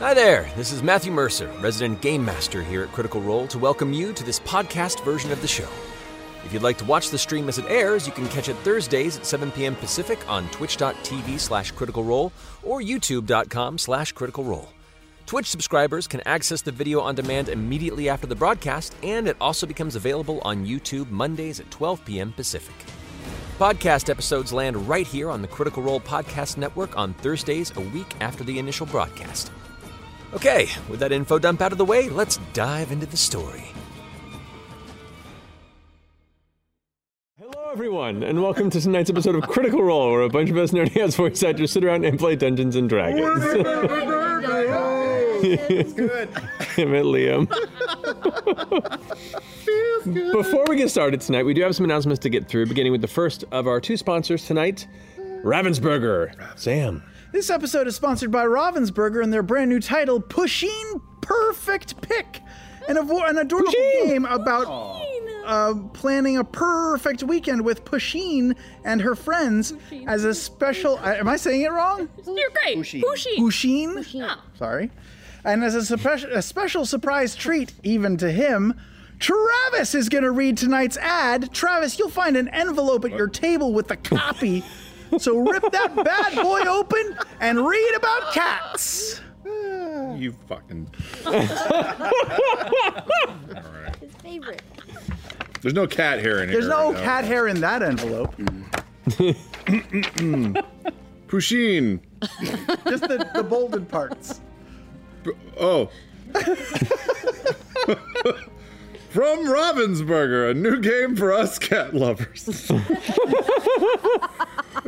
Hi there, this is Matthew Mercer, resident game master here at Critical Role, to welcome you to this podcast version of the show. If you'd like to watch the stream as it airs, you can catch it Thursdays at 7 p.m. Pacific on twitch.tv slash critical role or youtube.com slash critical role. Twitch subscribers can access the video on demand immediately after the broadcast, and it also becomes available on YouTube Mondays at 12 p.m. Pacific. Podcast episodes land right here on the Critical Role Podcast Network on Thursdays a week after the initial broadcast. Okay, with that info dump out of the way, let's dive into the story. Hello, everyone, and welcome to tonight's episode of Critical Role, where a bunch of us nerdy ass voice actors sit around and play Dungeons and Dragons. It's good. Damn it, Liam. Before we get started tonight, we do have some announcements to get through, beginning with the first of our two sponsors tonight Ravensburger. Sam. This episode is sponsored by Ravensburger and their brand new title, Pusheen Perfect Pick, an, avo- an adorable game about uh, planning a perfect weekend with Pusheen and her friends as a special. I- am I saying it wrong? You're great. Pushy. Pusheen? Sorry. And as a, supres- a special surprise treat, even to him, Travis is going to read tonight's ad. Travis, you'll find an envelope at your table with the copy. so rip that bad boy open and read about cats. You Eh. fucking. His favorite. There's no cat hair in There's here. no right now. cat hair in that envelope. Pusheen. Just the, the bolded parts. Oh. From Ravensburger, a new game for us cat lovers.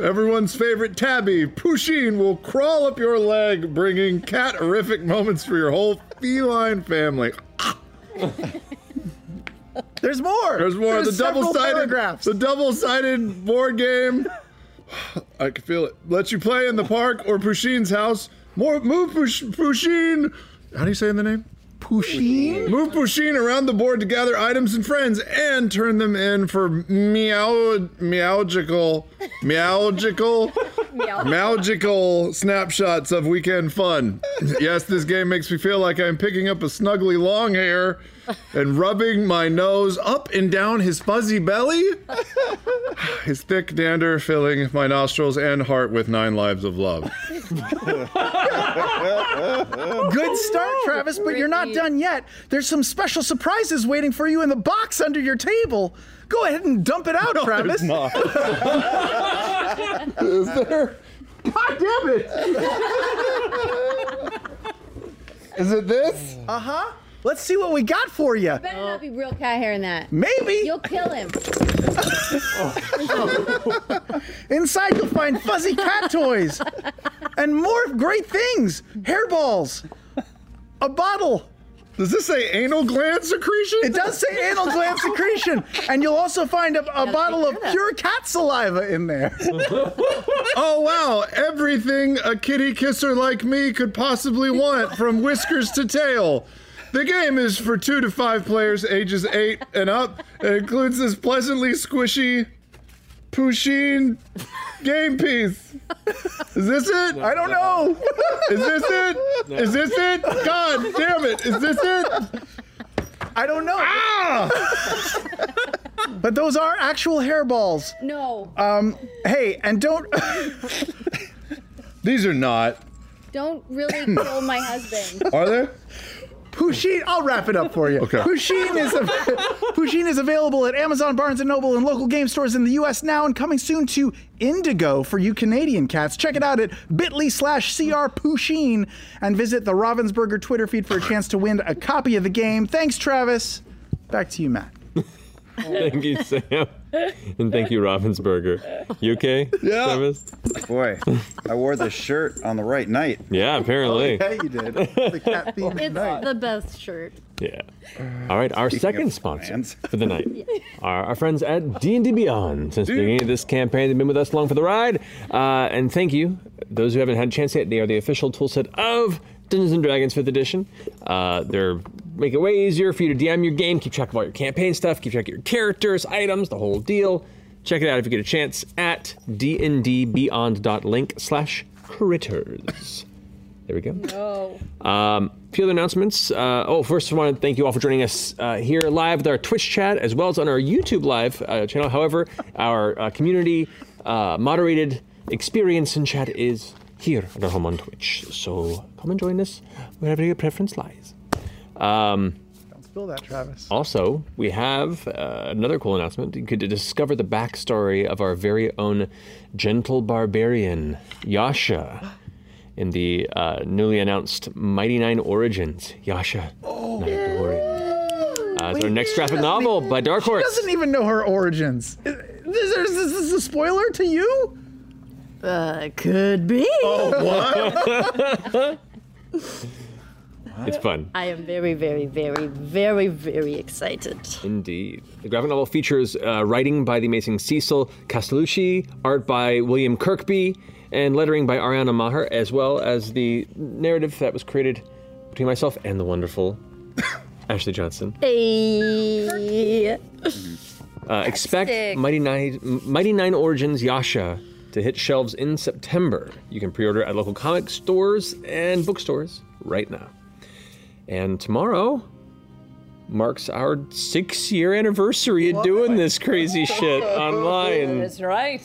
Everyone's favorite tabby, Pusheen, will crawl up your leg, bringing cat horrific moments for your whole feline family. There's more. There's more. the several double-sided paragraphs. The double-sided board game. I can feel it. Let you play in the park or Pusheen's house. More move Push, Pusheen. How do you say the name? Pusheen. Move Pusheen around the board to gather items and friends and turn them in for meow meowgical meowgical meowgical snapshots of weekend fun. yes, this game makes me feel like I'm picking up a snuggly long hair and rubbing my nose up and down his fuzzy belly. his thick dander filling my nostrils and heart with nine lives of love. Oh, Good start, Travis, but you're not done yet. There's some special surprises waiting for you in the box under your table. Go ahead and dump it out, Travis. Is there? God damn it! Is it this? Uh-huh. Let's see what we got for you. Better not be real cat hair in that. Maybe You'll kill him. inside you'll find fuzzy cat toys and more great things hairballs, a bottle. Does this say anal gland secretion? It does say anal gland secretion, and you'll also find a, a bottle of pure cat saliva in there. Oh wow! Everything a kitty kisser like me could possibly want, from whiskers to tail. The game is for two to five players, ages eight and up, and includes this pleasantly squishy, pusheen game piece. Is this it? I don't know. Is this it? Is this it? God damn it! Is this it? Ah! I don't know. But those are actual hairballs. Um, No. Hey, and don't. These are not. Don't really kill my husband. Are they? Pusheen, I'll wrap it up for you. Okay. Pusheen is av- Pusheen is available at Amazon, Barnes and Noble, and local game stores in the U.S. now, and coming soon to Indigo for you Canadian cats. Check it out at bit.ly slash cr Pusheen and visit the Ravensburger Twitter feed for a chance to win a copy of the game. Thanks, Travis. Back to you, Matt. Thank you, Sam. And thank you, Ravensburger. You okay? Yeah. Travis? Boy, I wore this shirt on the right night. Yeah, apparently. Yeah, you did. The cat theme It's night. the best shirt. Yeah. All right, our second sponsor plans. for the night are our friends at D&D Beyond. Since the beginning of this campaign, they've been with us along for the ride. Uh, and thank you. Those who haven't had a chance yet, they are the official toolset of Dungeons & Dragons 5th Edition. Uh, they're make it way easier for you to DM your game, keep track of all your campaign stuff, keep track of your characters, items, the whole deal. Check it out if you get a chance at dndbeyond.link slash critters. There we go. No. Um, a few other announcements. Uh, oh, first, I want to thank you all for joining us uh, here live with our Twitch chat as well as on our YouTube live uh, channel. However, our uh, community uh, moderated experience in chat is here at our home on Twitch. So come and join us wherever your preference lies. Um, Don't spill that, Travis. also, we have uh, another cool announcement. You could discover the backstory of our very own gentle barbarian, Yasha, in the uh, newly announced Mighty Nine Origins. Yasha, Knight Oh. of the Warrior. Uh, it's our next graphic novel by Dark She Horse. doesn't even know her origins. Is this, is this- is this a spoiler to you? Uh, could be. Oh, It's fun. I am very, very, very, very, very excited. Indeed. The graphic novel features uh, writing by the amazing Cecil Castellucci, art by William Kirkby, and lettering by Ariana Maher, as well as the narrative that was created between myself and the wonderful Ashley Johnson. Hey. Uh, expect sick. Mighty Nine, Mighty Nine Origins Yasha to hit shelves in September. You can pre-order at local comic stores and bookstores right now. And tomorrow marks our six-year anniversary of doing this crazy shit online. That's right.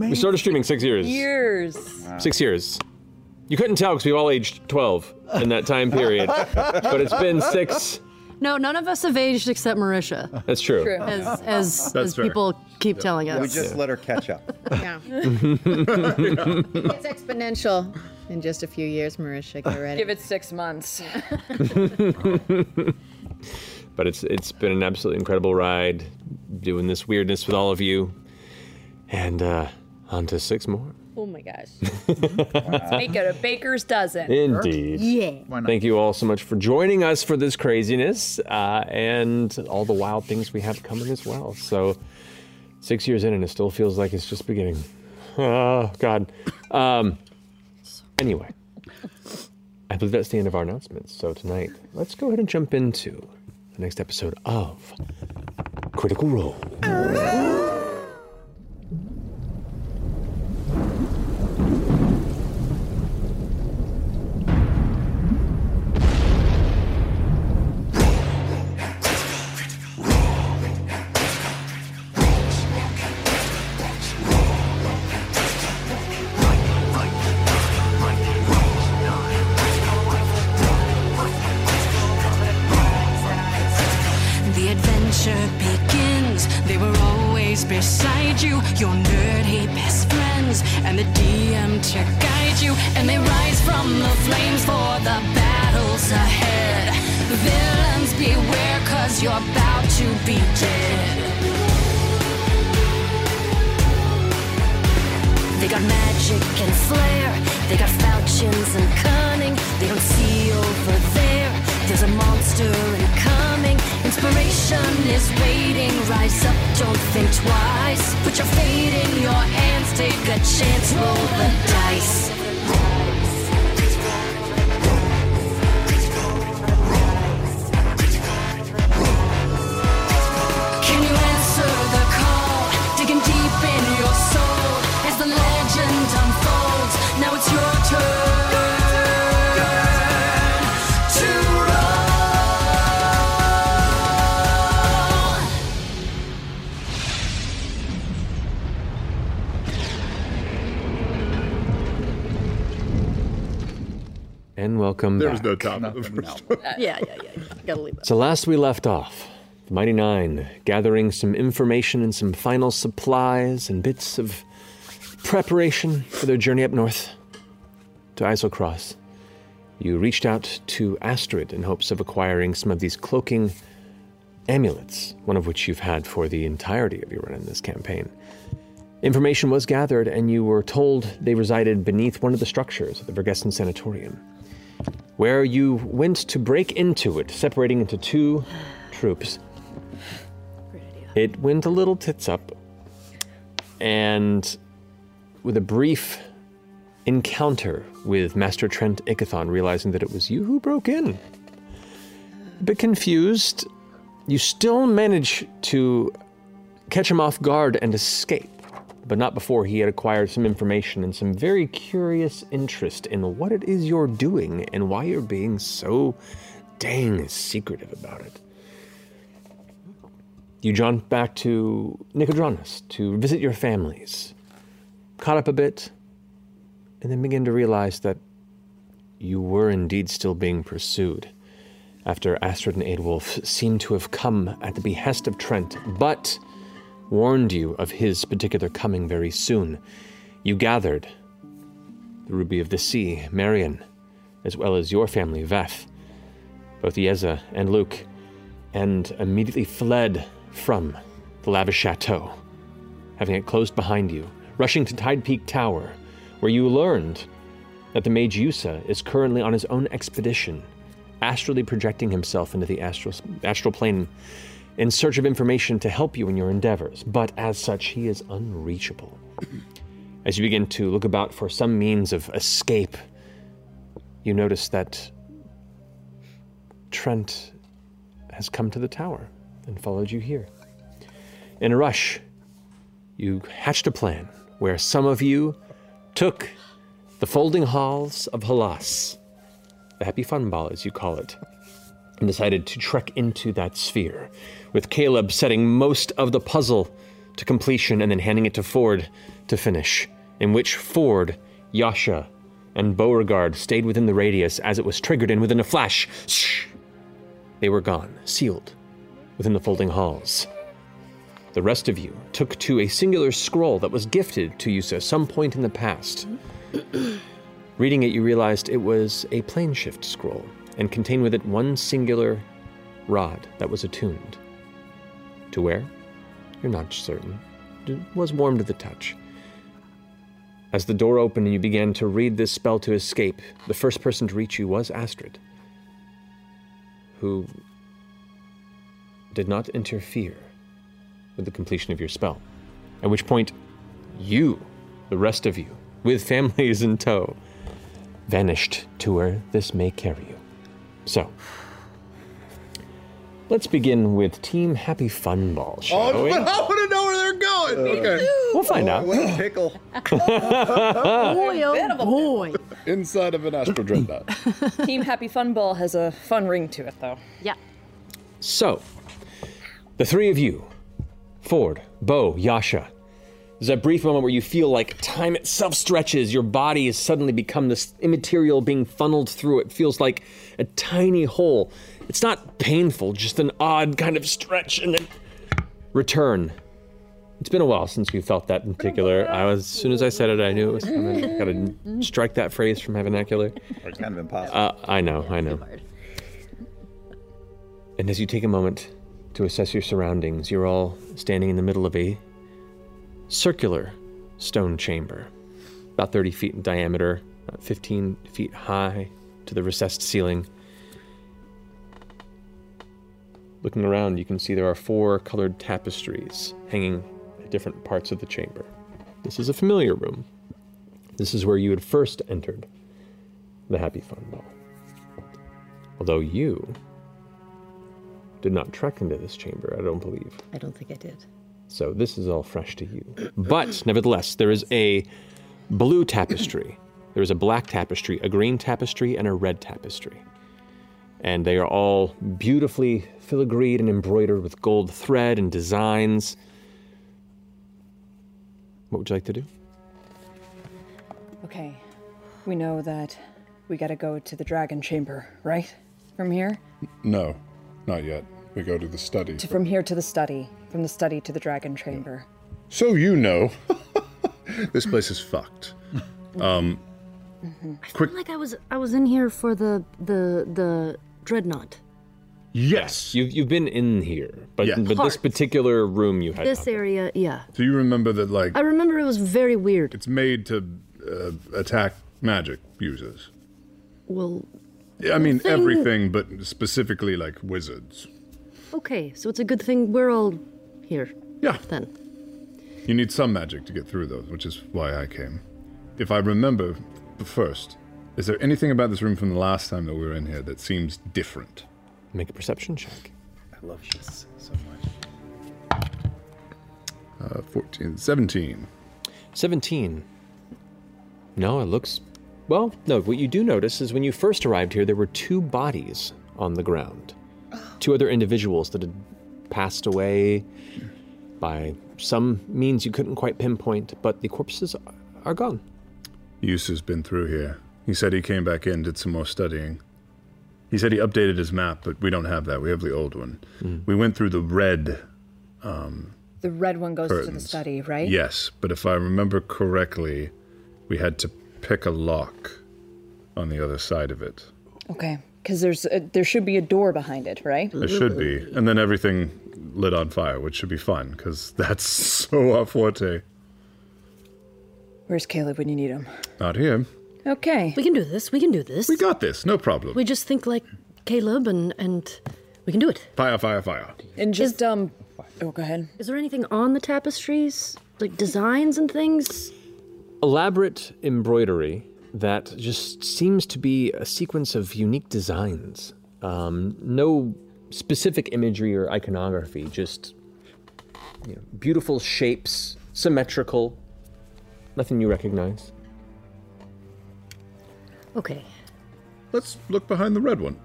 We started streaming six years. Years. Six years. You couldn't tell because we've all aged 12 in that time period, but it's been six. No, none of us have aged except Marisha, That's true. True. as as, That's as fair. people keep telling us. We just let her catch up. Yeah. it's exponential. In just a few years, Marisha, get ready. Give it six months. but it's it's been an absolutely incredible ride doing this weirdness with all of you and uh on to six more oh my gosh. Make it a baker's dozen. indeed yeah. thank you all so much for joining us for this craziness uh, and all the wild things we have coming as well so six years in and it still feels like it's just beginning oh god um anyway i believe that's the end of our announcements so tonight let's go ahead and jump into the next episode of critical role The adventure begins. They were always beside you, your nerdy best friends, and the DM to guide you. And they rise from the flames for the battles ahead. Villains beware, cause you're about to be dead. They got magic and flair. They got falchions and cunning. They don't see over there. There's a monster incoming. Inspiration is waiting. Rise up, don't think twice. Put your fate in your hands. Take a chance, roll the dice. Can you answer the call? Digging deep in your soul as the legend unfolds. Now it's your turn to roll. and welcome There was back. no top of the first one. Yeah, yeah, yeah, yeah. Gotta leave that. So last we left off, the Mighty Nine gathering some information and some final supplies and bits of preparation for their journey up north to Isle Cross. You reached out to Astrid in hopes of acquiring some of these cloaking amulets, one of which you've had for the entirety of your run in this campaign. Information was gathered, and you were told they resided beneath one of the structures of the Vergessen Sanatorium where you went to break into it, separating into two troops. It went a little tits up, and with a brief encounter with Master Trent Icathon, realizing that it was you who broke in. A bit confused, you still manage to catch him off guard and escape. but not before he had acquired some information and some very curious interest in what it is you're doing and why you're being so dang secretive about it. You jaunt back to Nicodranus to visit your families, caught up a bit, and then begin to realize that you were indeed still being pursued after Astrid and Aedwulf seemed to have come at the behest of Trent, but warned you of his particular coming very soon. You gathered the Ruby of the Sea, Marion, as well as your family, Veth, both Yeza and Luke, and immediately fled from the lavish chateau, having it closed behind you, rushing to Tide Peak Tower, where you learned that the mage Yusa is currently on his own expedition, astrally projecting himself into the astral, astral plane in search of information to help you in your endeavors, but as such, he is unreachable. As you begin to look about for some means of escape, you notice that Trent has come to the tower and followed you here. In a rush, you hatched a plan where some of you took the folding halls of Halas, the happy fun ball as you call it, and decided to trek into that sphere, with Caleb setting most of the puzzle to completion and then handing it to Ford to finish, in which Ford, Yasha, and Beauregard stayed within the radius as it was triggered, and within a flash, shh, they were gone, sealed within the folding halls. The rest of you took to a singular scroll that was gifted to you at some point in the past. Oh, Reading it, you realized it was a plane shift scroll and contained with it one singular rod that was attuned. To where? You're not certain. It was warm to the touch. As the door opened and you began to read this spell to escape, the first person to reach you was Astrid, who did not interfere with the completion of your spell. At which point, you, the rest of you, with families in tow, vanished to where this may carry you. So, let's begin with Team Happy Fun Ball, shall Oh, we? but I want to know where they're going. Uh, okay. We'll Oh, find out. What a pickle. Boy, oh boy. Inside of an astral dreadnought. Team Happy Fun Ball has a fun ring to it, though. Yeah. So, the three of you, Ford, Bo, Yasha, there's a brief moment where you feel like time itself stretches. Your body has suddenly become this immaterial being funneled through. It feels like a tiny hole. It's not painful, just an odd kind of stretch and then return. It's been a while since you felt that in particular. I was, as soon as I said it, I knew it was coming. Gotta strike that phrase from my vernacular. kind of impossible. Uh, I know, I know. And as you take a moment to assess your surroundings, you're all standing in the middle of a circular stone chamber, about 30 feet in diameter, about 15 feet high to the recessed ceiling. Looking around, you can see there are four colored tapestries hanging at different parts of the chamber. This is a familiar room. This is where you had first entered the Happy Fun Ball. Although you did not trek into this chamber, I don't believe. I don't think I did. So this is all fresh to you. But nevertheless, there is a blue tapestry, there is a black tapestry, a green tapestry, and a red tapestry. And they are all beautifully filigreed and embroidered with gold thread and designs. What would you like to do? Okay, we know that we gotta go to the dragon chamber, right? From here? No, not yet. We go to the study. To, from here to the study. From the study to the dragon chamber. So you know, this place is fucked. Um, Quick. Like I was, I was in here for the the the dreadnought. yes. You've, you've been in here, but, Yeah. but this Hearts. particular room you had. This area, yeah. Do you remember that, like, I remember it was very weird. it's made to uh, attack magic users? Well, I mean, Thing- everything, but specifically, like, wizards. okay, so it's a good thing we're all here Yeah. then. You need some magic to get through those, which is why I came. If I remember first, is there anything about this room from the last time that we were in here that seems different? Make a perception check. I love this so much. Uh, 14, 17. 17. No, it looks. Well, no, what you do notice is when you first arrived here, there were two bodies on the ground. Two other individuals that had passed away by some means you couldn't quite pinpoint, but the corpses are gone. Yusu's been through here. He said he came back in, did some more studying. He said he updated his map, but we don't have that. We have the old one. Hmm. We went through the red. Um, The red one goes to the Curtains. study, right? Yes, but if I remember correctly, we had to pick a lock on the other side of it. Okay, because there's a, there should be a door behind it, right? It should be. And then everything lit on fire, which should be fun, because that's so our forte. Where's Caleb when you need him? Not here. Okay. We can do this. We can do this. We got this, no problem. We just think like Caleb and and we can do it. Fire, fire, fire. And just um. Oh, go ahead. Is there anything on the tapestries? Like designs and things? elaborate embroidery that just seems to be a sequence of unique designs. Um, no specific imagery or iconography, just you know, beautiful shapes, symmetrical. Nothing you recognize. Okay. Let's look behind the red one.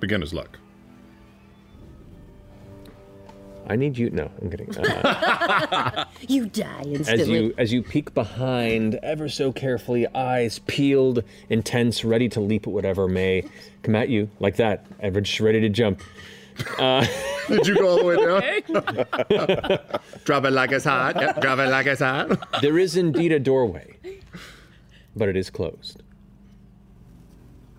Beginner's luck. I need you. No, I'm kidding. Uh, you die instantly. as you as you peek behind, ever so carefully, eyes peeled, intense, ready to leap at whatever may come at you like that. Average, ready to jump. Uh, Did you go all the way down? Drop it like it's hot. Yep, drop it like it's hot. There is indeed a doorway, but it is closed.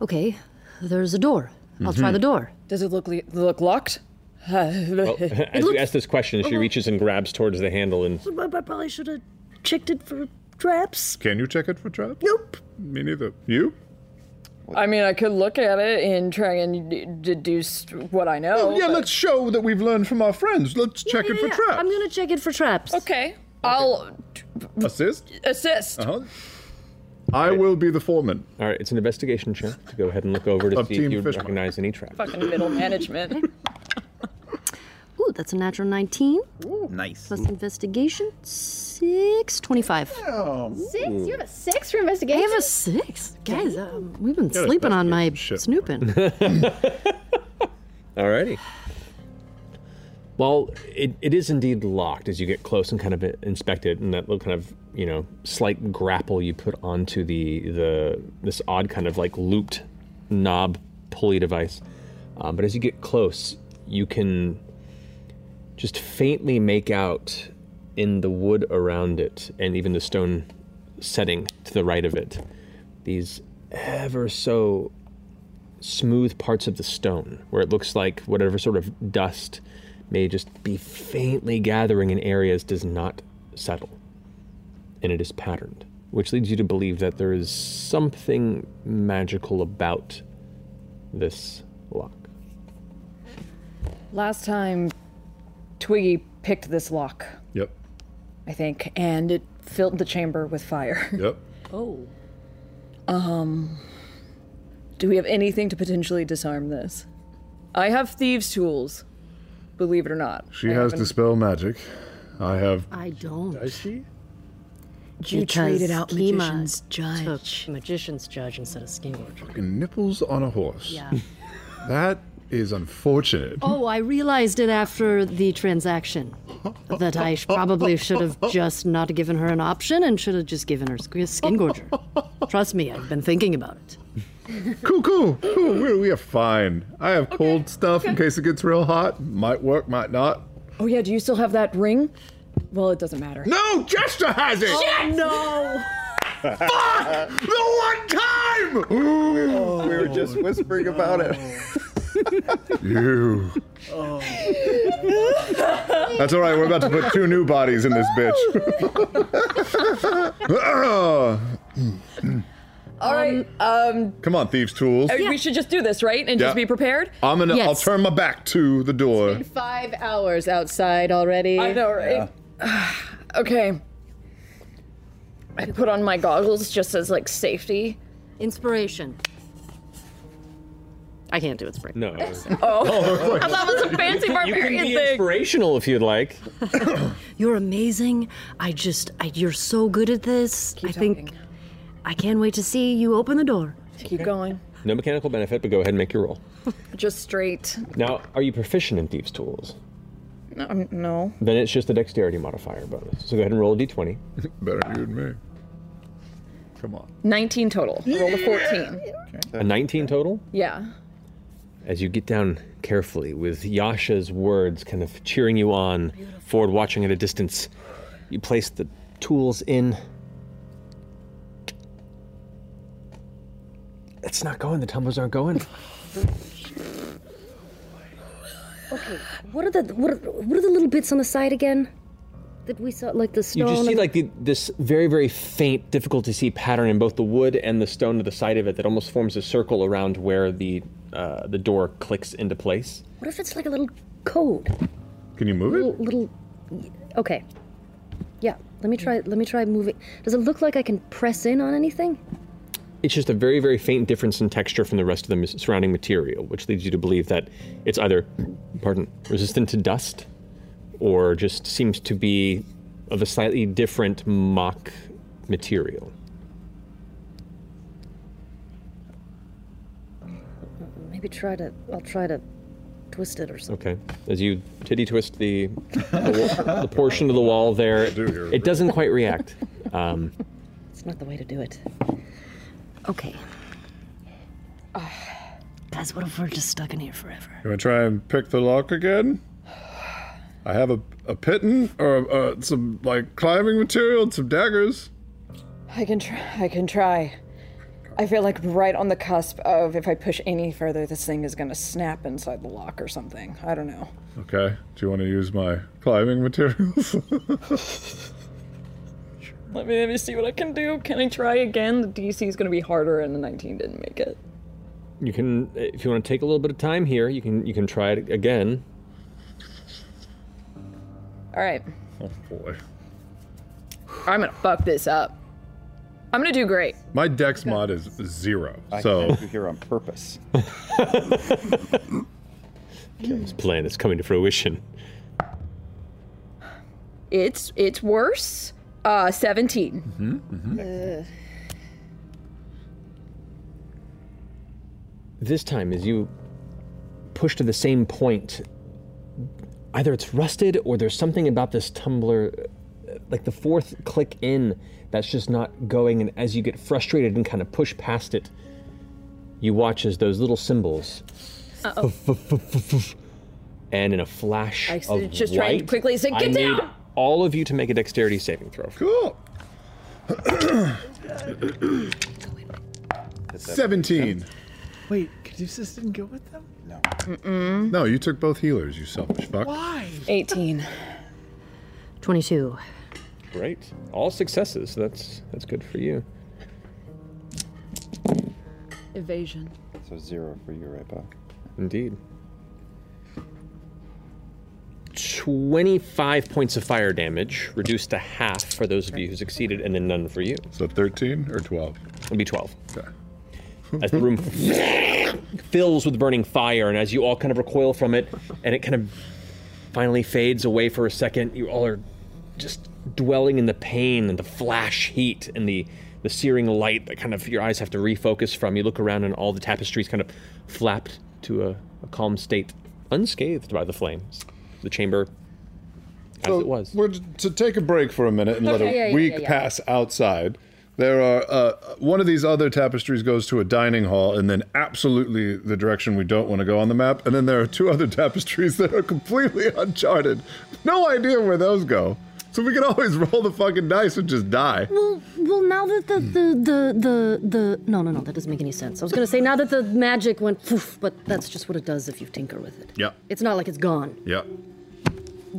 Okay, there's a door. I'll try Mhm. the door. Does it look li- look locked? Well, as you ask this question, she reaches and grabs towards the handle and. I probably should have checked it for traps. Can you check it for traps? Nope. Me neither. You? I mean, I could look at it and try and d- deduce what I know. Oh, yeah, let's show that we've learned from our friends. Let's check it for traps. I'm gonna check it for traps. Okay. I'll Assist? assist. Uh-huh. I will be the foreman. All right, it's an investigation check to go ahead and look over to Of see if Team you Fishman. recognize any trap. Fucking middle management. Ooh, that's a natural 19. Nice. Plus investigation, 6, 25. Six? Mm. You have a six for investigation? I have a six. Guys, Oh, um, we've been Gotta sleeping on my investigate shit. snooping. Alrighty. Well, it, it is indeed locked as you get close and kind of inspect it, and that little kind of you know slight grapple you put onto the the this odd kind of like looped knob pulley device. Um, but as you get close, you can just faintly make out in the wood around it, and even the stone setting to the right of it, these ever so smooth parts of the stone, where it looks like whatever sort of dust may just be faintly gathering in areas does not settle. And it is patterned, which leads you to believe that there is something magical about this lock. Last time, Twiggy picked this lock. Yep. I think, and it filled the chamber with fire. Yep. Oh. Um. Do we have anything to potentially disarm this? I have thieves' tools, believe it or not. She I has haven't- dispel magic. I have. I don't. Does she? You traded out magician's judge. magician's judge instead of skinward. Nipples on a horse. Yeah. That is unfortunate. oh, I realized it after the transaction that I sh- probably should have just not given her an option and should have just given her sk- skin gorger. Trust me, I've been thinking about it. Cool, cool, cool. We we are fine. I have cold stuff in case it gets real hot. Might work, might not. Oh yeah, do you still have that ring? Well, it doesn't matter. No, Jester has it. Oh, no. Fuck! The one time. we were just whispering about it. You. That's all right. We're about to put two new bodies in this bitch. All right. Um. Come on, thieves' tools. uh, We should just do this, right? And just Yeah. be prepared. I'm gonna. I'll Yes. turn my back to the door. Five hours outside already. I know, right? Okay. I put on my goggles just as like safety. Inspiration. I can't do it spring. No. Oh, I thought it was a fancy You can barbarian be thing. inspirational if you'd like. You're amazing. I just, I, you're so good at this. I think I can't wait to see you open the door. Keep going. No mechanical benefit, but go ahead and make your roll. Just straight. Now, are you proficient in thieves' tools? No, um, no. Then it's just the dexterity modifier bonus. So go ahead and roll a d20. Better you than me. Come on. 19 total. I rolled a 14. A 19 total? Yeah. As you get down carefully, with Yasha's words kind of cheering you on, Ford watching at a distance, you place the tools in. It's not going. The tumblers aren't going. Okay, what are the what are, what are the little bits on the side again? That we saw, like the You stone. just see and- like the, this very, very faint, difficult to see pattern in both the wood and the stone to the side of it that almost forms a circle around where the uh, the door clicks into place. What if it's like a little code? Can you move Little, little. Okay. Yeah. Let me try. Let me try moving. Does it look like I can press in on anything? It's just a very, very faint difference in texture from the rest of the mis- surrounding material, which leads you to believe that it's either, pardon, resistant to dust, or just seems to be of a slightly different mock material. Maybe try to. I'll try to twist it or something. Okay. As you titty twist the the, wa- the portion of the wall there, it doesn't quite react. Um, It's not the way to do it. Okay. Guys, what if we're just stuck in here forever? You want to try and pick the lock again? I have a, a pitten or uh, some like climbing material and some daggers. I can try. I can try. I feel like I'm right on the cusp of if I push any further, this thing is gonna snap inside the lock or something. I don't know. Okay. Do you want to use my climbing materials? Let me, let me see what I can do. Can I try again? The DC is going to be harder, and the 19 didn't make it. you can, if you want to take a little bit of time here, you can you can try it again. All right. Oh boy. I'm going to fuck this up. I'm going to do great. My dex mod is zero. I so had you here on purpose. This plan is coming to fruition. It's it's worse. Uh, 17. Mm-hmm. Ugh. This time, as you push to the same point, either it's rusted or there's something about this tumbler, uh, like the fourth click in, that's just not going. And as you get frustrated and kind of push past it, you watch as those little symbols, Uh-oh. and in a flash I of was just white, trying to quickly say, I "Get need down!" all of you to make a dexterity saving throw. Cool. 17. Wait, Caduceus didn't go with them? Mm-mm. No, you took both healers, you selfish fuck. Why? 18. 22. Great. All successes. That's that's good for you. Evasion. So zero for you, right, Bob? Indeed. 25 points of fire damage, reduced to half for those of you who succeeded, and then none for you. So 13 or 12? It'll be 12. Okay. As the room fills with burning fire, and as you all kind of recoil from it, and it kind of finally fades away for a second, you all are just dwelling in the pain and the flash heat and the the searing light that kind of your eyes have to refocus from. You look around, and all the tapestries kind of flapped to a, a calm state, unscathed by the flames. The chamber, as So it was. We're to take a break for a minute and let Okay, yeah, a yeah, week yeah, yeah. pass outside. There are uh, one of these other tapestries goes to a dining hall, and then absolutely the direction we don't want to go on the map. And then there are two other tapestries that are completely uncharted. No idea where those go. So we can always roll the fucking dice and just die. Well, well, now that the the the the, the no no no that doesn't make any sense. I was gonna say now that the magic went poof, but that's just what it does if you tinker with it. Yep. It's not like it's gone. Yep.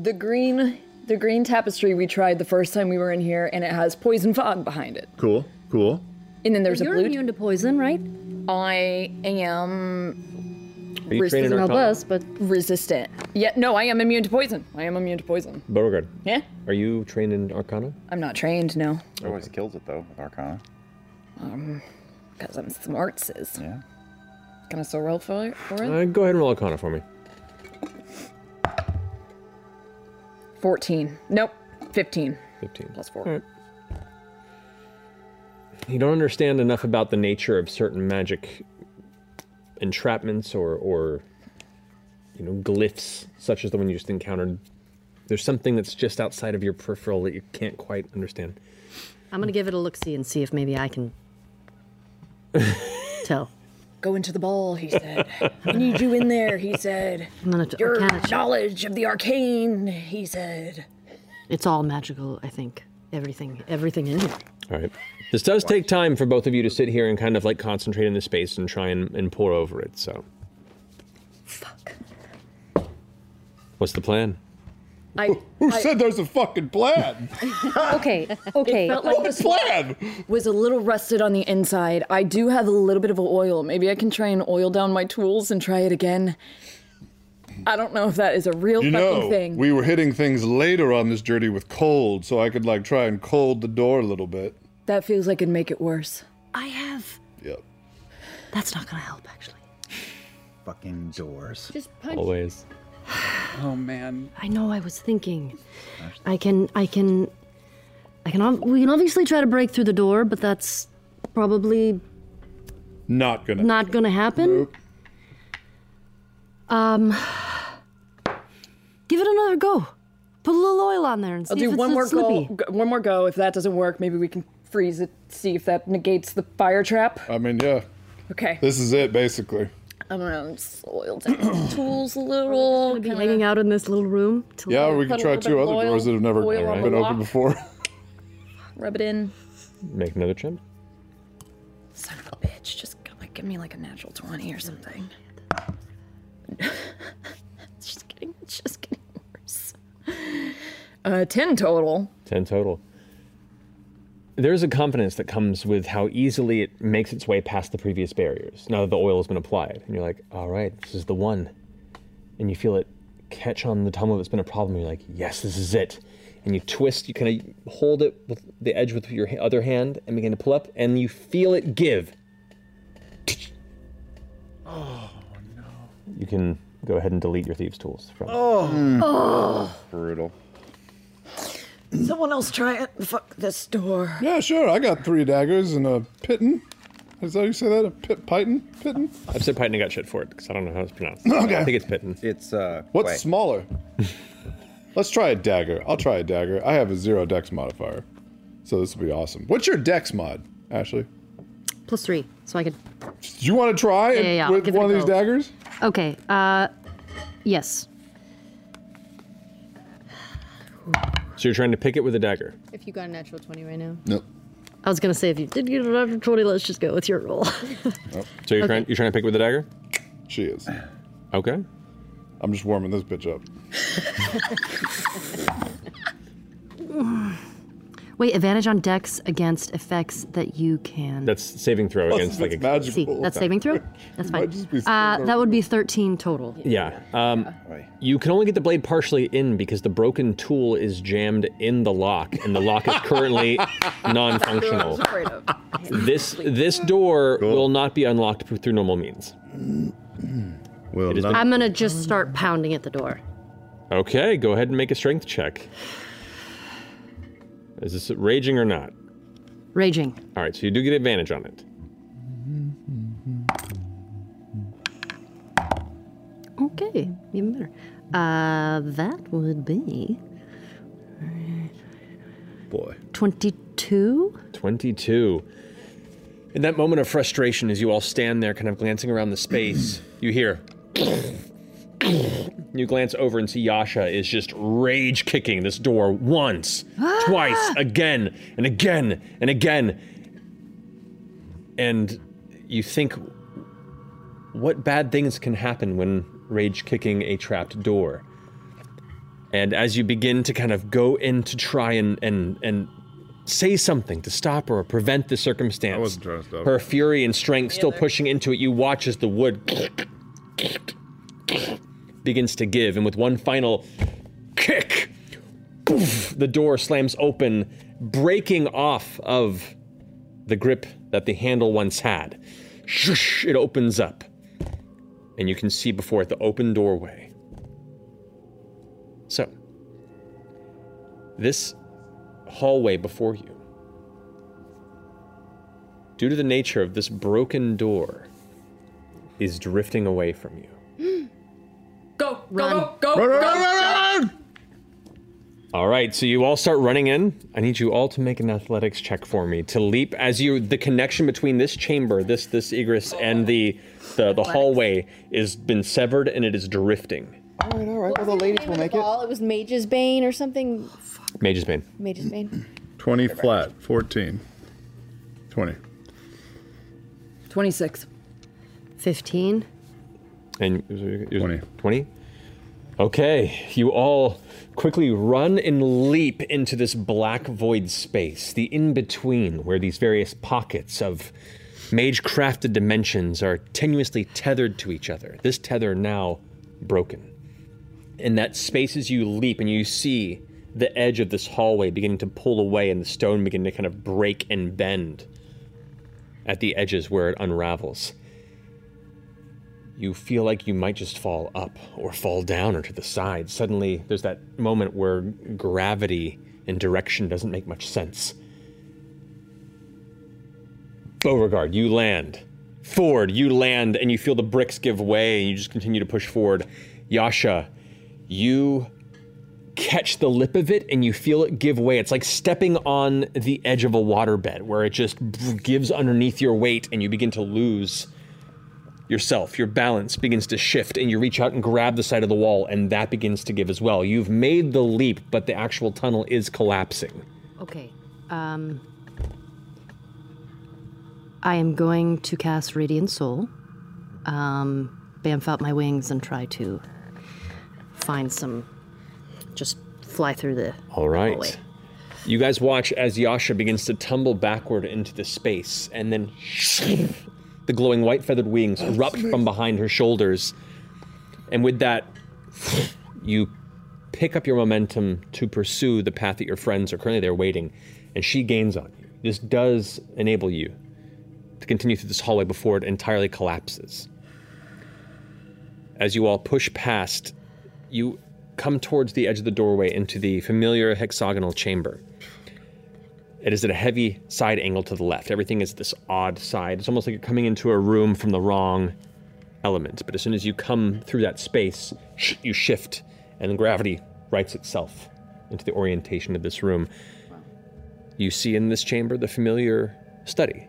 The green the green tapestry we tried the first time we were in here, and it has poison fog behind it. Cool. Cool. And then there's You're a blue. immune to poison, right? I am. Are you trained in Doesn't help Arcana? us, but resistant. Yeah, no, I am immune to poison. I am immune to poison. Beauregard, Yeah, are you trained in Arcana? I'm not trained, no. Always kills it though, with Arcana. Um, because I'm smart, sis. Yeah. Can I still roll for it? For it? Uh, go ahead and roll Arcana for me. 14. Nope. 15. 15. Plus 4. You don't understand enough about the nature of certain magic entrapments or, or you know, glyphs, such as the one you just encountered. There's something that's just outside of your peripheral that you can't quite understand. I'm gonna give it a look see and see if maybe I can tell. Go into the ball, he said. I need you in there, he said. I'm gonna t- Your arcana check. knowledge of the arcane, he said. It's all magical, I think. Everything, everything in here. All right. This does take time for both of you to sit here and kind of like concentrate in the space and try and, and pour over it, so. Fuck. What's the plan? I, Who said there's a fucking plan? okay, okay. It felt like this plan was a little rusted on the inside. I do have a little bit of oil. Maybe I can try and oil down my tools and try it again. I don't know if that is a real you fucking know, thing. we were hitting things later on this journey with cold, so I could like try and cold the door a little bit. that feels like it'd make it worse. I have. Yep. That's not gonna help, actually. Fucking doors. Just Always. Oh man. I know. I was thinking. I can. I can. I can. ob- We can obviously try to break through the door, but that's probably Not gonna. not gonna happen. Um. Give it another go. Put a little oil on there and see I'll if do it's one not more go. slippy. g- One more go. If that doesn't work, maybe we can freeze it. See if that negates the fire trap. I mean, yeah. Okay. This is it, basically. I'm gonna just oil down the tools a little. Be hanging out in this little room. till- Yeah, we could try two other doors that have never oil on been the opened lock. before. Rub it in. Make another chip. Son of a bitch, just g- like give me like a natural twenty or something. it's just getting, it's just getting worse. Uh, ten total. 10 total. There's a confidence that comes with how easily it makes its way past the previous barriers now that the oil has been applied. And you're like, all right, this is the one. And you feel it catch on the tumble that's been a problem. You're like, yes, this is it. And you twist, you kind of hold it with the edge with your ha- other hand and begin to pull up, and you feel it give. Oh. You can go ahead and delete your thieves' tools from Oh. Hmm. Oh. Brutal. Someone else try it. Fuck this door. Yeah, sure. I got three daggers and a pitten. Is that how you say that? A pit python? Pitten? I've said Python and got shit for it because I don't know how it's pronounced. Okay. I think it's Pitten. It's, uh. What's smaller? Let's try a dagger. I'll try a dagger. I have a zero dex modifier. So this will be awesome. What's your dex mod, Ashley? Plus three, so I could. Do you want to try Yeah, it yeah, yeah, I'll with give it one a of these go. daggers? Okay. Uh, yes. So you're trying to pick it with a dagger. If you got a natural twenty right now. Nope. I was gonna say if you did get a natural twenty, let's just go with your roll. Oh, So you're trying you're trying to pick it with a dagger? She is. Okay. I'm just warming this bitch up. Wait, advantage on decks against effects that you can. That's saving throw Plus, against if like it's a See, that's saving throw. That's fine. be Uh, that would be thirteen total. Yeah. Um, you can only get the blade partially in because the broken tool is jammed in the lock, and the lock is currently non-functional. This this door will not be unlocked through normal means. Will I'm gonna just start pounding at the door. Okay, go ahead and make a strength check. Is this raging or not? Raging. All right, so you do get advantage on it. Okay, even better. Uh, that would be Boy. twenty-two. 22. In that moment of frustration, as you all stand there, kind of glancing around the space, you hear. you glance over and see Yasha is just rage kicking this door once, twice, again, and again, and again. And you think, what bad things can happen when rage kicking a trapped door? And as you begin to kind of go in to try and and and say something to stop or prevent the circumstance, trying to stop her it. fury and strength still pushing into it, you watch as the wood begins to give, and with one final kick, poof, the door slams open, breaking off of the grip that the handle once had. Shush, it opens up. and you can see before it the open doorway. So, this hallway before you, due to the nature of this broken door, is drifting away from you. Go, go, go, go, go, Run, run, go. All right, so you all start running in. I need you all to make an athletics check for me to leap as you the connection between this chamber, this this egress, and the the, the hallway is been severed and it is drifting. All right, all right. Well, the ladies will make it. It was Mage's Bane or something. Mage's Bane. Mage's Bane. 20 flat, 14. 20. 26. 15. And 20. 20? Okay, you all quickly run and leap into this black void space, the in between where these various pockets of mage crafted dimensions are tenuously tethered to each other. This tether now broken. And that space as you leap and you see the edge of this hallway beginning to pull away and the stone begin to kind of break and bend at the edges where it unravels. You feel like you might just fall up or fall down or to the side. Suddenly, there's that moment where gravity and direction doesn't make much sense. Beauregard, you land. Ford, you land, and you feel the bricks give way, and you just continue to push forward. Yasha, you catch the lip of it and you feel it give way. It's like stepping on the edge of a waterbed where it just gives underneath your weight and you begin to lose yourself. Your balance begins to shift and you reach out and grab the side of the wall and that begins to give as well. You've made the leap, but the actual tunnel is collapsing. Okay. Um, I am going to cast Radiant Soul, um, bamf out my wings, and try to find some. Just fly through the. All right. You guys watch as Yasha begins to tumble backward into the space, and then the glowing white feathered wings erupt from behind her shoulders. And with that, you pick up your momentum to pursue the path that your friends are currently there waiting, and she gains on you. This does enable you to continue through this hallway before it entirely collapses. As you all push past, you come towards the edge of the doorway into the familiar hexagonal chamber. It is at a heavy side angle to the left. Everything is this odd side. It's almost like you're coming into a room from the wrong element. But as soon as you come through that space, sh- you shift, and gravity rights itself into the orientation of this room. You see in this chamber the familiar study,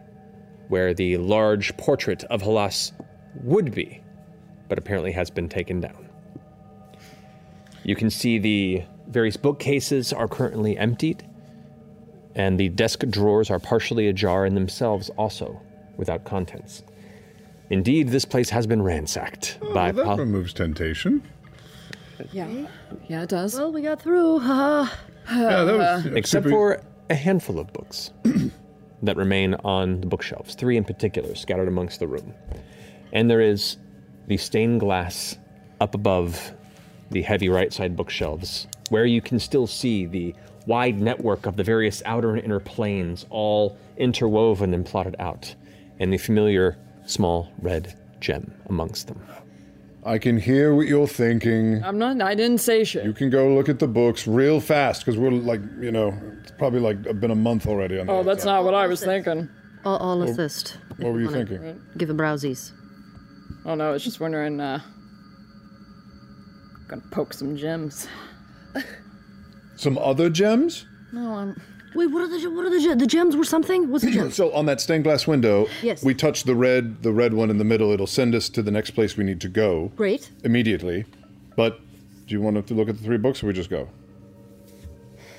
where the large portrait of Halas would be, but apparently has been taken down. You can see the various bookcases are currently emptied, and the desk drawers are partially ajar in themselves, also without contents. Indeed, this place has been ransacked by. Oh, that removes temptation. Yeah. Yeah, it does. Well, we got through. haha. Uh, except for a handful of books that remain on the bookshelves, three in particular scattered amongst the room. And there is the stained glass up above the heavy right side bookshelves, where you can still see the wide network of the various outer and inner planes all interwoven and plotted out, and the familiar small red gem amongst them. I can hear what you're thinking. I'm not, I didn't say shit. You can go look at the books real fast because we're like, you know, it's probably like been a month already. On Oh, that. that's not what I was thinking. I'll, I'll Well, assist. what were you Wanna thinking? Give a browsies. Oh no, I was just wondering, uh. Gonna poke some gems. Some other gems? No, I'm. Wait, what are the what are the ge- the gems were something? What's the gems? So on that stained glass window, Yes. we touch the red, the red one in the middle. It'll send us to the next place we need to go Great. immediately. But do you want to look at the three books, or we just go?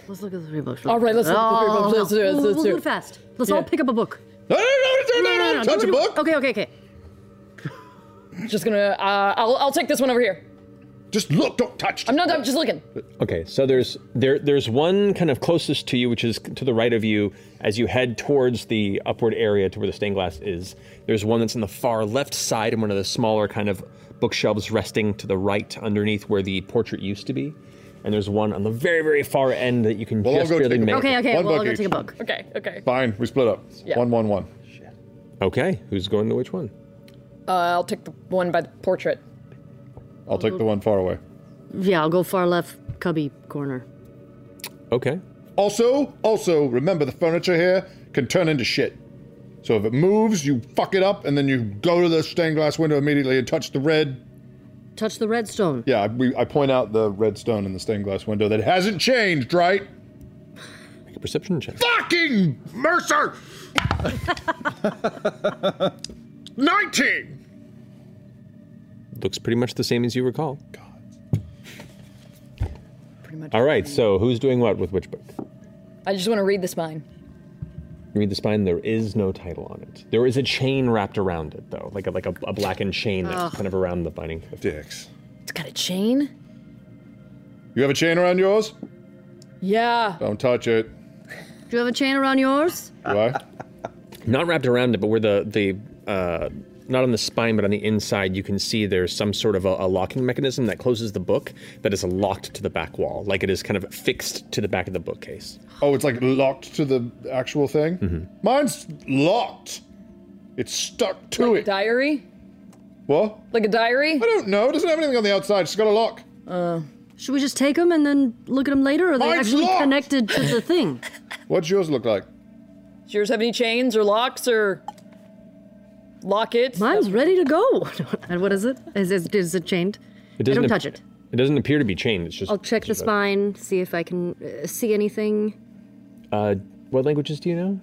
Let's look at the three books. All right, let's look at the three books. Let's do it, We'll, we'll let's do do it. it fast. Let's Yeah. all pick up a book. No, no, no, no, no, touch a book. Okay, okay, okay. Just gonna, uh, I'll, I'll take this one over here. Just look, don't touch. I'm not, I'm just looking. Okay, so there's there there's one kind of closest to you, which is to the right of you as you head towards the upward area to where the stained glass is. There's one that's on the far left side and one of the smaller kind of bookshelves resting to the right underneath where the portrait used to be. And there's one on the very, very far end that you can I'll just go barely take a make. book. Okay, okay, One well, I'll book go each. take a book. Okay, okay. Fine, we split up. Yeah. One, one, one. Okay, who's going to which one? Uh, I'll take the one by the portrait. I'll take the one far away. Yeah, I'll go far left cubby corner. Okay. Also, also remember the furniture here can turn into shit. So if it moves, you fuck it up, and then you go to the stained glass window immediately and touch the red. Touch the redstone. Yeah, I, we, I point out the red stone in the stained glass window that hasn't changed, right? Make a perception check. Fucking Mercer! 19! Looks pretty much the same as you recall. God. All right, so who's doing what with which book? I just want to read the spine. You read the spine. There is no title on it. There is a chain wrapped around it, though, like a, like a, a blackened chain that's Ugh. kind of around the binding. Dicks. It's got a chain. You have a chain around yours? Yeah. Don't touch it. Do you have a chain around yours? Why? not wrapped around it, but where the the uh, not on the spine, but on the inside, you can see there's some sort of a, a locking mechanism that closes the book that is locked to the back wall, like it is kind of fixed to the back of the bookcase. Oh, it's like locked to the actual thing? Mm-hmm. Mine's locked. It's stuck to it. diary? What? Like a diary? I don't know. It doesn't have anything on the outside. It's got a lock. Uh, Should we just take them and then look at them later? Or are they Mine's actually locked! connected to the thing? What's yours look like? Does yours have any chains or locks or lockets? Mine's ready to go. and what is it? Is it, is it chained? I don't ap- touch it. It doesn't appear to be chained. It's just. I'll check the just a- spine, see if I can uh, see anything Uh, what languages do you know?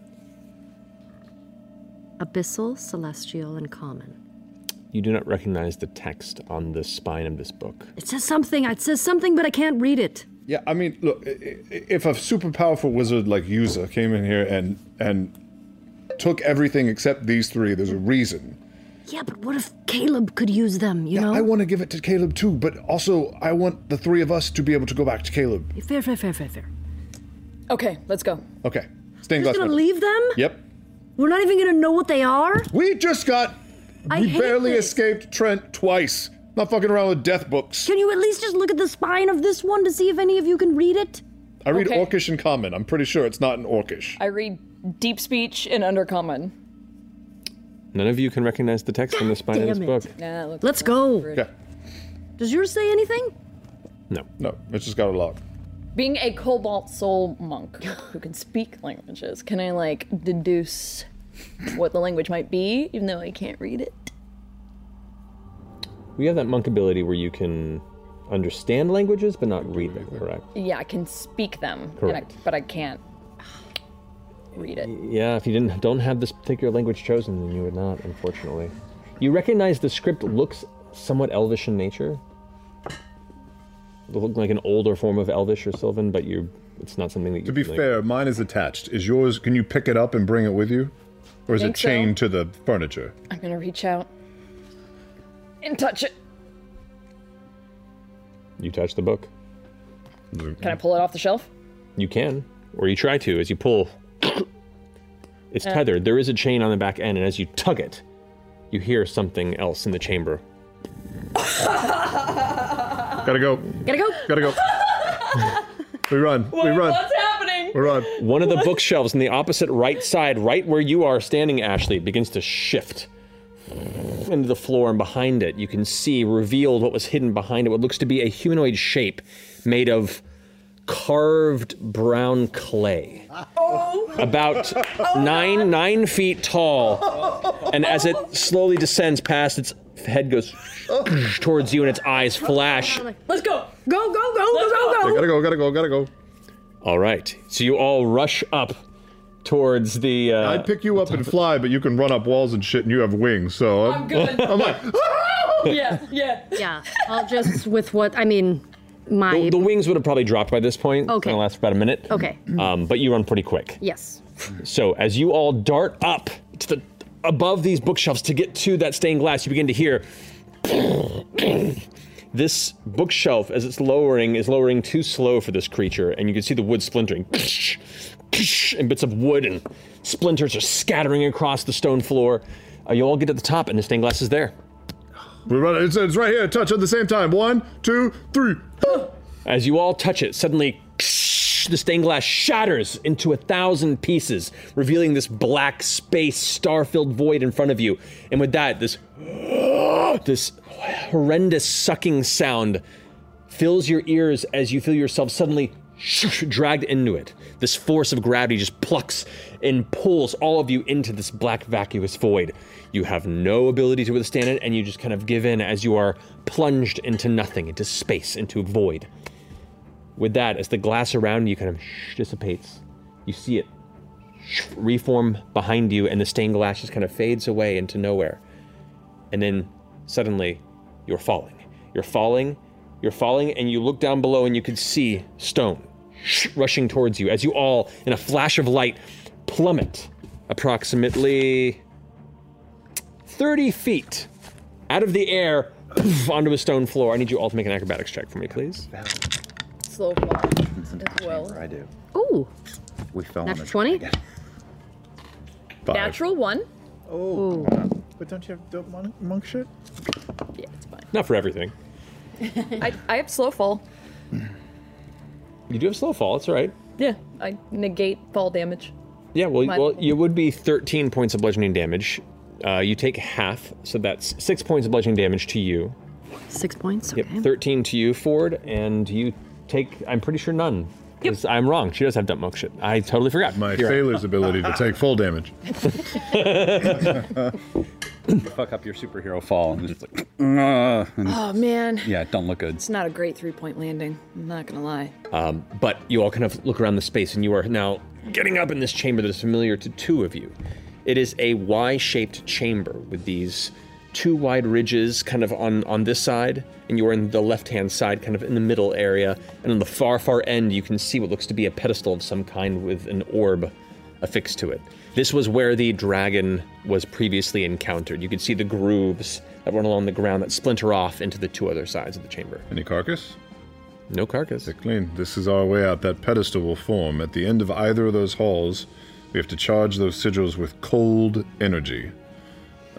abyssal, celestial, and common. You do not recognize the text on the spine of this book. It says something. It says something, but I can't read it. Yeah, I mean, look, i- i- if a super powerful wizard like Yuza came in here and and took everything except these three, there's a reason. Yeah, but what if Caleb could use them? You know. I want to give it to Caleb too, but also I want the three of us to be able to go back to Caleb. Fair, fair, fair, fair, fair. Okay, let's go. Okay, stained Just glass. gonna window. leave them? Yep. We're not even gonna know what they are. We just got. I we hate barely this. escaped Trent twice. Not fucking around with death books. Can you at least just look at the spine of this one to see if any of you can read it? I read Okay. Orcish and Common. I'm pretty sure it's not in Orcish. I read deep speech and undercommon. None of you can recognize the text on the spine of this damn it. book. Nah, that looks Let's go. rude. Yeah. Does yours say anything? No. No, it's just got a lock. Being a cobalt soul monk who can speak languages, can I like deduce what the language might be, even though I can't read it? We have that monk ability where you can understand languages but not read them, correct? Yeah, I can speak them, and I, Correct. but I can't read it. Yeah, if you didn't don't have this particular language chosen, then you would not, unfortunately. You recognize the script looks somewhat elvish in nature. It looked like an older form of elvish or Sylvan, but you it's not something that you To be like- fair, mine is attached. Is yours? Can you pick it up and bring it with you, or is Think it so. chained to the furniture? I'm gonna reach out and touch it. You touch the book. Can I pull it off the shelf? You can, or you try to as you pull. it's Uh. tethered. There is a chain on the back end, and as you tug it, you hear something else in the chamber. Gotta go. Gotta go. Gotta go. we run. we run. What's happening? We're on. One of the bookshelves on the opposite right side, right where you are standing, Ashley, begins to shift into the floor, and behind it, you can see revealed what was hidden behind it, what looks to be a humanoid shape made of carved brown clay. Oh. About Oh, nine nine feet tall, and as it slowly descends past, its head goes towards you, and its eyes flash. Let's go. Go, go, go, Let's go, go, Gotta go. Gotta go. Gotta go. All right, so you all rush up towards the. Uh, I'd pick you up and fly, but you can run up walls and shit, and you have wings, so I'm, good. I'm like, yeah, yeah. Yeah. I'll just with what I mean my The, the wings would have probably dropped by this point. It's Okay. gonna last for about a minute. Okay. Um, but you run pretty quick. Yes. So as you all dart up to the above these bookshelves to get to that stained glass, you begin to hear this bookshelf as it's lowering is lowering too slow for this creature, and you can see the wood splintering. And bits of wood and splinters are scattering across the stone floor. Uh, you all get to the top, and the stained glass is there. We run. It's, it's right here. Touch at the same time. One, two, three. As you all touch it, suddenly sh- the stained glass shatters into a thousand pieces, revealing this black space, star-filled void in front of you. And with that, this this horrendous sucking sound fills your ears as you feel yourself suddenly dragged into it. This force of gravity just plucks and pulls all of you into this black vacuous void. You have no ability to withstand it, and you just kind of give in as you are plunged into nothing, into space, into void. With that, as the glass around you kind of dissipates, you see it reform behind you, and the stained glass just kind of fades away into nowhere. And then suddenly, you're falling. You're falling, you're falling, and you look down below and you can see stone rushing towards you as you all, in a flash of light, plummet approximately 30 feet out of the air onto a stone floor. I need you all to make an acrobatics check for me, please. Slow fall. As well. I do. Ooh. We fell on Natural the 20? Natural one. Oh. But don't you have dope mon- monk shit? Not for everything. I, I have slow fall. You do have slow fall, it's all right. Yeah. I negate fall damage. Yeah, well, My- well, you would be 13 points of bludgeoning damage. Uh, you take half, so that's six points of bludgeoning damage to you. Six points. Okay. Yep, 13 to you, Ford, and you take, I'm pretty sure none. 'cause I'm wrong. She does have dump monk shit. I totally forgot. My sailor's ability to take full damage. Mm, Fuck up your superhero fall and just like. "Ugh," Uh, and- Oh, man. Yeah, don't look good. It's not a great three point landing. I'm not gonna lie. Um, but you all kind of look around the space, and you are now getting up in this chamber that is familiar to two of you. It is a Y-shaped chamber with these two wide ridges, kind of on on this side, and you are in the left-hand side, kind of in the middle area. And on the far, far end, you can see what looks to be a pedestal of some kind with an orb affixed to it. This was where the dragon was previously encountered. You could see the grooves that run along the ground that splinter off into the two other sides of the chamber. Any carcass? No carcass. They're clean. This is our way out. That pedestal will form at the end of either of those halls. We have to charge those sigils with cold energy.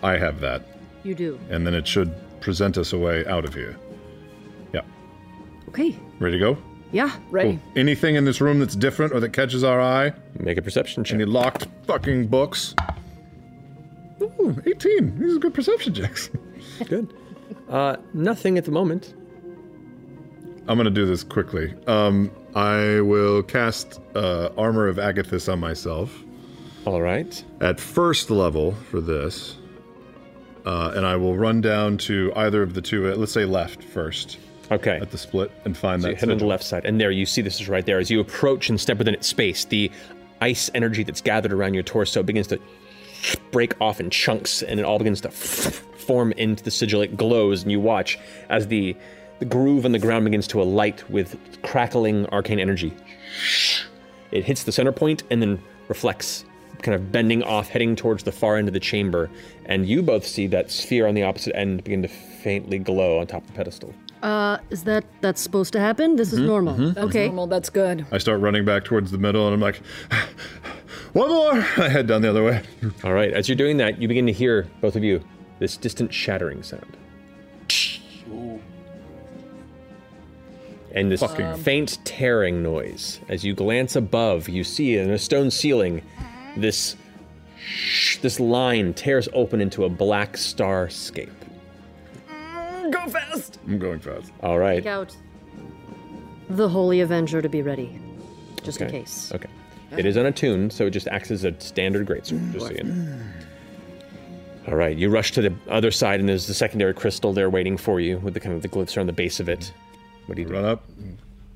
I have that, You do. and then it should present us a way out of here. Yeah. Okay. Ready to go? Yeah. Cool. Anything in this room that's different or that catches our eye? Make a perception check. Any locked fucking books? Ooh, 18. These are good perception checks. good. Uh, nothing at the moment. I'm gonna do this quickly. Um, I will cast uh, Armor of Agathis on myself. All right. At first level for this, uh, and I will run down to either of the two. Uh, let's say left first. Okay. At the split and find So that. you head on the sigil. left side, and there you see this is right there. As you approach and step within its space, the ice energy that's gathered around your torso begins to break off in chunks, and it all begins to form into the sigil. It glows, and you watch as the the groove on the ground begins to alight with crackling arcane energy. It hits the center point and then reflects, kind of bending off, heading towards the far end of the chamber. And you both see that sphere on the opposite end begin to faintly glow on top of the pedestal. Uh, is that that's supposed to happen? This is Mm-hmm, Mhm, normal. mhm, That's okay. normal. That's good. I start running back towards the middle, and I'm like, one more. I head down the other way. All right. As you're doing that, you begin to hear both of you this distant shattering sound, and this Fucking- faint tearing noise. As you glance above, you see in a stone ceiling this this line tears open into a black starscape. Go fast. I'm going fast. All right. Take out the Holy Avenger to be ready, just Okay. in case. Okay. It is unattuned, so it just acts as a standard greatsword. Just so you know. All right, you rush to the other side, and there's the secondary crystal there waiting for you with the kind of the glyphs around the base of it. What do you do? Run up.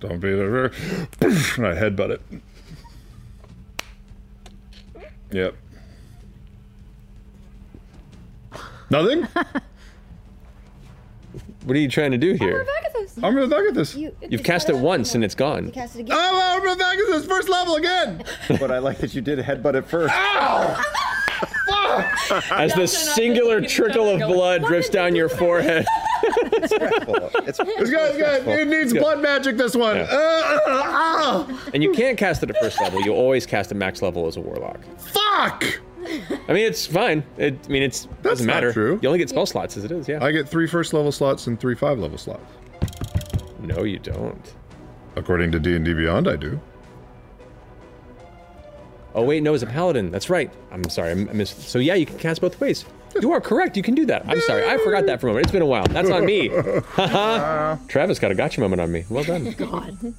Don't be there. and I headbutt it. Yep. Nothing? What are you trying to do here? Armor of Agathis. You, You've cast it once and it's gone. cast it again. Oh, Armor of Agathis, first level again. but I like that you did headbutt it first. As the singular trickle of blood drips down your forehead. it's, It's good, it's good. It needs Yeah. blood magic, this one. Yeah. Uh, uh, uh, And you can't cast it at first level. You always cast at max level as a warlock. fuck! I mean, it's fine. It, I mean, it's That's doesn't not matter. true. You only get spell slots as it is. Yeah. I get three first level slots and three five level slots. No, you don't. According to D&D Beyond, I do. Oh wait, no, it's a paladin. That's right. I'm sorry, I missed. So yeah, you can cast both ways. You are correct. You can do that. I'm sorry, I forgot that for a moment. It's been a while. That's on me. Haha. Travis got a gotcha moment on me. Well done. God.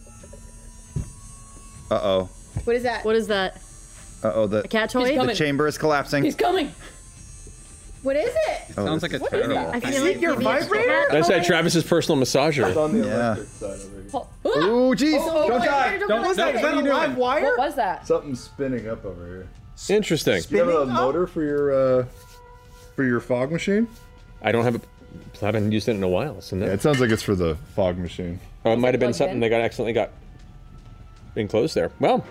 Uh oh. What is that? What is that? Uh oh. The A cat toy? He's The coming. chamber is collapsing. coming. What is it? Oh, Sounds this like a is terrible terrible. I feel like maybe it's cat Oh, That's toy. that Travis's personal massager. Ooh, jeez. Oh, Don't wait, die. wait, wait, wait, Don't- no, wait, is that wait, a wait. live wire? What was that? Something's spinning up over here. Interesting. Do you have a motor for your uh, for your fog machine? I don't have a. I haven't used it in a while, so no. Yeah, it sounds like it's for the fog machine. Oh, it might have been plugged something in? they got accidentally got enclosed there. Well,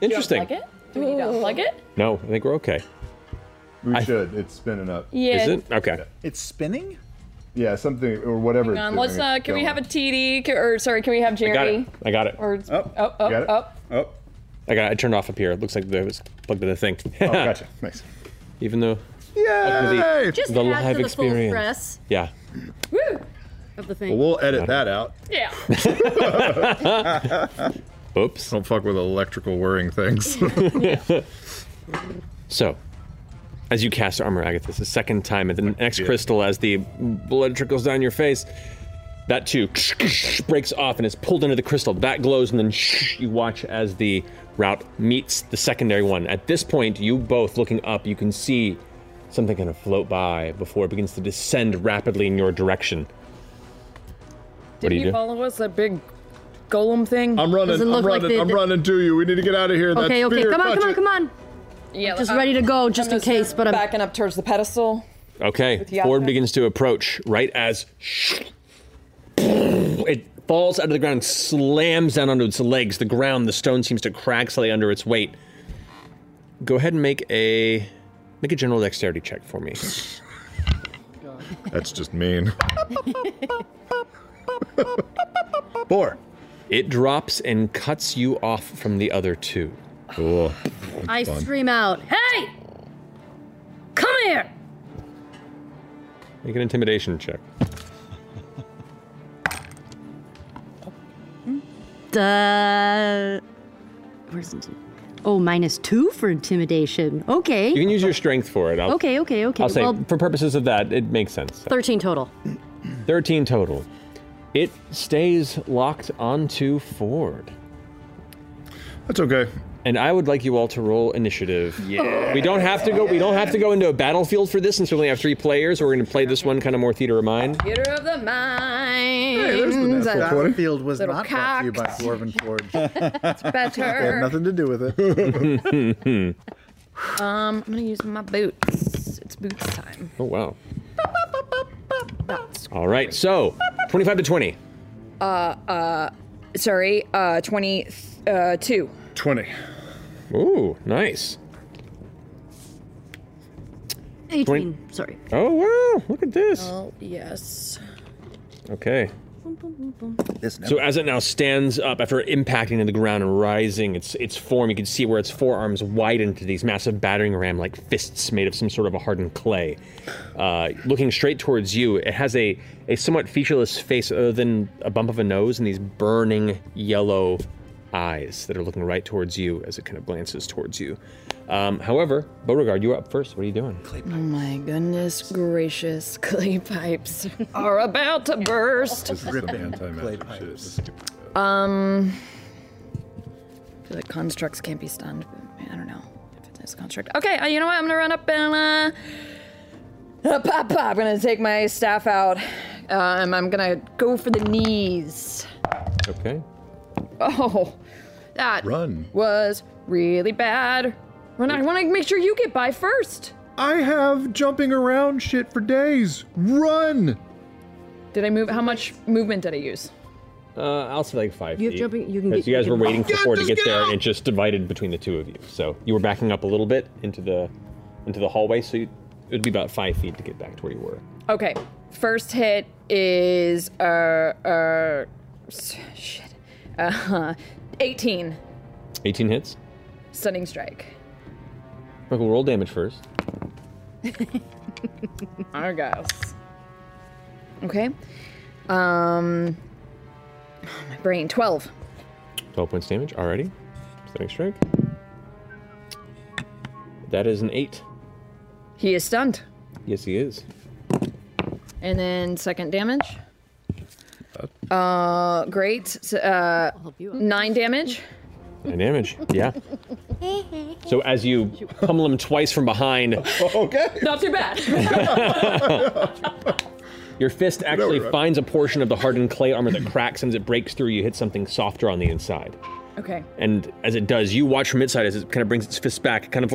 interesting. Like it? Do we need to unplug it? No, I think we're okay. We should. It's spinning up. Yeah. Is it? Okay. It's spinning. Yeah, something or whatever. Hang on, let's. Uh, can we have a TD? Can- Or sorry, can we have Jerry? I got it. I got it. Or Oh, up, up, You got up, it? up. Oh. I got. I turned off up here. It looks like it was plugged into the thing. oh, gotcha. Nice. Even though. Yeah. The, Just the add live to the full experience. stress yeah. of the Well, thing. we'll edit that out. Yeah. Oops. Don't fuck with electrical whirring things. So, as you cast Armor Agathis the second time, and the next crystal, as the blood trickles down your face, that too breaks off and is pulled into the crystal. That glows, and then you watch as the route meets the secondary one. At this point, you both looking up, you can see something kind of float by before it begins to descend rapidly in your direction. Did do you he do? follow us? That big golem thing? I'm running. Doesn't I'm look like running. the- I'm the- running to you. We need to get out of here. Okay, That's okay, Peter come on, come on, Fudge. come on. Yeah, uh, just ready to go just in case, but I'm backing up towards the pedestal. Okay, With Yasha. Ford begins to approach right as it falls out of the ground, slams down onto its legs. The ground, the stone seems to crack slightly under its weight. Go ahead and make a make a general dexterity check for me. That's just mean. Four. It drops and cuts you off from the other two. Cool. I scream out, "Hey! Come here!" Make an intimidation check. Duh. Where's inti- Oh, minus two for intimidation. Okay. You can use your strength for it. I'll, Okay, okay, okay. I'll say Well- for purposes of that, it makes sense. Thirteen total. 13 total. It stays locked onto Ford. That's okay. And I would like you all to roll initiative. Yeah. We don't have to go we don't have to go into a battlefield for this since we only have three players. We're gonna play this one kind of more theater of mind. Theater of the mind. that field was Little not brought to you by Dwarven Forge. it's better. had nothing to do with it. Um, I'm gonna use my boots. It's boots time. Oh wow. Alright, so twenty-five to twenty. Uh, uh, sorry. Uh, twenty, uh, two. 20. Ooh, nice. 18. Twenty- Sorry. Oh wow, look at this. Oh yes. Okay. This So as it now stands up after impacting into the ground and rising, its its form you can see where its forearms widen to these massive battering ram like fists made of some sort of a hardened clay. Uh, looking straight towards you, it has a a somewhat featureless face other than a bump of a nose and these burning yellow eyes that are looking right towards you as it kind of glances towards you. Um, however, Beauregard, you're up first. What are you doing? Oh my goodness gracious, clay pipes are about to burst. Um, I feel like constructs can't be stunned. But I don't know if it's this construct. Okay, uh, you know what? I'm gonna run up and uh, uh, pop pop. I'm gonna take my staff out. Um, I'm gonna go for the knees. Okay. Oh, that Run. was really bad. Run! I want to make sure you get by first. I have jumping around shit for days. Run. Did I move? How much movement did I use? Uh, I'll say like five. You have feet. jumping- you can 'Cause get- You guys you were can- waiting for Yeah, Ford to just get, get there, out! and it just divided between the two of you. So you were backing up a little bit into the into the hallway. So you, it would be about five feet to get back to where you were. Okay. First hit is uh uh s- shit. Uh 18 18 hits. stunning strike. Michael, roll damage first. I guess. Okay. Um my brain 12. 12 points damage already. Stunning strike. That is an eight. He is stunned. Yes, he is. And then second damage. Uh, great. S- Uh, nine damage. Nine damage. Yeah. So as you pummel him twice from behind, Okay. Not too bad. your fist actually right. finds a portion of the hardened clay armor that cracks, and as it breaks through, you hit something softer on the inside. Okay. And as it does, you watch from its side as it kind of brings its fist back, it kind of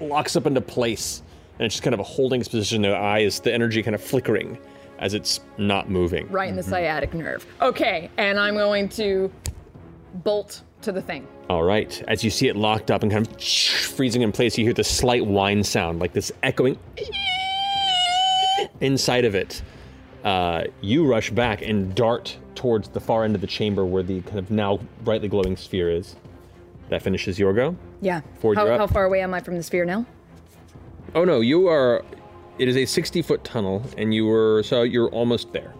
locks up into place, and it's just kind of holding its position. The eye is the energy kind of flickering as it's not moving. Right in the sciatic nerve. Okay, and I'm going to bolt to the thing. All right. As you see it locked up and kind of freezing in place, you hear this slight whine sound, like this echoing inside of it. Uh, you rush back and dart towards the far end of the chamber where the kind of now brightly glowing sphere is. That finishes your go. Yeah. Ford, how, you're up. how far away am I from the sphere now? Oh no, you are. It is a 60 foot tunnel, and you were. So you're almost there.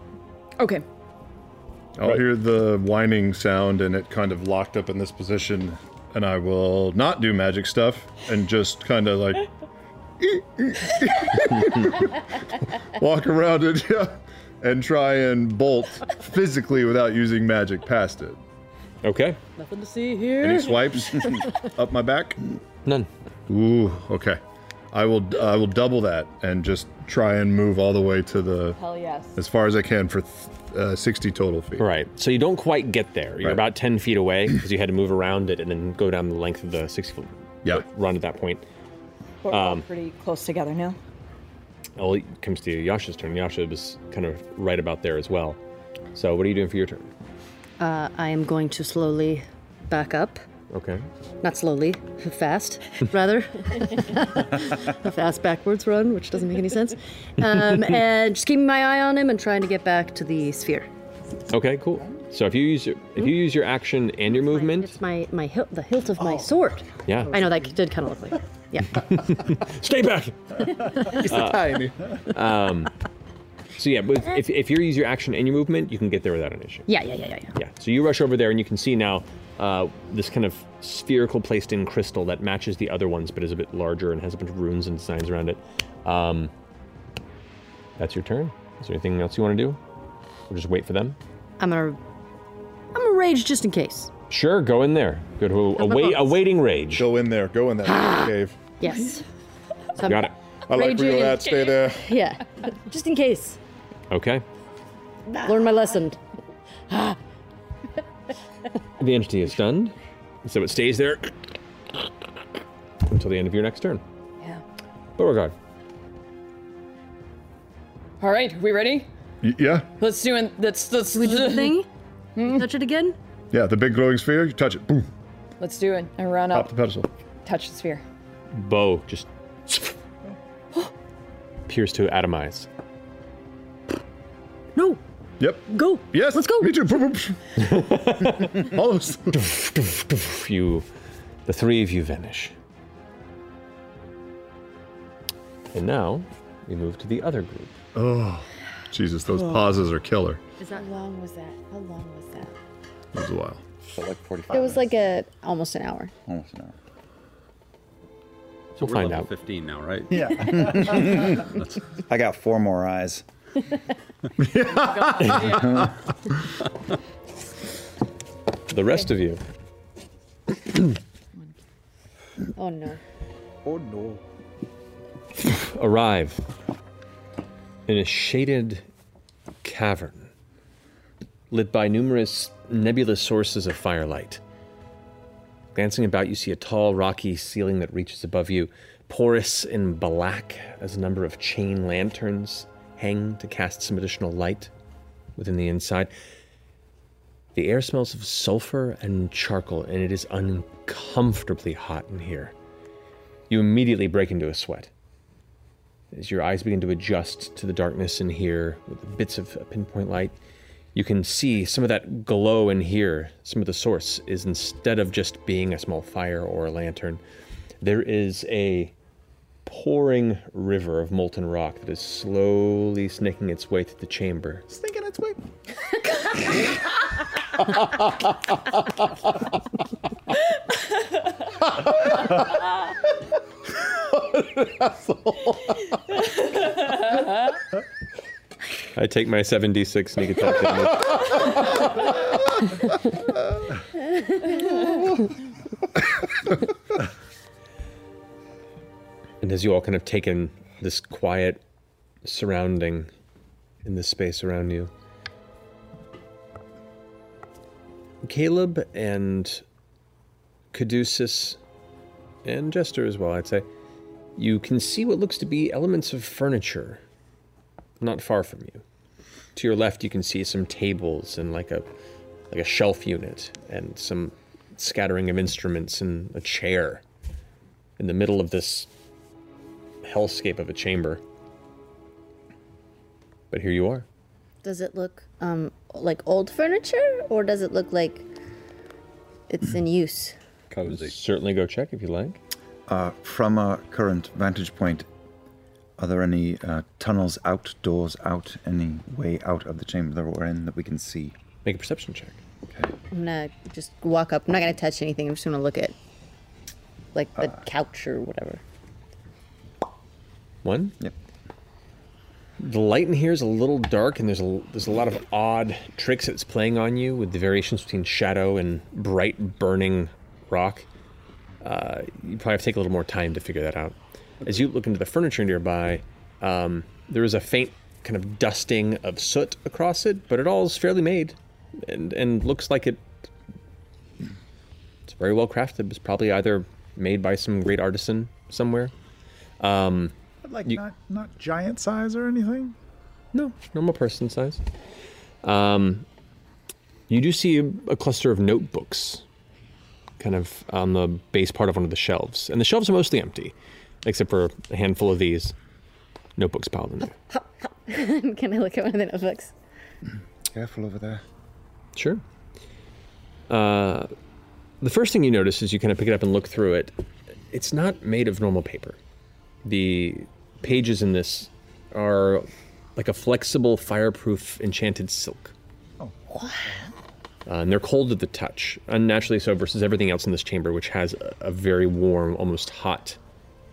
Okay. Oh. I'll hear the whining sound and it kind of locked up in this position, and I will not do magic stuff and just kind of like walk around it yeah, and try and bolt physically without using magic past it. Okay. Nothing to see here. Any swipes up my back? None. Ooh, okay. I will I will double that and just try and move all the way to the Hell yes. as far as I can for th- uh, 60 total feet. Right. So you don't quite get there. You're about 10 feet away because you had to move around it and then go down the length of the 60 foot run at that point. We're all Um, pretty close together now. Well, it e, comes to Yasha's turn. Yasha was kind of right about there as well. So, what are you doing for your turn? Uh, I am going to slowly back up. Okay. Not slowly, fast, rather. a fast backwards run, which doesn't make any sense. Um, and just keeping my eye on him and trying to get back to the sphere. Okay, cool. So if you use your, if you use your action and your movement, It's my my hilt, the hilt of Oh. my sword. Yeah. I know that did kind of look like. Yeah. stay back. Uh, Um, so yeah, but if, if you use your action and your movement, you can get there without an issue. Yeah, yeah, yeah, yeah, yeah. Yeah. So you rush over there, and you can see now uh, this kind of spherical placed-in crystal that matches the other ones, but is a bit larger and has a bunch of runes and designs around it. Um, that's your turn. Is there anything else you want to do? Or just wait for them? I'm gonna I'm gonna rage just in case. Sure, go in there. Go to a, Have a wait, box. a waiting rage. Go in there. Go in that cave. Ah! Yes. So I'm- Got it. I like Raging real in that. Stay there. Yeah. Just in case. Okay. Learn my lesson. Ah, The entity is stunned, so it stays there until the end of your next turn. Yeah. Beauregard. All right, we ready? yeah. Let's do it. Let's let's Hmm? we do the thing? Touch it again? Yeah, the big glowing sphere, you touch it, boom, Let's do it. And run pop up. the pedestal. Touch the sphere. Bow just appears to atomize. No. Yep. Go. Yes. Let's go. Me too. Almost. You, the three of you vanish. And now we move to the other group. Oh, Jesus, those pauses are killer. How long was that? How long was that? It was a while. like 45. It was like a almost an hour. Almost an hour. So we're find level out. 15 now, right? Yeah. I got four more eyes. The rest of you. Oh no. Oh no. arrive in a shaded cavern lit by numerous nebulous sources of firelight. Glancing about, you see a tall, rocky ceiling that reaches above you, porous and black as a number of chain lanterns hang to cast some additional light within the inside. The air smells of sulfur and charcoal, and it is uncomfortably hot in here. You immediately break into a sweat as your eyes begin to adjust to the darkness in here with the bits of pinpoint light, you can see some of that glow in here. Some of the source is instead of just being a small fire or a lantern, there is a pouring river of molten rock that is slowly snaking its way through the chamber. Thinking it's way. I take my 7d6 sneak attack damage. And as you all kind of take in this quiet surrounding in this space around you, Caleb and Caduceus and Jester as well, I'd say, you can see what looks to be elements of furniture not far from you. To your left, you can see some tables and like a like a shelf unit and some scattering of instruments and a chair in the middle of this hellscape of a chamber. But here you are. Does it look um, like old furniture, or does it look like it's in use? Cozy. Certainly go check if you like. Uh, from our current vantage point, are there any uh, tunnels out, doors out, any way out of the chamber that we're in that we can see? Make a perception check. I'm gonna just walk up. I'm not gonna touch anything. I'm just gonna look at like the couch or whatever. One. Yep. The light in here is a little dark, and there's a there's a lot of odd tricks it's playing on you with the variations between shadow and bright burning rock. Uh, you probably have to take a little more time to figure that out. As you look into the furniture nearby, um, there is a faint kind of dusting of soot across it, but it all is fairly made, and and looks like it. It's very well crafted. It's probably either made by some great artisan somewhere. Um, Like you- not not giant size or anything. No, normal person size. Um, you do see a, a cluster of notebooks kind of on the base part of one of the shelves. And the shelves are mostly empty, except for a handful of these notebooks piled in there. Can I look at one of the notebooks? Careful over there. Sure. Uh, the first thing you notice is you kind of pick it up and look through it. It's not made of normal paper. The pages in this are like a flexible, fireproof, enchanted silk. Uh, and they're cold to the touch, unnaturally so versus everything else in this chamber, which has a, a very warm, almost hot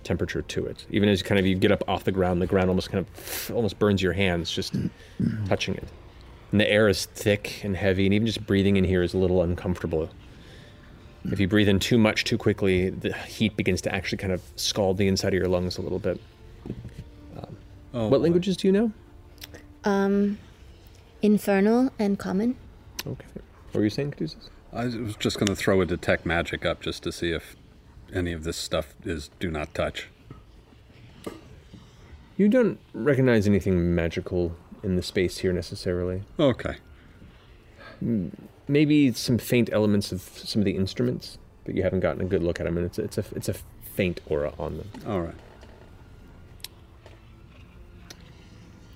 temperature to it. Even as kind of you get up off the ground, the ground almost kind of almost burns your hands just Mm-hmm. touching it. And the air is thick and heavy, and even just breathing in here is a little uncomfortable. If you breathe in too much too quickly, the heat begins to actually kind of scald the inside of your lungs a little bit. Um, Oh, what languages do you know? Um, infernal and common. Okay. What were you saying, Caduceus? I was just going to throw a detect magic up just to see if any of this stuff is do not touch. You don't recognize anything magical in the space here necessarily. Okay. M- Maybe some faint elements of some of the instruments, but you haven't gotten a good look at them, and it's it's a it's a faint aura on them. All right.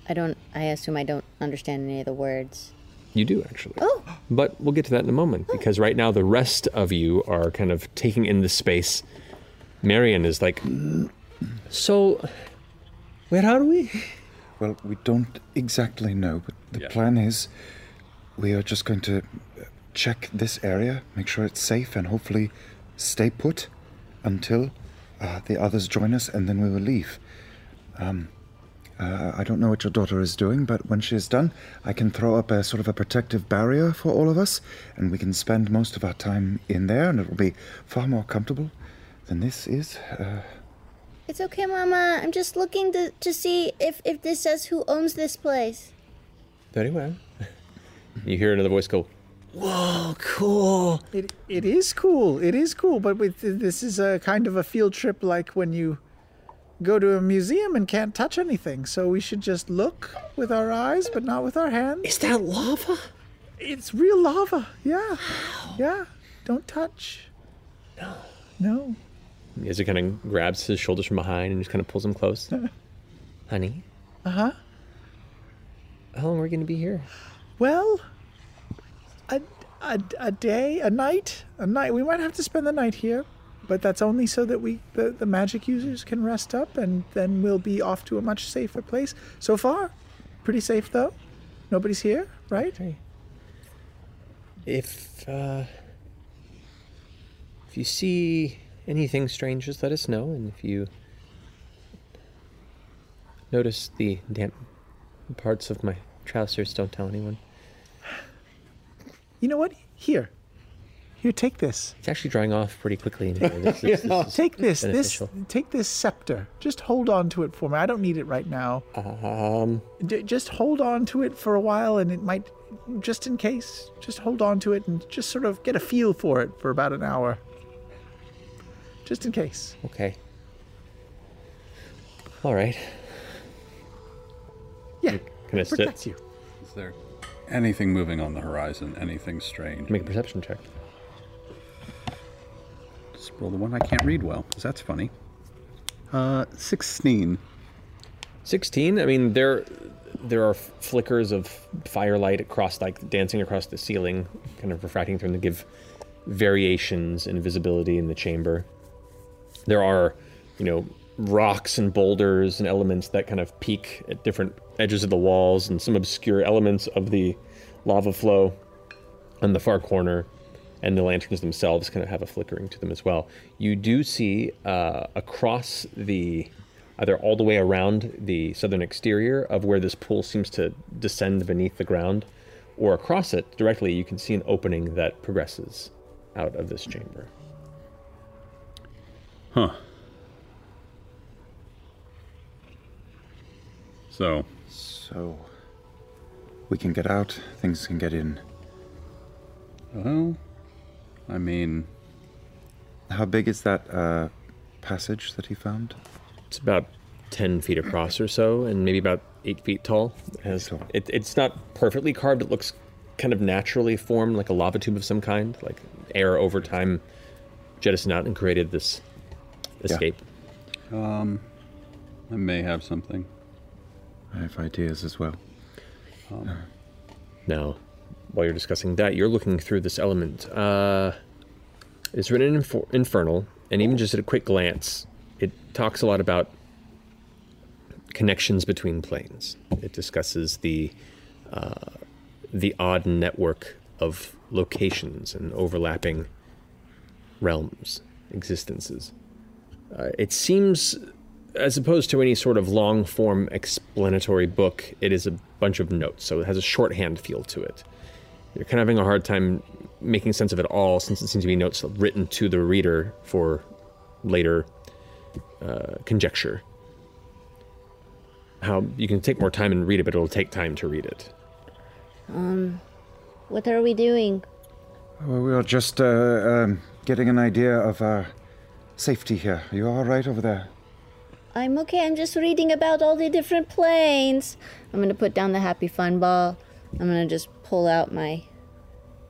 I don't. I assume I don't understand any of the words. You do actually. Oh. But we'll get to that in a moment because right now the rest of you are kind of taking in this space. Marion is like, so where are we? Well, we don't exactly know, but the plan is we are just going to uh, check this area, make sure it's safe, and hopefully stay put until uh, the others join us, and then we will leave. Um, uh, I don't know what your daughter is doing, but when she is done, I can throw up a sort of a protective barrier for all of us, and we can spend most of our time in there, and it will be far more comfortable than this is. Uh, It's okay, Mama. I'm just looking to, to see if, if this says who owns this place. Very well. You hear another voice go, Whoa, cool! It it is cool. It is cool. But with, this is a kind of a field trip, like when you go to a museum and can't touch anything. So we should just look with our eyes, but not with our hands. Is that lava? It's real lava. Yeah. Yeah. Don't touch. No. No. as he kind of grabs his shoulders from behind and just kind of pulls him close. Honey, Uh huh. how long are we going to be here? Well, a, a, a day, a night, a night. We might have to spend the night here, but that's only so that we the, the magic users can rest up, and then we'll be off to a much safer place. So far, pretty safe though. Nobody's here, right? If uh, if you see anything strange, just let us know. And if you Notice the damp parts of my trousers. Don't tell anyone. You know what? Here. Here, take this. It's actually drying off pretty quickly. In here. This, Yeah. is- this is take this. beneficial. This take this scepter. Just hold on to it for me. I don't need it right now. Um, D- just hold on to it for a while, and it might, just in case, just hold on to it and just sort of get a feel for it for about an hour. Just in case. okay. All right. Yeah. Missed it. protects you. Is there anything moving on the horizon? Anything strange? Make a perception check. Just roll the one I can't read well, 'cause that's funny. Uh, 16. 16 i mean there there are flickers of firelight across like dancing across the ceiling kind of refracting through and they give variations in visibility in the chamber there are you know rocks and boulders and elements that kind of peak at different edges of the walls and some obscure elements of the lava flow on the far corner and the lanterns themselves kind of have a flickering to them as well you do see uh, across the either all the way around the southern exterior of where this pool seems to descend beneath the ground or across it directly you can see an opening that progresses out of this chamber Huh. So. So. We can get out, things can get in. Well, I mean. How big is that uh, passage that he found? It's about 10 feet across or so, and maybe about 8 feet tall. It has, it, it's not perfectly carved, it looks kind of naturally formed, like a lava tube of some kind, like air over time jettisoned out and created this escape. Um, I may have something. I have ideas as well. Um, Now, while you're discussing that, you're looking through this element. Uh, it's written in infer- infernal, and even just at a quick glance, it talks a lot about connections between planes. It discusses the uh, the odd network of locations and overlapping realms, existences. Uh, it seems, as opposed to any sort of long form explanatory book, it is a bunch of notes, so it has a shorthand feel to it. You're kind of having a hard time making sense of it all since it seems to be notes written to the reader for later uh, conjecture. How you can take more time and read it, but it'll take time to read it. Um, what are we doing? Well, we are just uh, um, getting an idea of our safety here. Are you all right over there? I'm okay. I'm just reading about all the different planes. I'm gonna put down the happy fun ball. I'm gonna just pull out my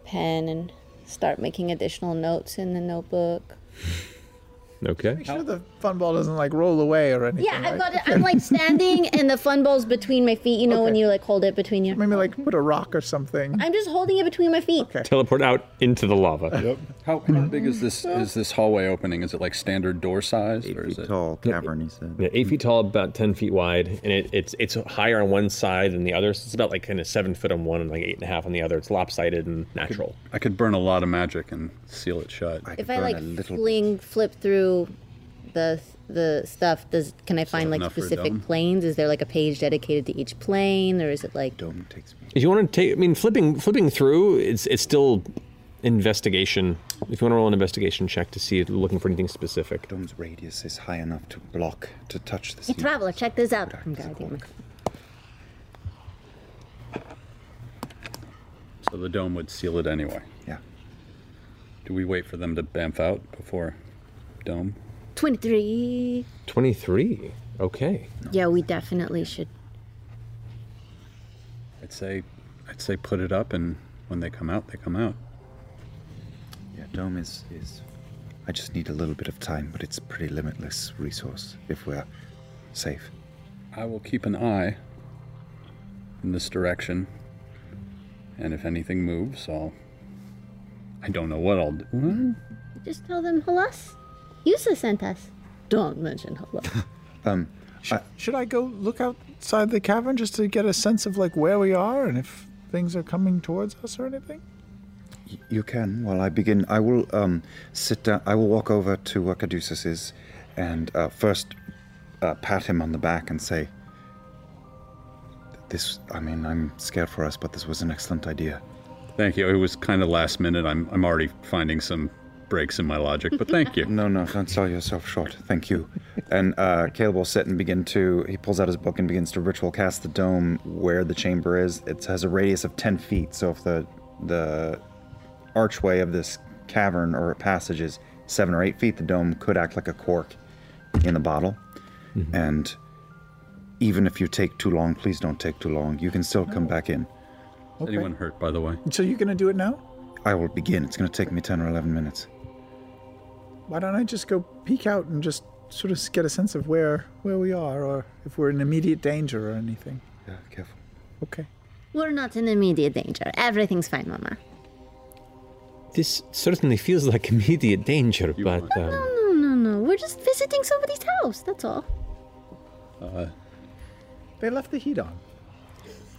pen and start making additional notes in the notebook. Okay. Make sure the fun ball doesn't like roll away or anything. Yeah, I've right? got it. I'm like standing, and the fun ball's between my feet. You know when you like hold it between your. Maybe like put a rock or something. I'm just holding it between my feet. Teleport out into the lava. Yep. How, how big is this? Is this hallway opening? Is it like standard door size, or is it tall cavern? He said. Yeah, eight feet tall, about ten feet wide, and it, it's it's higher on one side than the other. So it's about like kind of seven foot on one and like eight and a half on the other. It's lopsided and natural. I could burn a lot of magic and seal it shut. If I like fling flip through the the stuff, does can I find like enough for dumb? specific planes? Is there like a page dedicated to each plane, or is it like? If you want to take, I mean, flipping flipping through, it's it's still investigation. If you want to roll an investigation check to see if you're looking for anything specific. Dome's radius is high enough to block to touch this. Hey, traveler, check this out. Okay, I think my- So the dome would seal it anyway. Yeah. Do we wait for them to bamf out before dome? 23. Twenty three. Okay. Yeah, we definitely should. I'd say, I'd say put it up, and when they come out, they come out. Yeah, dome is is. I just need a little bit of time, but it's a pretty limitless resource if we're safe. I will keep an eye in this direction, and if anything moves, I'll. I don't know what I'll do. Well, Just tell them halas. Yusa sent us. Don't mention halas. Um, Should I go look outside the cavern just to get a sense of like where we are and if things are coming towards us or anything? You can. While I begin, I will um, sit down. I will walk over to where Caduceus is and uh, first uh, pat him on the back and say, This, I mean, I'm scared for us, but this was an excellent idea. Thank you. It was kind of last minute. I'm I'm already finding some breaks in my logic, but thank you. No, no, don't sell yourself short. Thank you. And uh, Caleb will sit and begin to. He pulls out his book and begins to ritual cast the dome where the chamber is. It has a radius of ten feet. So if the the archway of this cavern or passage is seven or eight feet, the dome could act like a cork in the bottle. And even if you take too long, please don't take too long. You can still come back in. Okay. Anyone hurt, by the way? So you're gonna do it now? I will begin. It's going to take me ten or eleven minutes. Why don't I just go peek out and just sort of get a sense of where where we are, or if we're in immediate danger or anything? Yeah, careful. Okay. We're not in immediate danger. Everything's fine, Mama. This certainly feels like immediate danger, but um, No, no, no. We're just visiting somebody's house. That's all. Uh, They left the heat on.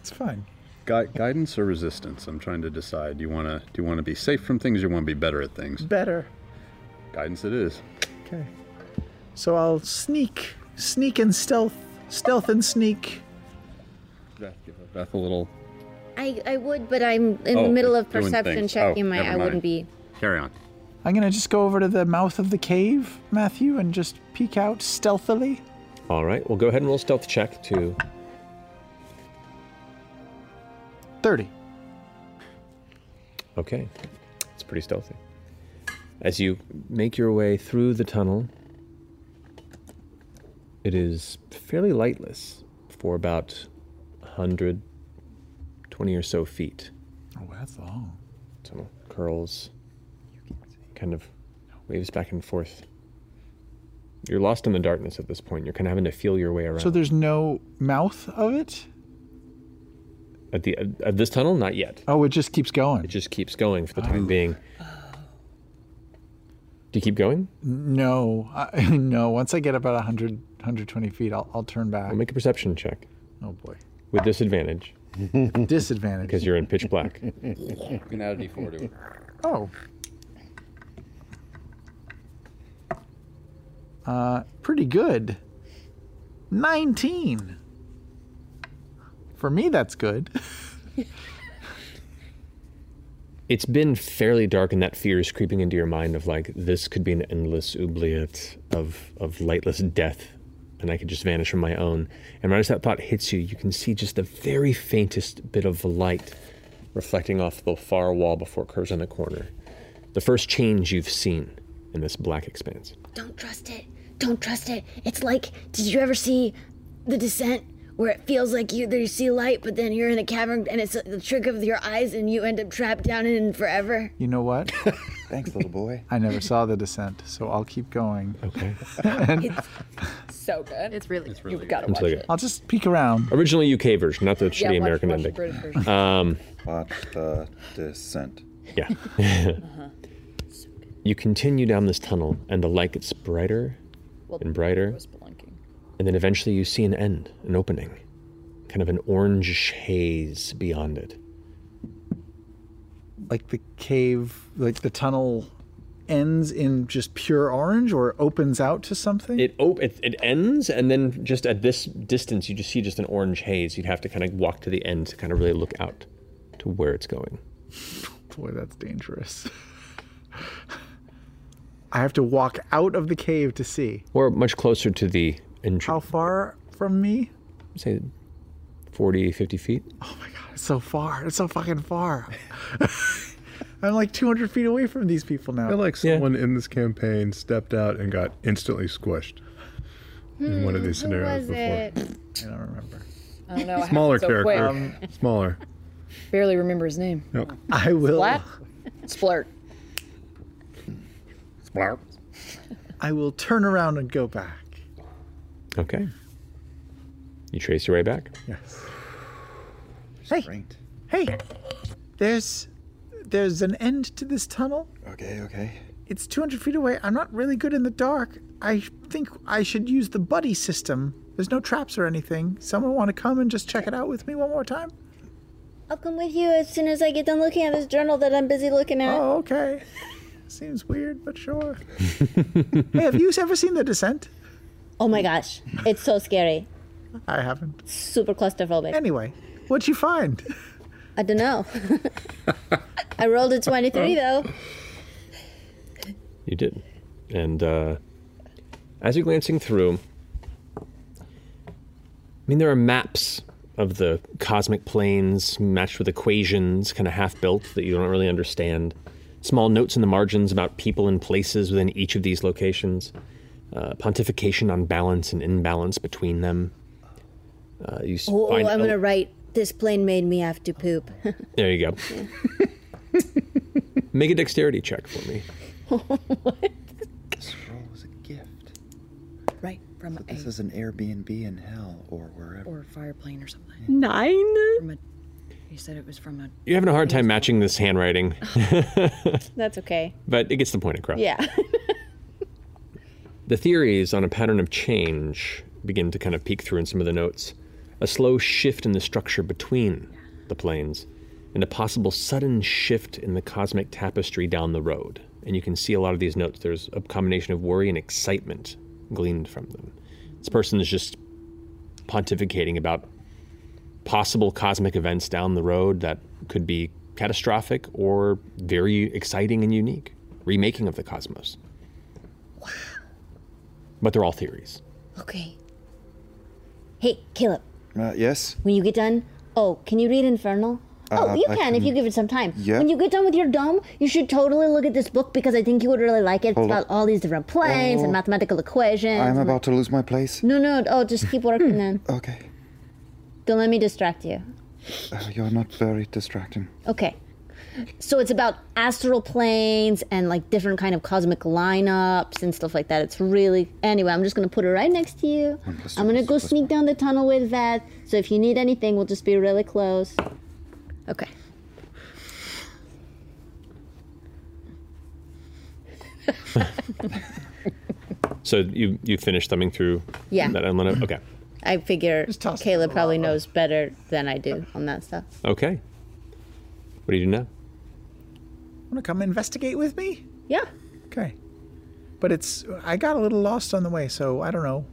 It's fine. gui- guidance or resistance? I'm trying to decide. Do you want to do you want to be safe from things? Or you want to be better at things? Better. Guidance it is. Okay. So I'll sneak, sneak and stealth, stealth and sneak. Beth, give Beth a little. I, I would, but I'm in Oh, the middle of doing perception things. checking. Oh, my never I wouldn't mind. be. Carry on. I'm gonna just go over to the mouth of the cave, Matthew, and just peek out stealthily. all right. We'll go ahead and roll stealth check to thirty. Okay, it's pretty stealthy. As you make your way through the tunnel, it is fairly lightless for about 120 or so feet. Oh, that's long. Tunnel curls, kind of waves back and forth. You're lost in the darkness at this point. You're kind of having to feel your way around. So there's no mouth of it. at the at this tunnel, not yet. Oh, it just keeps going. Oh. It just keeps going for the time being. Do you keep going? No, I, no. Once I get about 100, 120 feet, I'll, I'll turn back. I'll make a perception check. Oh boy. With disadvantage. disadvantage. Because you're in pitch black. You can add a D4 to it. Oh. Uh, pretty good. 19. For me, that's good. It's been fairly dark, and that fear is creeping into your mind of like this could be an endless oubliette of of lightless death, and I could just vanish from my own. And right as that thought hits you, you can see just the very faintest bit of light reflecting off the far wall before it curves in the corner. The first change you've seen in this black expanse. Don't trust it. Don't trust it. It's like, did you ever see The Descent, where it feels like you there you see light, but then you're in a cavern and it's the trick of your eyes, and you end up trapped down in forever. You know what? Thanks, little boy. I never saw the descent, so I'll keep going. Okay. So good. It's really. It's really. You've got to I'm watch telling you. it. I'll just peek around. Originally UK version, not the Yeah, shitty watch- American watch the ending. British version. Um, But the descent. Yeah. You continue down this tunnel, and the light gets brighter Well, and brighter. And then eventually you see an end, an opening, kind of an orange haze beyond it. Like the cave, like the tunnel ends in just pure orange or opens out to something? It, op- it it ends, and then just at this distance, you just see just an orange haze. You'd have to kind of walk to the end to kind of really look out to where it's going. Boy, that's dangerous. I have to walk out of the cave to see. Or much closer to the entry. How far from me? Say 40, 50 feet. It's so far. It's so fucking far. I'm like 200 feet away from these people I now. feel like someone in this campaign stepped out and got instantly squished in one of these Hmm, scenarios before. I don't remember. I don't know. what Smaller happened so character. quick. Smaller. Barely remember his name. Nope. I will. Splat. Splurt. I will turn around and go back. Okay. You trace your way back. Yes. Hey. Hey. There's there's an end to this tunnel. Okay, okay. It's 200 feet away. I'm not really good in the dark. I think I should use the buddy system. There's no traps or anything. Someone want to come and just check it out with me one more time? I'll come with you as soon as I get done looking at this journal that I'm busy looking at. Oh, okay. Seems weird, but sure. hey, have you ever seen The Descent? Oh my gosh, it's so scary. I haven't. Super claustrophobic. Anyway, what'd you find? I don't know. I rolled a 23 though. You did. And uh, as you're glancing through, I mean, there are maps of the cosmic planes matched with equations, kind of half built, that you don't really understand. Small notes in the margins about people and places within each of these locations, uh, pontification on balance and imbalance between them. Uh, you s- Oh, find I'm a- gonna write. This plane made me have to poop. There you go. Make a dexterity check for me. Right from a This is an Airbnb in hell or wherever. or fire plane or something. Nine. From a, you said it was from a. You're having a hard time matching this handwriting, That's okay. but it gets the point across. Yeah. The theories on a pattern of change begin to kind of peek through in some of the notes. A slow shift in the structure between the planes, and a possible sudden shift in the cosmic tapestry down the road. And you can see a lot of these notes. There's a combination of worry and excitement gleaned from them. This person is just pontificating about possible cosmic events down the road that could be catastrophic or very exciting and unique. Remaking of the cosmos. But they're all theories. Okay. Hey, Caleb, Uh, yes? when you get done, oh, can you read Infernal? Uh, oh, you I can, if you can- give it some time. Yeah. When you get done with your dome, you should totally look at this book because I think you would really like it. It's Hold about up. all these different planes Oh. and mathematical equations. I'm and- about to lose my place. No, no, oh, just keep working then. Okay. Don't let me distract you. Uh, you're not very distracting. Okay. So it's about astral planes and like different kind of cosmic lineups and stuff like that. It's really anyway. I'm just gonna put it right next to you. One plus two I'm gonna plus go two plus sneak down the tunnel with that. So if you need anything, we'll just be really close. Okay. So you you finish thumbing through Yeah. that unlimited. Okay. I figure Caleb probably knows better than I do on that stuff. Okay. What do you do now? Want to come investigate with me? Yeah. Okay. But it's I got a little lost on the way, so I don't know.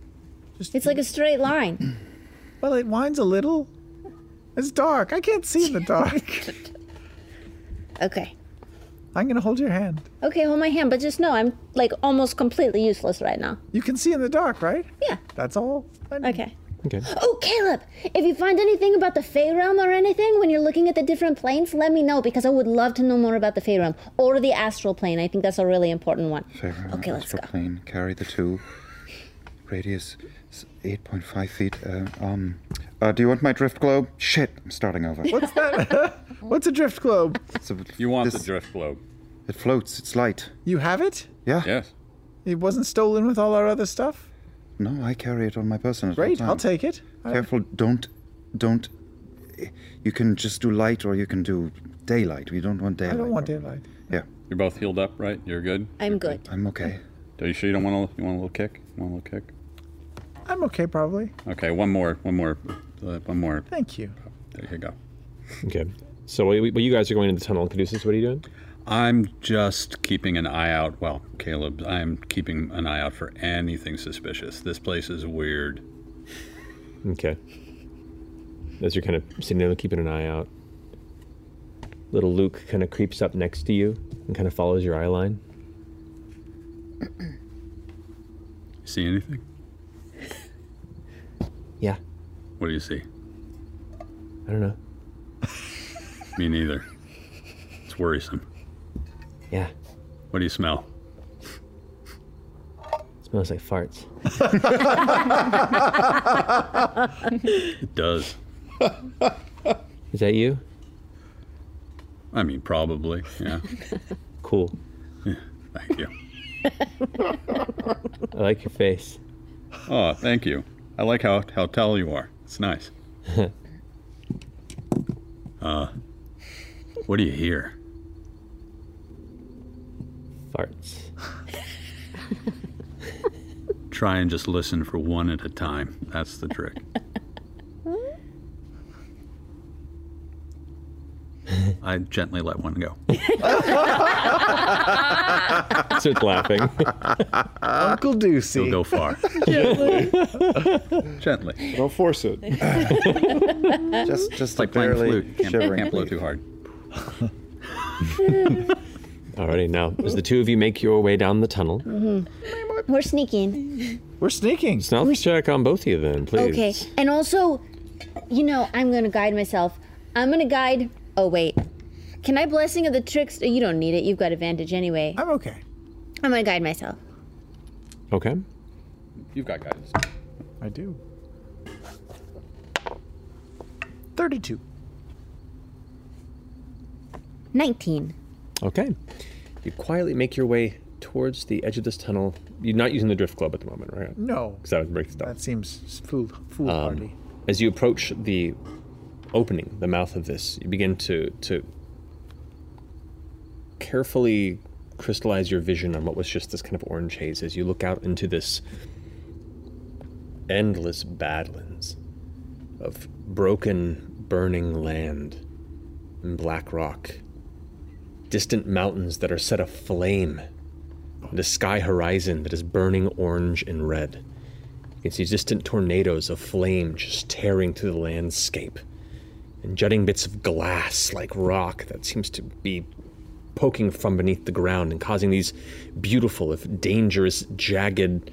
It's like a straight line. Well, it winds a little. It's dark. I can't see in the dark. okay. I'm gonna hold your hand. Okay, hold my hand, but just know I'm like almost completely useless right now. You can see in the dark, right? Yeah. That's all. Okay. Okay. Oh, Caleb, if you find anything about the Fey Realm or anything when you're looking at the different planes, let me know because I would love to know more about the Fey Realm or the Astral Plane. I think that's a really important one. Favorite Okay, let's astral plane. Carry the two. Radius is 8.5 feet. Uh, um, uh, do you want my drift globe? Shit, I'm starting over. What's that? What's a drift globe? You want the drift globe? It floats. It's light. You have it? Yeah. Yes. It wasn't stolen with all our other stuff? No, I carry it on my person. at all Great, I'll time. take it. I- Careful, don't, don't. You can just do light, or you can do daylight. We don't want I daylight. don't want daylight. Yeah. You're both healed up, right? You're good. I'm good. I'm okay. Are you sure you don't want a you want a little kick? You want a little kick? I'm okay, probably. Okay, one more, one more, uh, one more. Thank you. There you go. Okay. So while you while you guys are going to the tunnel, Caduceus, what are you doing? I'm just keeping an eye out. Well, Caleb, I'm keeping an eye out for anything suspicious. This place is weird. Okay. As you're kind of sitting there keeping an eye out, little Luke kind of creeps up next to you and kind of follows your eye line. You see anything? Yeah. What do you see? I don't know. Me neither. It's worrisome. Yeah. What do you smell? smells like farts. It does. Is that you? I mean, probably. Yeah. Cool. Thank you. I like your face. Oh, thank you. I like how how tall you are. It's nice. uh, what do you hear? Farts. Try and just listen for one at a time. That's the trick. I gently let one go. Starts laughing. Uncle Deucey. He'll go far. gently. Don't force it. just, just like playing barely flute. Can't, shivering. can't blow too hard. Alrighty, now as the two of you make your way down the tunnel, Mm-hmm. We're sneaking. we're sneaking. Stealth check on both of you, then, please. Okay. And also, you know, I'm gonna guide myself. I'm gonna guide. Oh wait, can I blessing of the trickster? You don't need it. You've got advantage anyway. I'm okay. I'm gonna guide myself. Okay. You've got guidance. I do. 32. 19. Okay. You quietly make your way towards the edge of this tunnel. You're not using the drift club at the moment, right? No. Because that would break the That seems fool Um, foolhardy. as you approach the opening, the mouth of this, you begin to to carefully crystallize your vision on what was just this kind of orange haze as you look out into this endless badlands of broken, burning land and black rock, distant mountains that are set aflame, and a sky horizon that is burning orange and red. You can see distant tornadoes of flame just tearing through the landscape, and jutting bits of glass like rock that seems to be poking from beneath the ground and causing these beautiful, if dangerous, jagged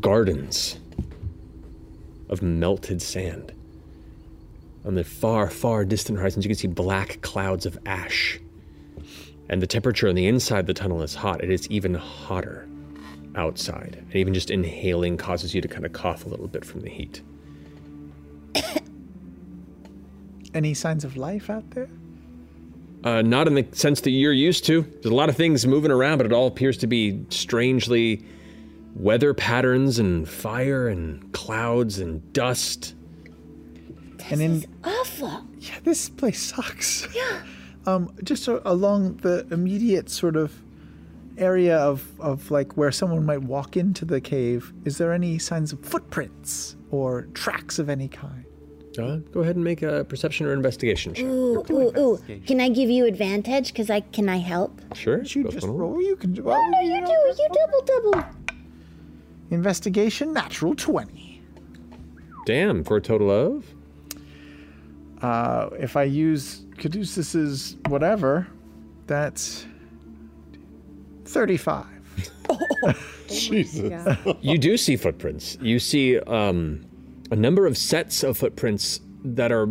gardens of melted sand. On the far, far distant horizons, you can see black clouds of ash. And the temperature on the inside of the tunnel is hot. It is even hotter outside. And even just inhaling causes you to kind of cough a little bit from the heat. Any signs of life out there? Uh, not in the sense that you're used to. There's a lot of things moving around, but it all appears to be strangely weather patterns and fire and clouds and dust. and in Awful. Yeah, this place sucks. Yeah. Um, just a- along the immediate sort of area of, of like where someone might walk into the cave, is there any signs of footprints or tracks of any kind? Uh, go ahead and make a perception or investigation. Ooh, ooh, ooh. Can I give you advantage? Cause I can I help? Sure. You just roll. You can. No, no, you do. You double double. Investigation, natural twenty. Damn, for a total of? Uh, if I use Caduceus's whatever, that's thirty-five. Jesus. you do see footprints. You see um, a number of sets of footprints that are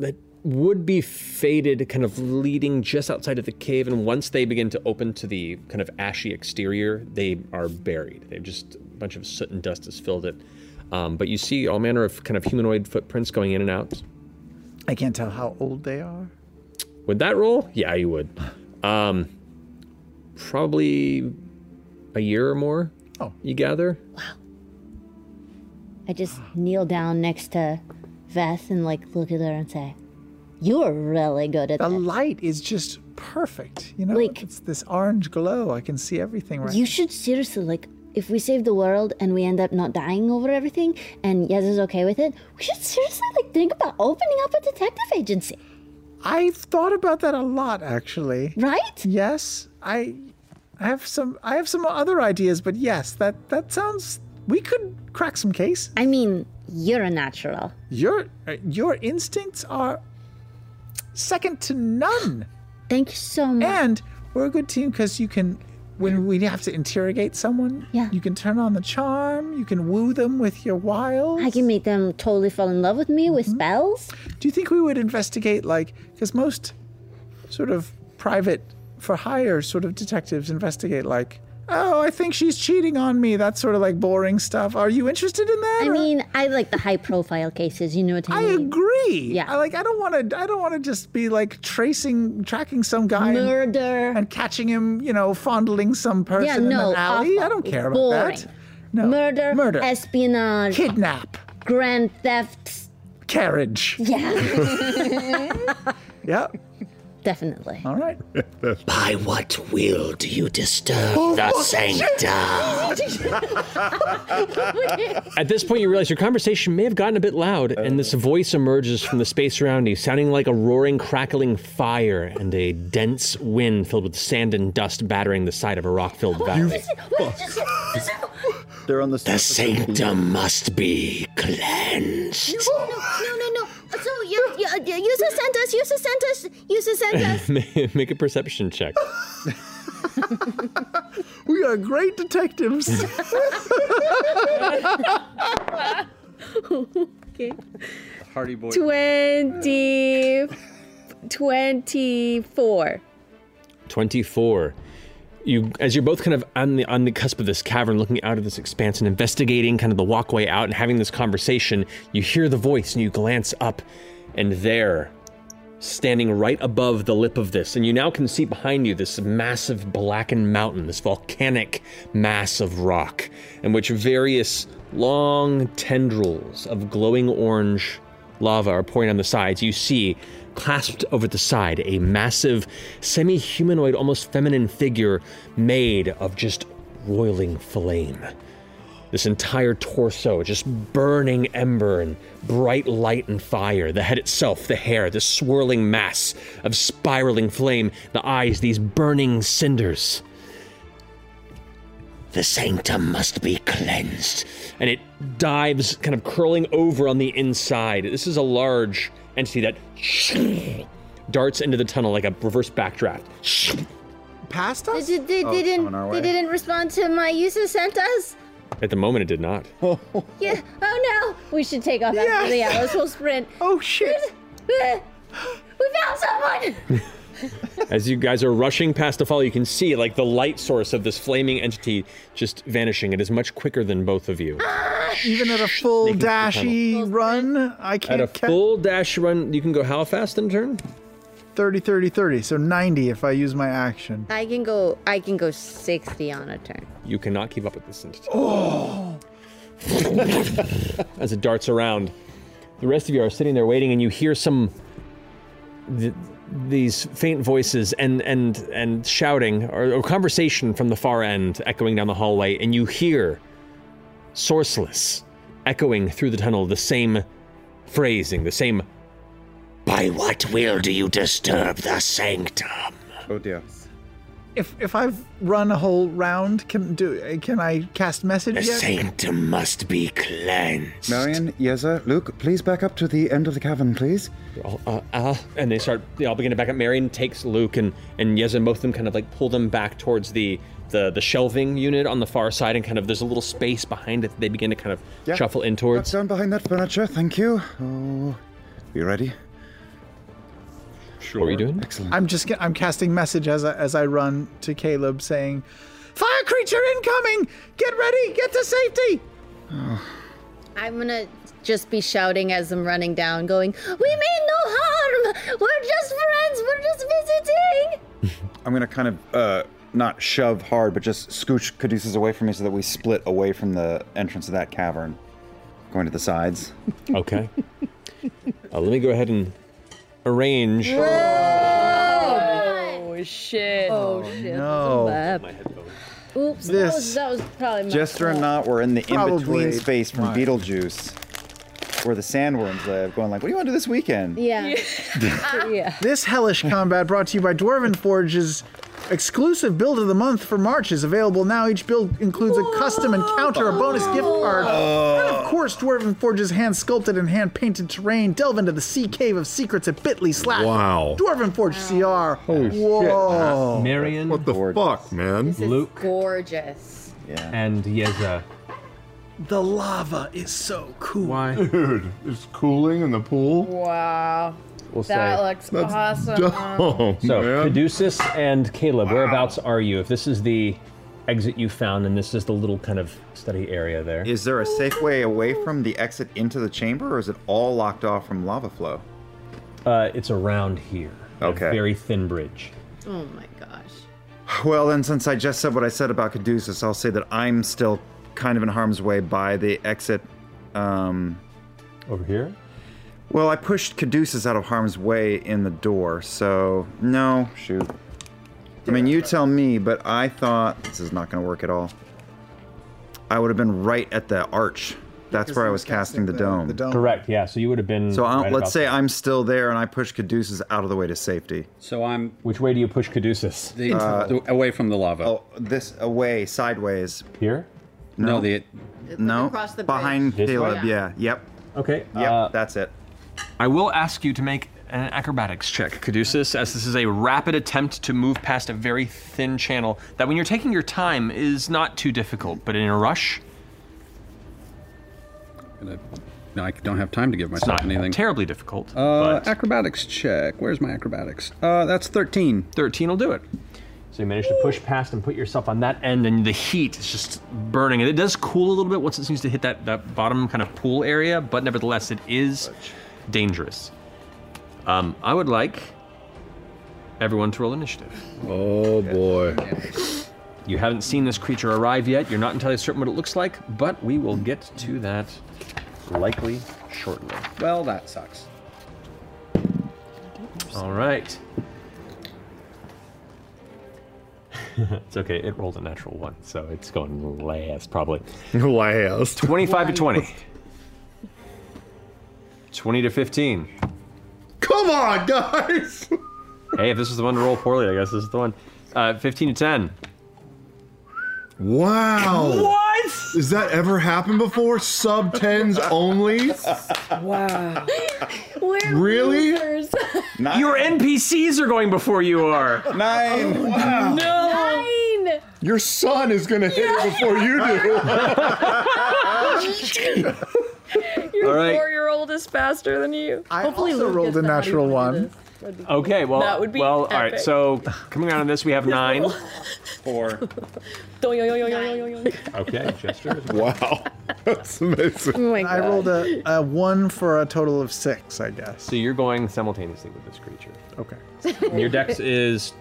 that would be faded, kind of leading just outside of the cave. And once they begin to open to the kind of ashy exterior, they are buried. They just a bunch of soot and dust has filled it. Um, but you see all manner of kind of humanoid footprints going in and out. I can't tell how old they are. Would that roll? Yeah, you would. Um, probably a year or more. Oh, you gather. I just kneel down next to Veth and like look at her and say, "You're really good at The this. light is just perfect. You know, it's this orange glow. I can see everything right. You should seriously like." If we save the world and we end up not dying over everything, and Yaz is okay with it, we should seriously like think about opening up a detective agency. I've thought about that a lot, actually. Right? Yes. I, I have some. I have some other ideas, but yes, that that sounds. We could crack some case. I mean, you're a natural. Your uh, your instincts are second to none. Thank you so much. And we're a good team because you can. When we have to interrogate someone, yeah. you can turn on the charm. You can woo them with your wiles. Mm-hmm. I can make them totally fall in love with me with spells. Do you think we would investigate like because most sort of private for hire sort of detectives investigate like oh I think she's cheating on me that sort of like boring stuff. Are you interested in that? I mean, I like the high profile cases, you know what I I mean? agree. Yeah. I, like I don't want to. I don't want to just be like tracing, tracking some guy and- Murder. and, catching him. You know, fondling some person yeah, in no, an alley. awful. I don't care about Boring. that. Murder, Murder. espionage, kidnap, grand theft. Carriage. Yeah. Yeah. Definitely. All right. By what will do you disturb Oh, the fuck. sanctum? At this point, you realize your conversation may have gotten a bit loud, and this voice emerges from the space around you, sounding like a roaring, crackling fire and a dense wind filled with sand and dust battering the side of a rock filled valley. They're on the The sanctum must be cleansed. No, no, no, no. So you, you, uh, you use the sentence, use the sentence, use the sentence. Make a perception check. We are great detectives. okay. Hardy boy. 20. 24. 24. You, as you're both kind of on the on the cusp of this cavern, looking out of this expanse and investigating kind of the walkway out and having this conversation, you hear the voice and you glance up, and there, standing right above the lip of this, and you now can see behind you this massive blackened mountain, this volcanic mass of rock, in which various long tendrils of glowing orange lava are pouring on the sides, you see, clasped over the side, a massive, semi humanoid, almost feminine figure made of just roiling flame. This entire torso just burning ember and bright light and fire. The head itself, the hair, this swirling mass of spiraling flame. The eyes, these burning cinders. The sanctum must be cleansed. and it dives, kind of curling over on the inside. This is a large entity that darts into the tunnel like a reverse backdraft. Past us? They, they, Oh, they on didn't. our way. They didn't respond to my use of sentence. At the moment, it did not. Yeah. Oh no! We should take off after the Yes. hours. We'll sprint. Oh shit! We found someone! As you guys are rushing past the fall, you can see like the light source of this flaming entity just vanishing. It is much quicker than both of you. Even at a full Sneaking through the dashy run, I At can't. a full dash run, you can go how fast in turn? 30, 30, 30. So 90 if I use my action. I can go. I can go sixty on a turn. You cannot keep up with this entity. As it darts around, the rest of you are sitting there waiting, and you hear some th- these faint voices and and and shouting or, or conversation from the far end echoing down the hallway, and you hear sourceless echoing through the tunnel the same phrasing, the same By what will do you disturb the sanctum? Oh dear. If if I've run a whole round, can do can I cast message The yet? sanctum must be cleansed. Marion, Yeza, Luke, please back up to the end of the cavern, please. uh, uh, and they start they all begin to back up. Marion takes Luke and and Yeza, both of them kind of like pull them back towards the the the shelving unit on the far side, and kind of there's a little space behind it. that They begin to kind of Yeah. shuffle in towards. Duck down behind that furniture, thank you. Oh, you ready? Sure. What are you doing? Excellent. I'm just ga- I'm casting message as I, as I run to Caleb saying, "Fire creature incoming! Get ready! Get to safety!" I'm gonna just be shouting as I'm running down, going, We mean no harm. We're just friends. We're just visiting. I'm gonna kind of uh, not shove hard, but just scooch Caduceus away from me so that we split away from the entrance of that cavern, going to the sides. Okay. Uh, let me go ahead and arrange. "Oh shit! Oh shit! no. That's a bad- Oops! This- that, was, that was probably my Jester and fault. not, we're in the in Probably between space from mine. Beetlejuice, where the sandworms live. Going like, what do you want to do this weekend? Yeah. yeah. This hellish combat brought to you by Dwarven Forge's exclusive build of the month for March is available now. Each build includes a custom encounter, a bonus gift card, and of course, Dwarven Forge's hand sculpted and hand painted terrain. Delve into the sea cave of secrets at Bitly slash Wow. Uh, Dwarven Forge CR. Holy Uh, Whoa! Marion. What the fuck, man? Luke Gorgeous. and Yeza. The lava is so cool. Why? Dude, it's cooling in the pool. Wow. We'll that say. looks That's awesome. Oh, dumb. so, man. Caduceus and Caleb, whereabouts are you? If this is the exit you found, and this is the little kind of study area there. Is there a safe way away from the exit into the chamber, or is it all locked off from lava flow? Uh, it's around here. Okay. very thin bridge. Oh my gosh. Well, then, since I just said what I said about Caduceus, I'll say that I'm still kind of in harm's way by the exit. Um, Over here? Well, I pushed Caduceus out of harm's way in the door, so no, shoot. I mean, you tell me, but I thought this is not going to work at all. I would have been right at the arch. That's where I was casting the dome. Correct. Yeah. So you would have been. So I, right let's about say I'm still there, and I push Caduceus out of the way to safety. So I'm. Which way do you push Caduceus? The- away from the lava. uh, Oh, this away, sideways. Here? No, the no across the behind bridge. This way? Caleb. Yeah. Yep. Okay. uh, Yep. that's it. I will ask you to make an acrobatics check, Caduceus, as this is a rapid attempt to move past a very thin channel that, when you're taking your time, is not too difficult, but in a rush, Gonna- No, I don't have time to give myself not anything. terribly difficult. Uh, acrobatics check. Where's my acrobatics? Uh, that's 13. 13 will do it. So you manage to push past and put yourself on that end, and the heat is just burning. And it does cool a little bit once it seems to hit that, that bottom kind of pool area, but nevertheless, it is dangerous. Um, I would like everyone to roll initiative. Oh boy. You haven't seen this creature arrive yet. You're not entirely certain what it looks like, but we will get to that likely shortly. Well, that sucks. All right. it's okay. It rolled a natural one, so it's going last probably. Last. 25 to 20. 20 to 15. Come on, guys. Hey, if this was the one to roll poorly, I guess this is the one. Uh, 15 to 10. Wow. What? Has that ever happened before? Sub tens only? Wow. We're really? Your NPCs are going before you are. Oh, Nine. wow. Nine. Your son is gonna hit it before you do. Your All right. four-year-old is faster than you. I Hopefully also Luke rolled gets a the how do you natural wanna do one. Okay, well, That would be well, all right. epic. So coming around on this, we have nine. Four. Okay, Chester. Wow. That's amazing. Oh my I God. rolled a, a one for a total of six, I guess. So you're going simultaneously with this creature. Okay. And your dex is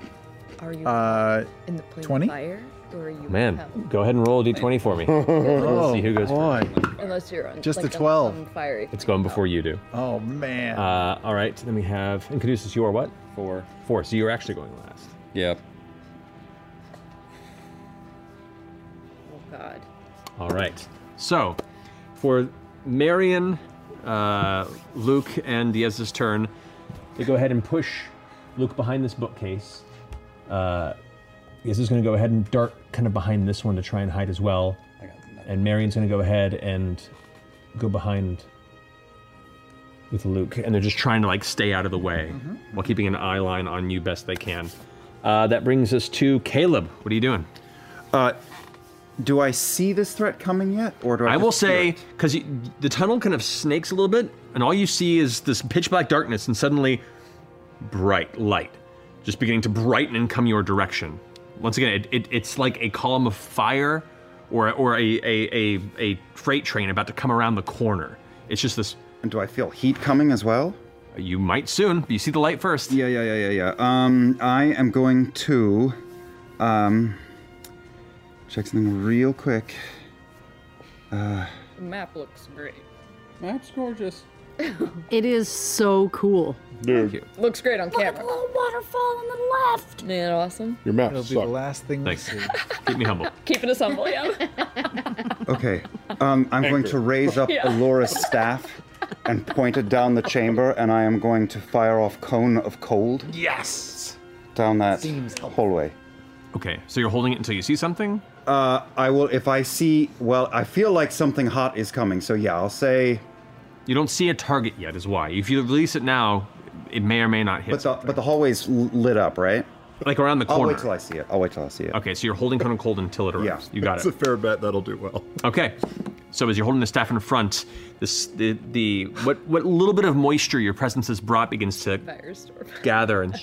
Are you uh, in the plane of 20? fire, or are you man. Go ahead and roll a d20 for me. Let's see who goes Oh, boy. Unless you're on Just like, a 12. some Fiery. It's going before you do. Oh man. Uh, all right. Then we have and Caduceus. You are what? Four. Four. So you're actually going last. Yep. Oh God. All right. So, for Marion, uh, Luke, and Diaz's turn, they go ahead and push Luke behind this bookcase. Uh, Diaz is going to go ahead and dart kind of behind this one to try and hide as well. And Marion's going to go ahead and go behind with Luke, and they're just trying to like stay out of the way while keeping an eye line on you best they can. Uh, that brings us to Caleb. What are you doing? Uh, do I see this threat coming yet, or do I? I will just hear say it? because the tunnel kind of snakes a little bit, and all you see is this pitch black darkness, and suddenly, bright light, just beginning to brighten and come your direction. Once again, it, it, it's like a column of fire, or or a, a a a freight train about to come around the corner. It's just this. And do I feel heat coming as oh. well? You might soon. But you see the light first. Yeah, yeah, yeah, yeah, yeah. Um, I am going to, um, check something real quick. Uh, The map looks great. Map's gorgeous. It is so cool. Dude, Looks great on camera. little waterfall on the left. Isn't that awesome? your map It'll sucks. be the last thing we see. Keep me humble. Keeping us humble, yeah. okay. Um, I'm going to raise up Yeah. Alora's staff and point it down the chamber, and I am going to fire off cone of cold Yes. down that hallway. Okay, so you're holding it until you see something. Uh, I will if I see. Well, I feel like something hot is coming, so yeah, I'll say. You don't see a target yet, is why. If you release it now, it may or may not hit. But the, but the hallway's l- lit up, right? Like around the I'll corner. wait till I see it. I'll wait till I see it. Okay, so you're holding Conan Cold until it arrives. Yeah, you got that's it. a fair bet that'll do well. Okay, so as you're holding the staff in front, this the the what what little bit of moisture your presence has brought begins to gather and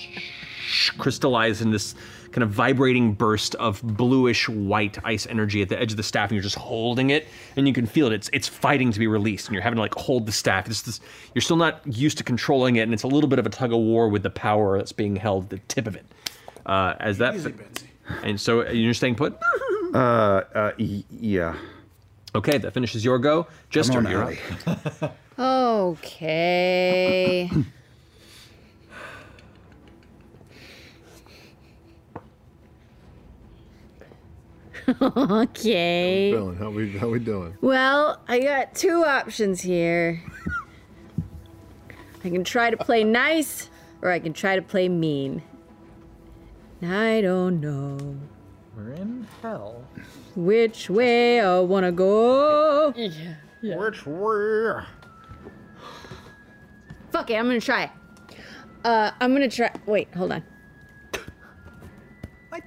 crystallize in this kind of vibrating burst of bluish white ice energy at the edge of the staff, and you're just holding it, and you can feel it. It's it's fighting to be released, and you're having to like hold the staff. It's this, you're still not used to controlling it, and it's a little bit of a tug of war with the power that's being held, the tip of it. Uh, as that, and so you're staying put. Uh, uh, y- yeah. Okay, that finishes your go. Jester, on, you're up. Allie. Oh, Okay. okay. Dylan, how we how we doing? Well, I got two options here. I can try to play nice, or I can try to play mean. I don't know We're in hell. which way I wanna go. Yeah. Which way? Fuck it, I'm gonna try. Uh, I'm gonna try. Wait, hold on.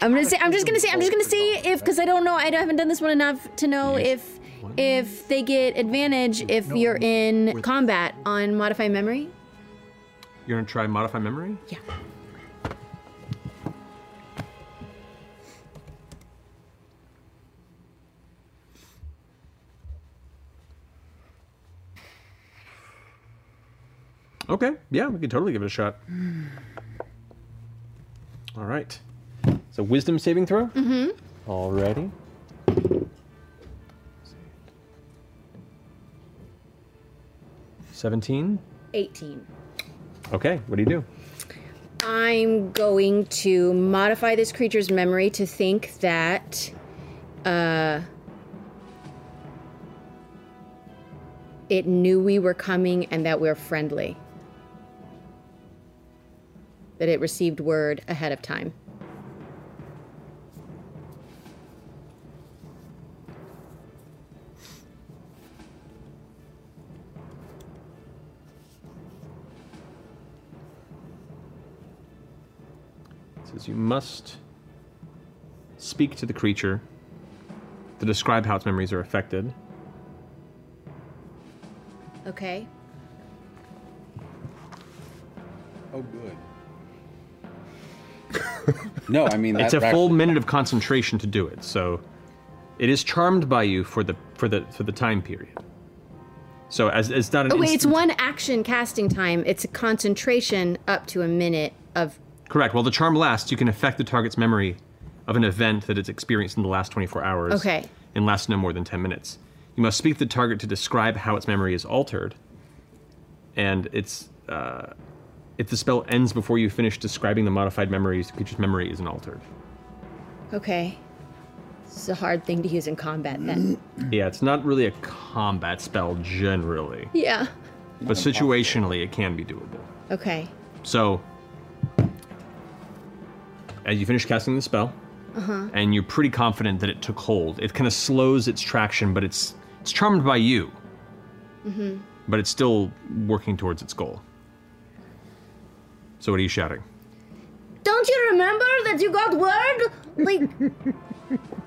I'm gonna say. I'm just gonna say. I'm just gonna see if, because I don't know. I haven't done this one enough to know if if they get advantage if you're in combat on modify memory. You're gonna try modify memory? Yeah. Okay. Yeah, we can totally give it a shot. All right. So wisdom saving throw. Mm-hmm. Alrighty. Seventeen. 18. Okay. What do you do? I'm going to modify this creature's memory to think that uh, it knew we were coming and that we're friendly. That it received word ahead of time. It says you must speak to the creature to describe how its memories are affected. Okay. Oh, good. No, I mean it's a that full actually- minute of concentration to do it. So it is charmed by you for the for the for the time period. So as it's not an Oh, wait, instant- it's one action casting time. It's a concentration up to a minute of. Correct. While the charm lasts, you can affect the target's memory of an event that it's experienced in the last 24 hours. Okay. And lasts no more than 10 minutes. You must speak to the target to describe how its memory is altered. And it's uh, if the spell ends before you finish describing the modified memories, the creature's memory isn't altered. Okay. This is a hard thing to use in combat then. Yeah, it's not really a combat spell generally, Yeah. but situationally it can be doable. Okay. So, as you finish casting the spell, Uh Uh-huh. huh. and you're pretty confident that it took hold. It kind of slows its traction, but it's it's charmed by you, Mm-hmm. but it's still working towards its goal. So what are you shouting? Don't you remember that you got word like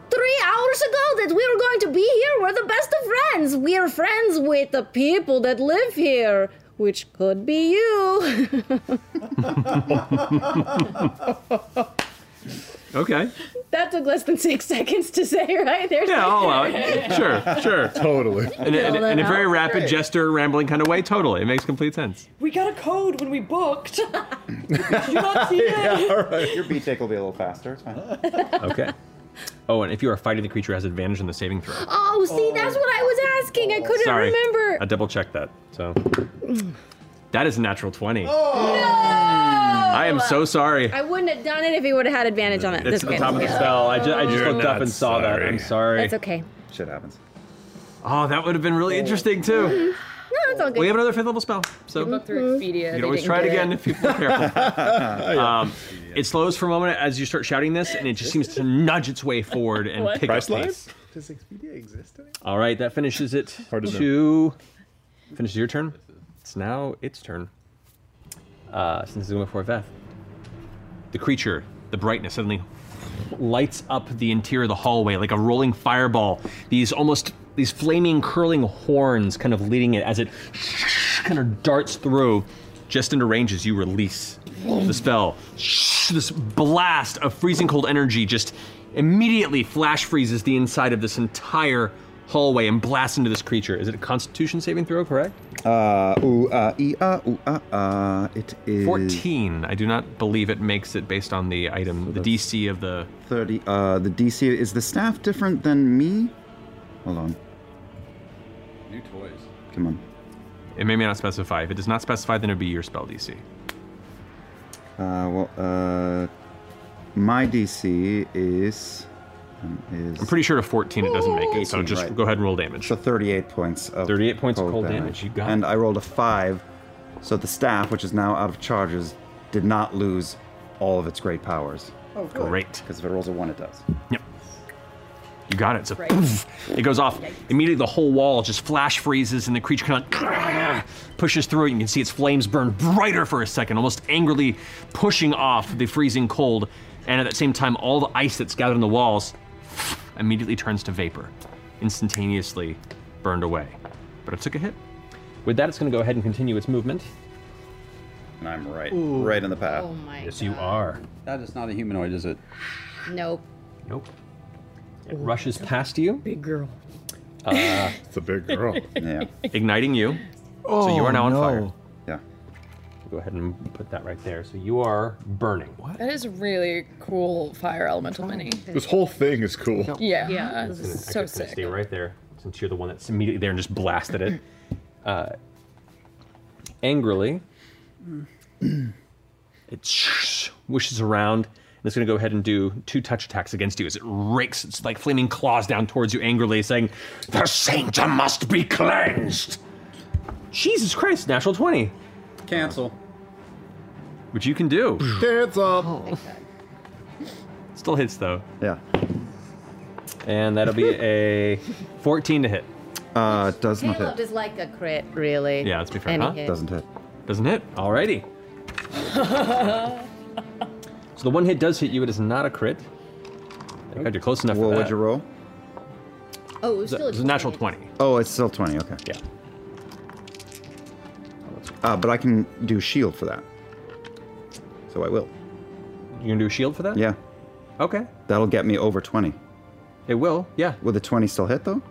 Three hours ago that we were going to be here, we're the best of friends. We're friends with the people that live here, which could be you. Okay. That took less than six seconds to say, right? There's Yeah, I'll allow it. Sure, sure. Totally. In a, in a- in a very rapid Great. gesture, rambling kind of way, totally. It makes complete sense. We got a code when we booked. Did you not see that? Your beat take will be a little faster. It's fine. Okay. Oh, and if you are fighting, the creature has advantage on the saving throw. Oh, see, that's what I was asking. I couldn't Sorry. remember. Mm. I double checked that. So that is a natural 20. I am so sorry. I wouldn't have done it if he would have had advantage on it. It's That's at the okay. top of the Yeah. spell. I just, I just You're looked up not and saw that. I'm sorry. That's okay. Shit happens. Oh, that would have been really interesting too. Mhm. No, it's all good. We have another fifth level spell, so Look through Expedia. you can always try it again if you're careful. um, it slows for a moment as you start shouting this, and it just seems to nudge its way forward and What? pick Price up line? pace. Does Expedia exist anymore? All right, that finishes it. to know. to finishes your turn. It's now its turn. Uh, since it's going before Veth, the creature, the brightness suddenly lights up the interior of the hallway like a rolling fireball. These almost these flaming, curling horns kind of leading it as it kind of darts through, just into range as you release the spell. This blast of freezing cold energy just immediately flash freezes the inside of this entire hallway and blasts into this creature. Is it a Constitution saving throw? Correct. Uh, ooh, uh, ee, uh, ooh, uh, uh, it is. 14. I do not believe it makes it based on the item, the DC of the. 30. Uh, the DC. Is the staff different than me? Hold on. New toys. Come on. It may not specify. If it does not specify, then it would be your spell DC. Uh, well, uh, my DC is um, is. I'm pretty sure to 14 it doesn't make it, so 18, just right. go ahead and roll damage. So 38 points of 38 points of cold damage, you got And I rolled a 5, so the staff, which is now out of charges, did not lose all of its great powers. Oh, good. Great. Because if it rolls a 1, it does. You got it. So Right. poof, it goes off. Immediately, the whole wall just flash freezes, and the creature kind of pushes through it. You can see its flames burn brighter for a second, almost angrily pushing off the freezing cold. And at that same time, all the ice that's gathered on the walls immediately turns to vapor, instantaneously burned away. But it took a hit. With that, it's going to go ahead and continue its movement. And I'm right, Ooh. right in the path. Oh my Yes, you are. That is not a humanoid, is it? Nope. Nope. It rushes past you. Big girl. Uh, it's a big girl. Yeah. Igniting you. so you Oh, are now on no. fire. Yeah. Go ahead and put that right there. So you are burning. What? That is really cool fire elemental mini. This whole thing is cool. Yeah. Yeah. This is so sick. Stay right there, since you're the one that's immediately there and just blasted it. Uh, angrily, it sh- wishes around and it's going to go ahead and do two touch attacks against you as it rakes its like flaming claws down towards you angrily, saying, "The saint must be cleansed." Jesus Christ! Natural twenty. Cancel. Which you can do. Oh Cancel. Still hits though. Yeah. And that'll be a 14 to hit. Uh, does Caleb is like a crit, really. Yeah, let's be fair. Any Huh? hit. hit. Doesn't hit. Alrighty. So the one hit does hit you. It is not a crit. Thank God you're close enough. Well, for that. what'd you roll? oh, It it was was, still a, it was a natural 20. Oh, it's still 20, okay. Yeah. Uh, but I can do shield for that. So I will. You're gonna do a shield for that? Yeah. Okay. That'll get me over 20. It will, yeah. Will the 20 still hit, though?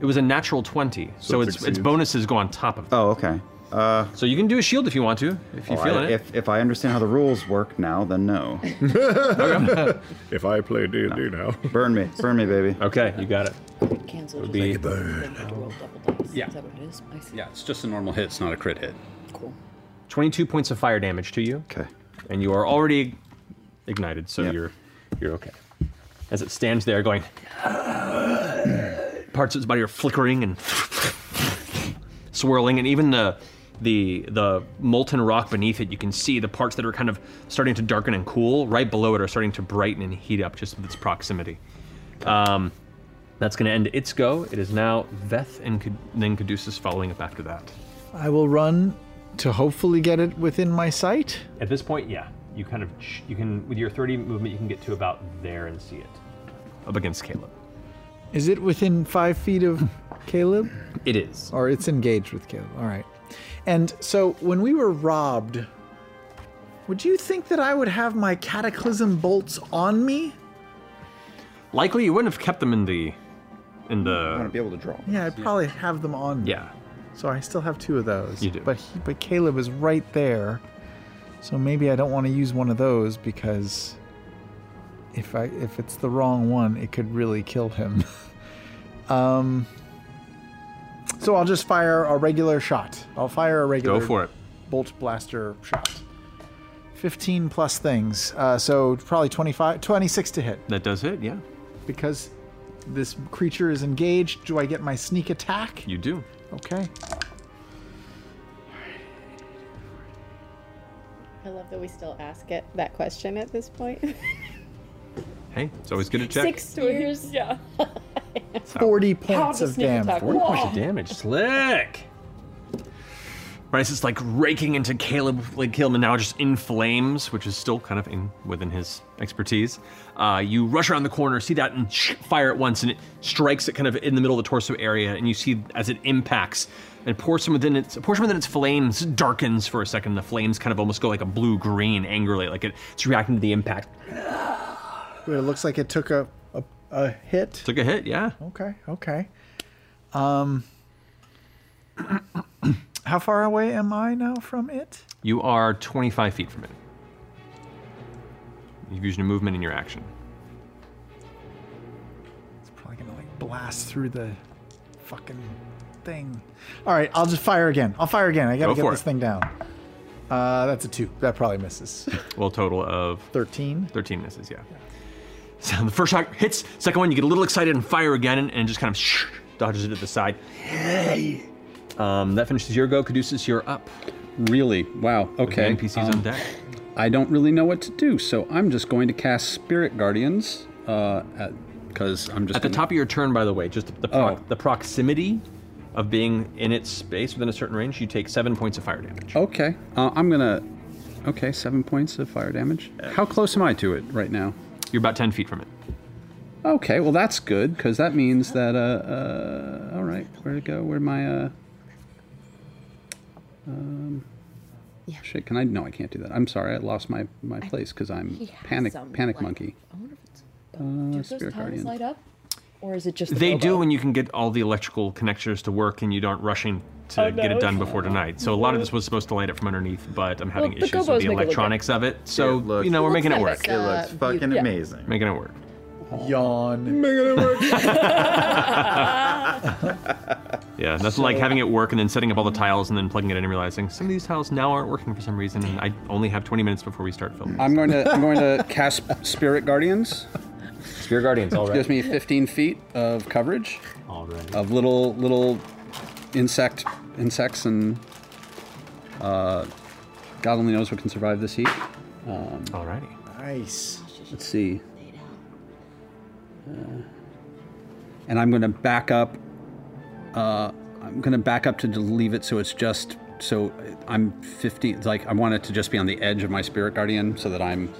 It was a natural 20, so, it its its succeeds. bonuses go on top of that. Oh, okay. Uh, so you can do a shield if you want to, if Oh, you feel I, it. If, if I understand how the rules work now, then no. if I play D and D now, burn me, burn me, baby. Okay, you got it. Cancel. It would would be- be. Yeah. Is that what it is? I see. Yeah, it's just a normal hit. It's not a crit hit. Cool. 22 points of fire damage to you. Okay. And you are already ignited, so you're you're okay. As it stands there going parts of its body are flickering and swirling and even the the the molten rock beneath it you can see the parts that are kind of starting to darken and cool right below it are starting to brighten and heat up just with its proximity. Um, that's going to end its go. It is now Veth and Cad- then Caduceus following up after that. I will run to hopefully get it within my sight. At this point, yeah, you kind of you can with your 30 movement you can get to about there and see it up against Caleb. Is it within five feet of Caleb? It is. Or it's engaged with Caleb. All right. And so when we were robbed, would you think that I would have my cataclysm bolts on me? Likely you wouldn't have kept them in the in the. I want to be able to draw. Yeah, I'd probably have them on me. Yeah. So I still have two of those. You do. But he, but Caleb is right there. So maybe I don't want to use one of those because if I if it's the wrong one, it could really kill him. um so I'll just fire a regular shot. I'll fire a regular for it. bolt blaster shot. 15 plus things. Uh, so probably 25 26 to hit That does it. Yeah, because this creature is engaged. Do I get my sneak attack? you do. Okay. I love that we still ask it that question at this point. Hey, it's always good to check. Six years. Yeah. 40 How points does of sneak damage. attack 40 points work? of damage. Slick. Right, it's just like raking into Caleb, like Caleb now just in flames, which is still kind of in within his expertise. Uh, you rush around the corner, see that, and sh- fire at once, and it strikes it kind of in the middle of the torso area, and you see as it impacts, and portion within its a portion within its flames darkens for a second. And the flames kind of almost go like a blue green angrily, like it, it's reacting to the impact. But it looks like it took a, a, a hit. Took a hit, yeah. Okay, okay. Um, how far away am I now from it? You are 25 feet from it. You've used your movement and your action. Probably gonna like blast through the fucking thing. All right, I'll just fire again. I'll fire again. I gotta Go get for this it. thing down. Uh, that's a two. That probably misses. Well, total of 13. 13 misses, yeah. So the first shot hits, second one, you get a little excited and fire again, and, and just kind of shh, dodges it to the side. Um, that finishes your go. Caduceus, you're up. Really? Wow. Okay. Um, NPCs on deck. I don't really know what to do, so I'm just going to cast Spirit Guardians. Uh, because I'm just Oh. At the top of your turn, by the way, just the, proc- the proximity of being in its space within a certain range, you take seven points of fire damage. Okay. Uh, I'm gonna. Okay, seven points of fire damage. How close am I to it right now? You're about ten feet from it. Okay, well that's good because that means that. Uh, uh, all right, where to go? Where my? Uh, um, Shit, can I? No, I can't do that. I'm sorry, I lost my my place because I'm He has panic some panic light. monkey. Do Uh, those Spirit tiles Guardian. light up, or is it just the They Bilbo? do when you can get all the electrical connectors to work and you aren't rushing to Oh, get no. it done before tonight. So a lot of this was supposed to light it from underneath, but I'm having Well, the gobos issues with the make it look electronics of it. So It looks- you know we're It making it looks like, work. It looks uh, fucking you- yeah. amazing. Making it work. Yawn. Making it work. Yeah, that's like having it work and then setting up all the tiles and then plugging it in and realizing some of these tiles now aren't working for some reason, and I only have 20 minutes before we start filming. Uh, I'm going to I'm going to cast Spirit Guardians. Spirit Guardians, all right. Gives me 15 feet of coverage. All right. Of little little insect insects and uh, God only knows what can survive this heat. Um, Alrighty. Nice. Let's see. Uh, and I'm going to back up. Uh, I'm going to back up to d- leave it so it's just so I'm 15. it's Like I want it to just be on the edge of my spirit guardian so that I'm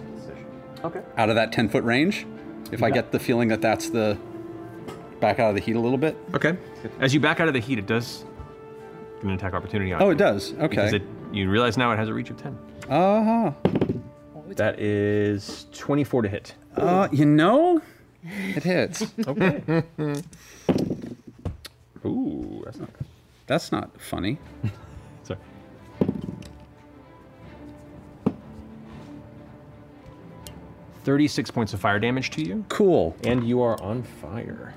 Okay. out of that 10 foot range. If I Yeah. get the feeling that that's the back out of the heat a little bit. Okay. As you back out of the heat, it does get an attack opportunity on Oh, you. it does. Okay. Because it, you realize now it has a reach of 10. Uh-huh. That is 24 to hit. Uh, you know, it hits. Okay. Ooh, that's not. That's not funny. Sorry. Thirty-six points of fire damage to you. Cool. And you are on fire.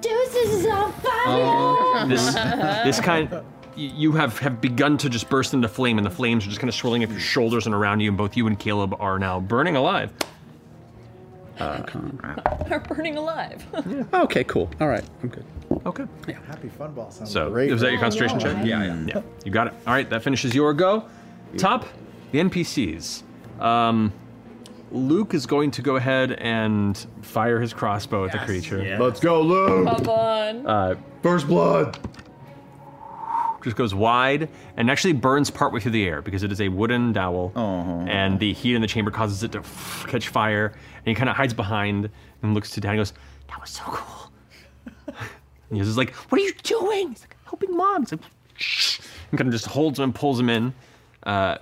Deuces is on fire! Um, this this kind y- you have have begun to just burst into flame, and the flames are just kind of swirling up your shoulders and around you, and both you and Caleb are now burning alive. Uh, Are burning alive. okay, cool. All right, I'm good. Okay. Yeah. Happy fun ball sounds so great. was that your concentration check? Oh, Yeah, yeah, yeah. You got it. All right, that finishes your go. Top, the NPCs. Um, Luke is going to go ahead and fire his crossbow at the creature. Let's go, Luke. Come on. Uh, First blood. Just goes wide and actually burns partway through the air because it is a wooden dowel, and the heat in the chamber causes it to f- catch fire. And he kind of hides behind and looks to Dan and goes, "That was so cool." and he's just like, "What are you doing?" He's like, "Helping mom." He's like, "Shh," and kind of just holds him and pulls him in. Uh,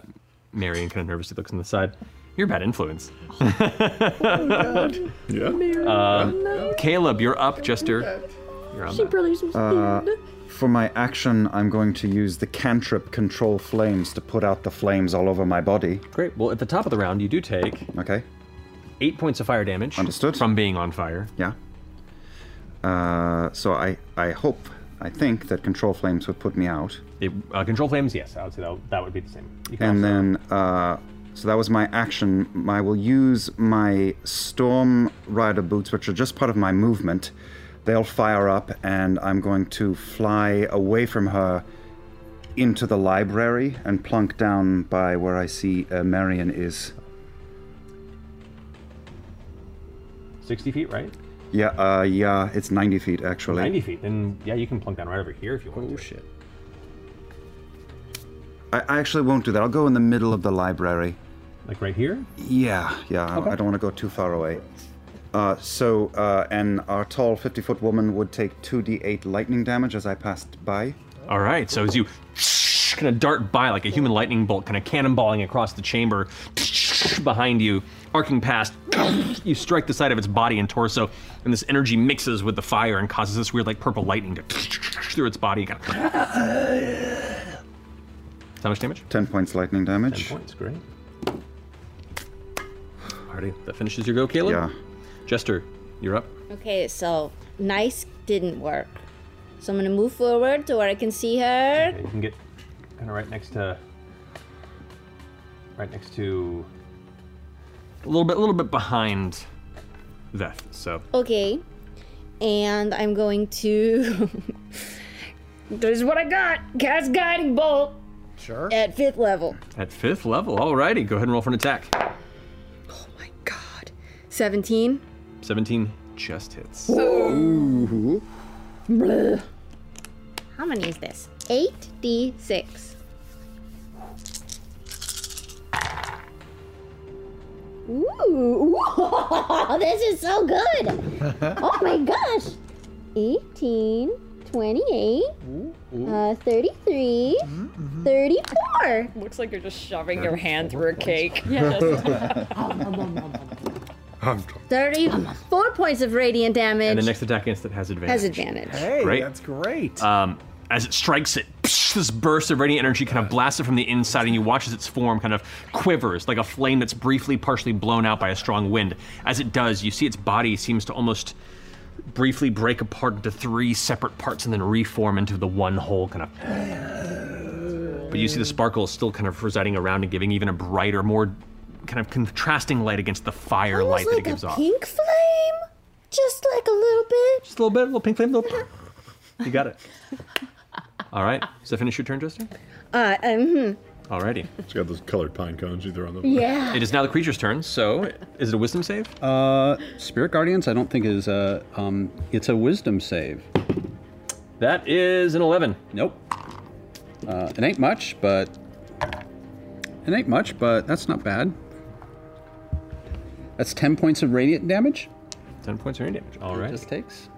Marion kind of nervously looks on the side. You're a bad influence. yeah. Um, Caleb, you're up, Jester. You're on. Uh, for my action, I'm going to use the cantrip control flames to put out the flames all over my body. Great. Well, at the top of the round, you do take. Okay. Eight points of fire damage. Understood. From being on fire. Yeah. Uh, so I, I hope, I think that control flames would put me out. It, uh, control flames, yes. I would say that, that would be the same. You and can also- then, uh, so that was my action. I will use my Storm Rider boots, which are just part of my movement. They'll fire up, and I'm going to fly away from her into the library and plunk down by where I see uh, Marion is. 60 feet, right? Yeah, uh, yeah, it's 90 feet actually. 90 feet. Then, yeah, you can plunk down right over here if you want oh, to. shit. I, I actually won't do that. I'll go in the middle of the library. Like right here? Yeah, yeah. I- I don't want to go too far away. Uh, so, uh, and our tall 50 foot woman would take 2d8 lightning damage as I passed by. All right. So as you kind of dart by like a human lightning bolt, kind of cannonballing across the chamber behind you, arcing past, you strike the side of its body and torso, and this energy mixes with the fire and causes this weird like purple lightning to through its body. Kind of, how much damage? 10 points lightning damage. 10 points, great. Alrighty, that finishes your go, Caleb. Yeah. Jester, you're up. Okay, so nice didn't work. So I'm gonna move forward to where I can see her. You can get kind of right next to, right next to, a little bit, a little bit behind, Veth. So Okay. And I'm going to. this is what I got Cast Guiding Bolt. Sure. At fifth level. at fifth level, alrighty, go ahead and roll for an attack. 17. Seventeen just hits. Ooh. How many is this? 8d6. Ooh. this is so good. Oh my gosh. 18, 28, uh, 33, 34. Looks like you're just shoving your hand through a cake. and 34 points of radiant damage. the next attack against it has advantage. Has advantage. Hey, Great. that's great. Um, as it strikes it, this burst of radiant energy kind of blasts it from the inside, and you watch as its form kind of quivers like a flame that's briefly, partially blown out by a strong wind. As it does, you see its body seems to almost briefly break apart into three separate parts and then reform into the one whole kind of. But you see the sparkle is still kind of residing around and giving even a brighter, more kind of contrasting light against the fire light that it gives off. pink flame? Just like a little bit? Just a little bit, a little pink flame, a little. You got it. All right. Does that finish your turn, Justin? Uh, Mm-hmm. um, Alrighty. She's got those colored pine cones you throw on the. Yeah. It is now the creature's turn, so is it a wisdom save? Uh, Spirit Guardians, I don't think is a. Um, it's a Wisdom save. That is an eleven. Nope. Uh, it ain't much, but it ain't much, but that's not bad. That's ten points of radiant damage. Ten points of radiant damage. All right. Just takes.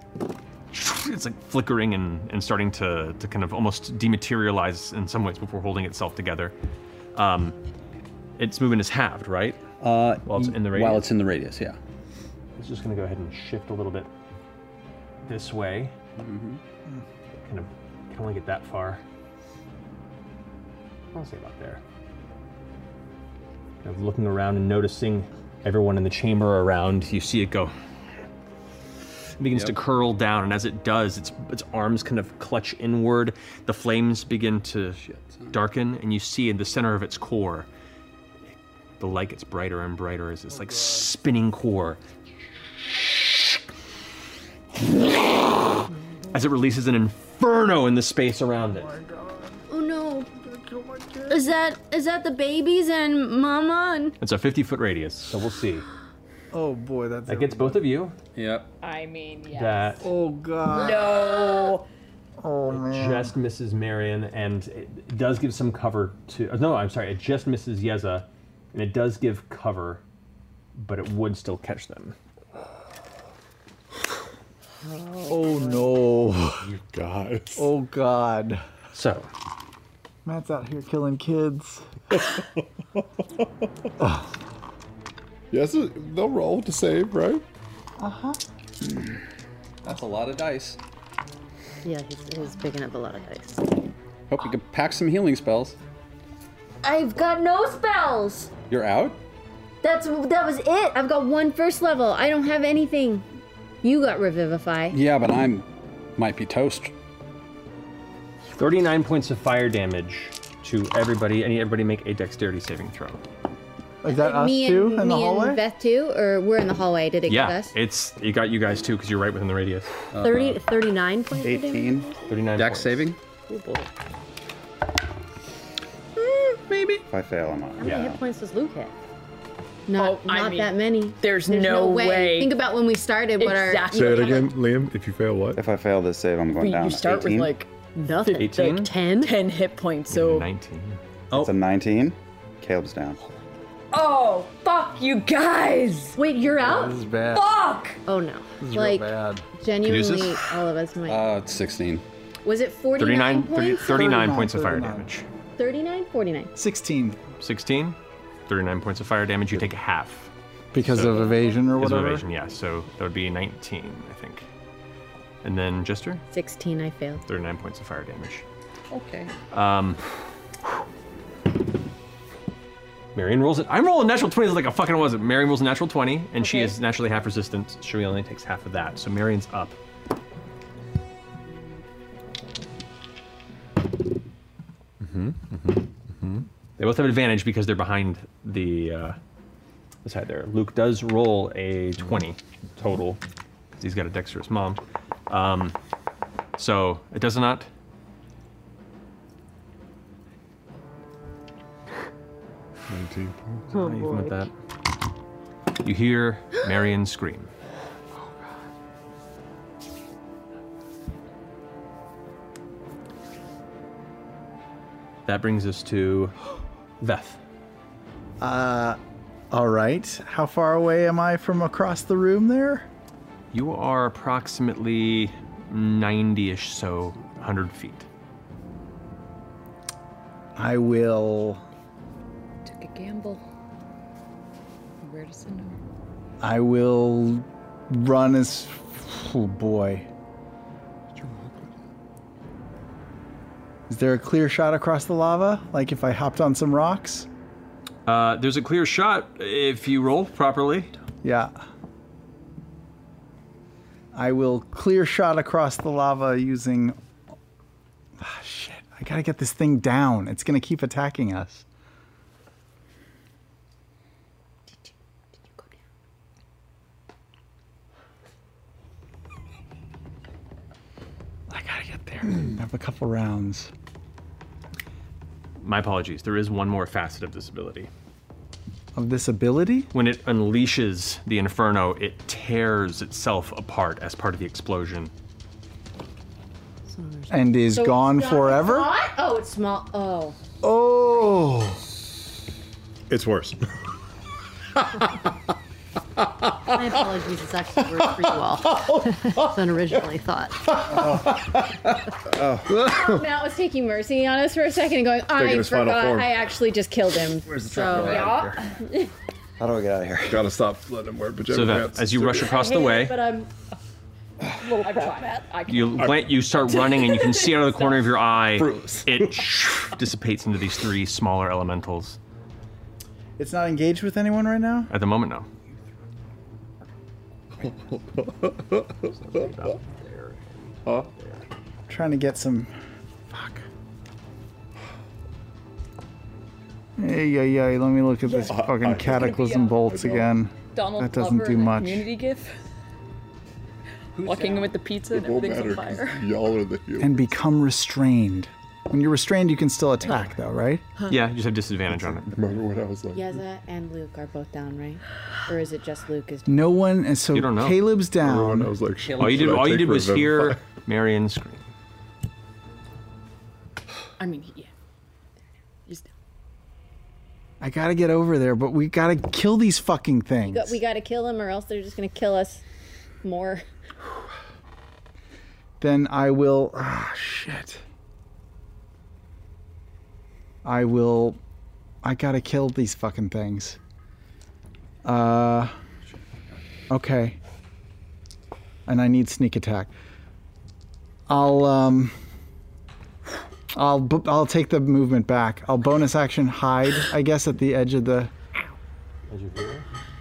It's like flickering and, and starting to, to kind of almost dematerialize in some ways before holding itself together. Um, its movement is halved, right? Uh, while it's in the radius. While it's in the radius, yeah. It's just going to go ahead and shift a little bit this way. Kind of can only get that far. I'll say about there. Kind of looking around and noticing everyone in the chamber around. You see it go. It begins to curl down, and as it does, its its arms kind of clutch inward. The flames begin to darken, and you see in the center of its core, the light gets brighter and brighter as it's like spinning core as it releases an inferno in the space around it. Oh no. Is that is that the babies and mama and It's a 50 foot radius, so we'll see. Oh boy, that's That gets both of you. Yep. I mean, yeah. That Oh god. No. Oh man. just misses Marion, and it does give some cover to. oh, No, I'm sorry, it just misses Yeza, and it does give cover, but it would still catch them. Oh no. You guys. Oh god. So. Matt's out here killing kids. Yes, they'll roll to save, right? Uh huh. That's a lot of dice. Yeah, he's, he's picking up a lot of dice. Hope you can pack some healing spells. I've got no spells. You're out. That's that was it. I've got one first level. I don't have anything. You got revivify. Yeah, but I'm might be toast. 39 points of fire damage to everybody. I need everybody to make a dexterity saving throw. Like that, uh, me and, me and Beth too, or we're in the hallway. Did it yeah, get us? it's it got you guys too because you're right within the radius. Uh, 30, 39 points of damage? 39 Dex saving. Oh, boy. Hmm, maybe. If I fail, I'm How on. many hit points does Luke have? Not, I not mean, that many. There's, no way. Think about when we started. What Exactly. our it again, Liam. If you fail, what? If I fail this save, I'm going You down. start with, 18? like, nothing. Eighteen? Like 10? 10 hit points, so. 19. Oh. It's a 19. Caleb's down. Oh, fuck you guys! Wait, you're out? is bad. Fuck! Oh no. This is real Like, bad. Genuinely, all of us might. Uh, it's 16. was it 39, 49 points? 39 points of fire damage. 39, 49. 16. 16, 39 points of fire damage. You take half. Because of evasion or Because of whatever? evasion, yeah. So that would be 19, I think. And then Jester, 16, I failed. 39 points of fire damage. Okay. Um, Marion rolls it. I'm rolling natural 20s like I fucking was. it. Marion rolls a natural 20, and she is naturally half resistant. so She only takes half of that. So Marion's up. Mm-hmm, They both have advantage because they're behind the uh, the side there. Luke does roll a 20 total 'cause he's got a dexterous mom. Um, so it does not. Oh, Even with that, you hear Marion scream. That brings us to Veth. Uh, all right. How far away am I from across the room there? You are approximately 90 ish, so 100 feet. I will. Take a gamble. Where does it know? I will run as. Oh boy. Is there a clear shot across the lava? Like if I hopped on some rocks? Uh, there's a clear shot if you roll properly. Yeah. I will clear shot across the lava using. Ah, shit. I gotta get this thing down. It's gonna keep attacking us. I gotta get there. I have a couple rounds. My apologies, there is one more facet of this ability. Of this ability? When it unleashes the inferno, it tears itself apart as part of the explosion. And is gone forever? What? Oh, it's small. Oh. Oh. It's worse. My apologies, it's actually worse for you Oh, all than originally thought. Oh. Matt was taking mercy on us for a second and going, I Taking his final forgot form." I actually just killed him. Where's the so, trap yeah. How do I get out of here? Gotta stop letting him wear pajama So that- pants. as you rush across the way- But I'm a little proud. I You lan- you start running, and you can see out of the corner of your eye, it dissipates into these three smaller elementals. It's not engaged with anyone right now? At the moment, no. Huh? Trying to get some. Fuck. Hey, yeah, yeah. Let me look at this Uh, fucking cataclysm bolts again. Donald that doesn't Glover do in that much. Community gif. Walking with the pizza and It won't everything's on matter, 'cause fire. Y'all are the heroes. And become restrained. When you're restrained, you can still attack, though, right? Yeah, you just have disadvantage on it. Remember what I was like? Yeza and Luke are both down, right? Or is it just Luke is No one is so. You don't know. Caleb's down. I was like, All you did, all you did was hear Marion scream. I mean, yeah. He's down. I gotta get over there, but we gotta kill these fucking We things. got, we got to kill them, or else they're just going to kill us more. Then I will. Ah, shit. I will. I gotta kill these fucking things. Uh. Okay. And I need sneak attack. I'll, um. I'll, bu- I'll take the movement back. I'll bonus action hide, I guess, at the edge of the.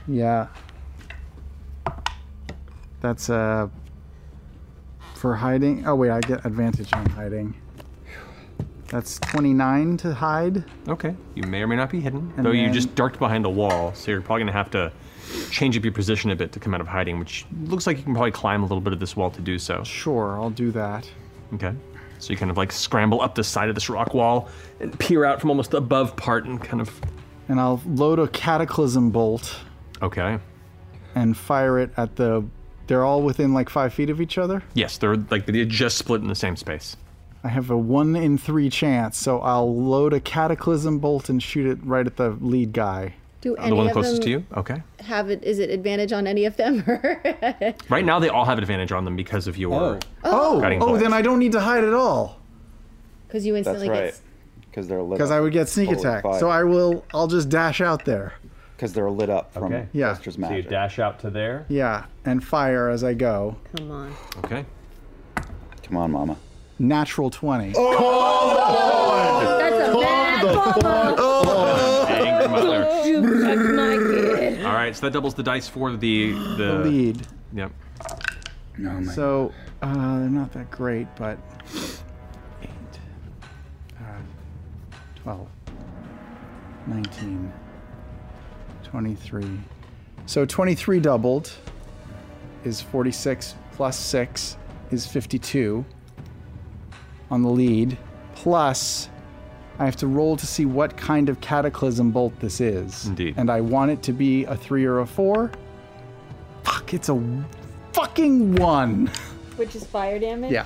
Yeah. That's uh for hiding. Oh wait, I get advantage on hiding. That's 29 to hide. Okay. You may or may not be hidden, And though you then- just darted behind a wall, so you're probably gonna have to change up your position a bit to come out of hiding, which looks like you can probably climb a little bit of this wall to do so. Sure, I'll do that. Okay. So you kind of like scramble up the side of this rock wall and peer out from almost the above part and kind of And I'll load a cataclysm bolt okay. and fire it at the they're all within like 5 feet of each other. Yes, they're like they just split in the same space. I have a 1 in 3 chance, so I'll load a cataclysm bolt and shoot it right at the lead guy. Do the any one of closest them to you. Okay. have it? Is it advantage on any of them? or- Right now they all have advantage on them because of your Oh, guiding oh, bolt. then I don't need to hide at all Because you instantly get. Because they're lit because I would get sneak Holy attack. fuck. So I will I'll just dash out there. Because they're lit up from Okay. Yeah. Jester's magic. you dash out to there. Yeah, and fire as I go. Come on. Okay. Come on, Mama. Oh, Natural 20. That's a bad mama. Anger mother. my All right, so that doubles the dice for the the, The lead. Yep. No, so uh, they're not that great, but eight, uh, twelve, 19, 23. So 23 doubled is 46 plus 6 is 52 on the lead. Plus, I have to roll to see what kind of cataclysm bolt this is. Indeed. And I want it to be a 3 or a 4. Fuck, it's a fucking 1. Which is fire damage? Yeah.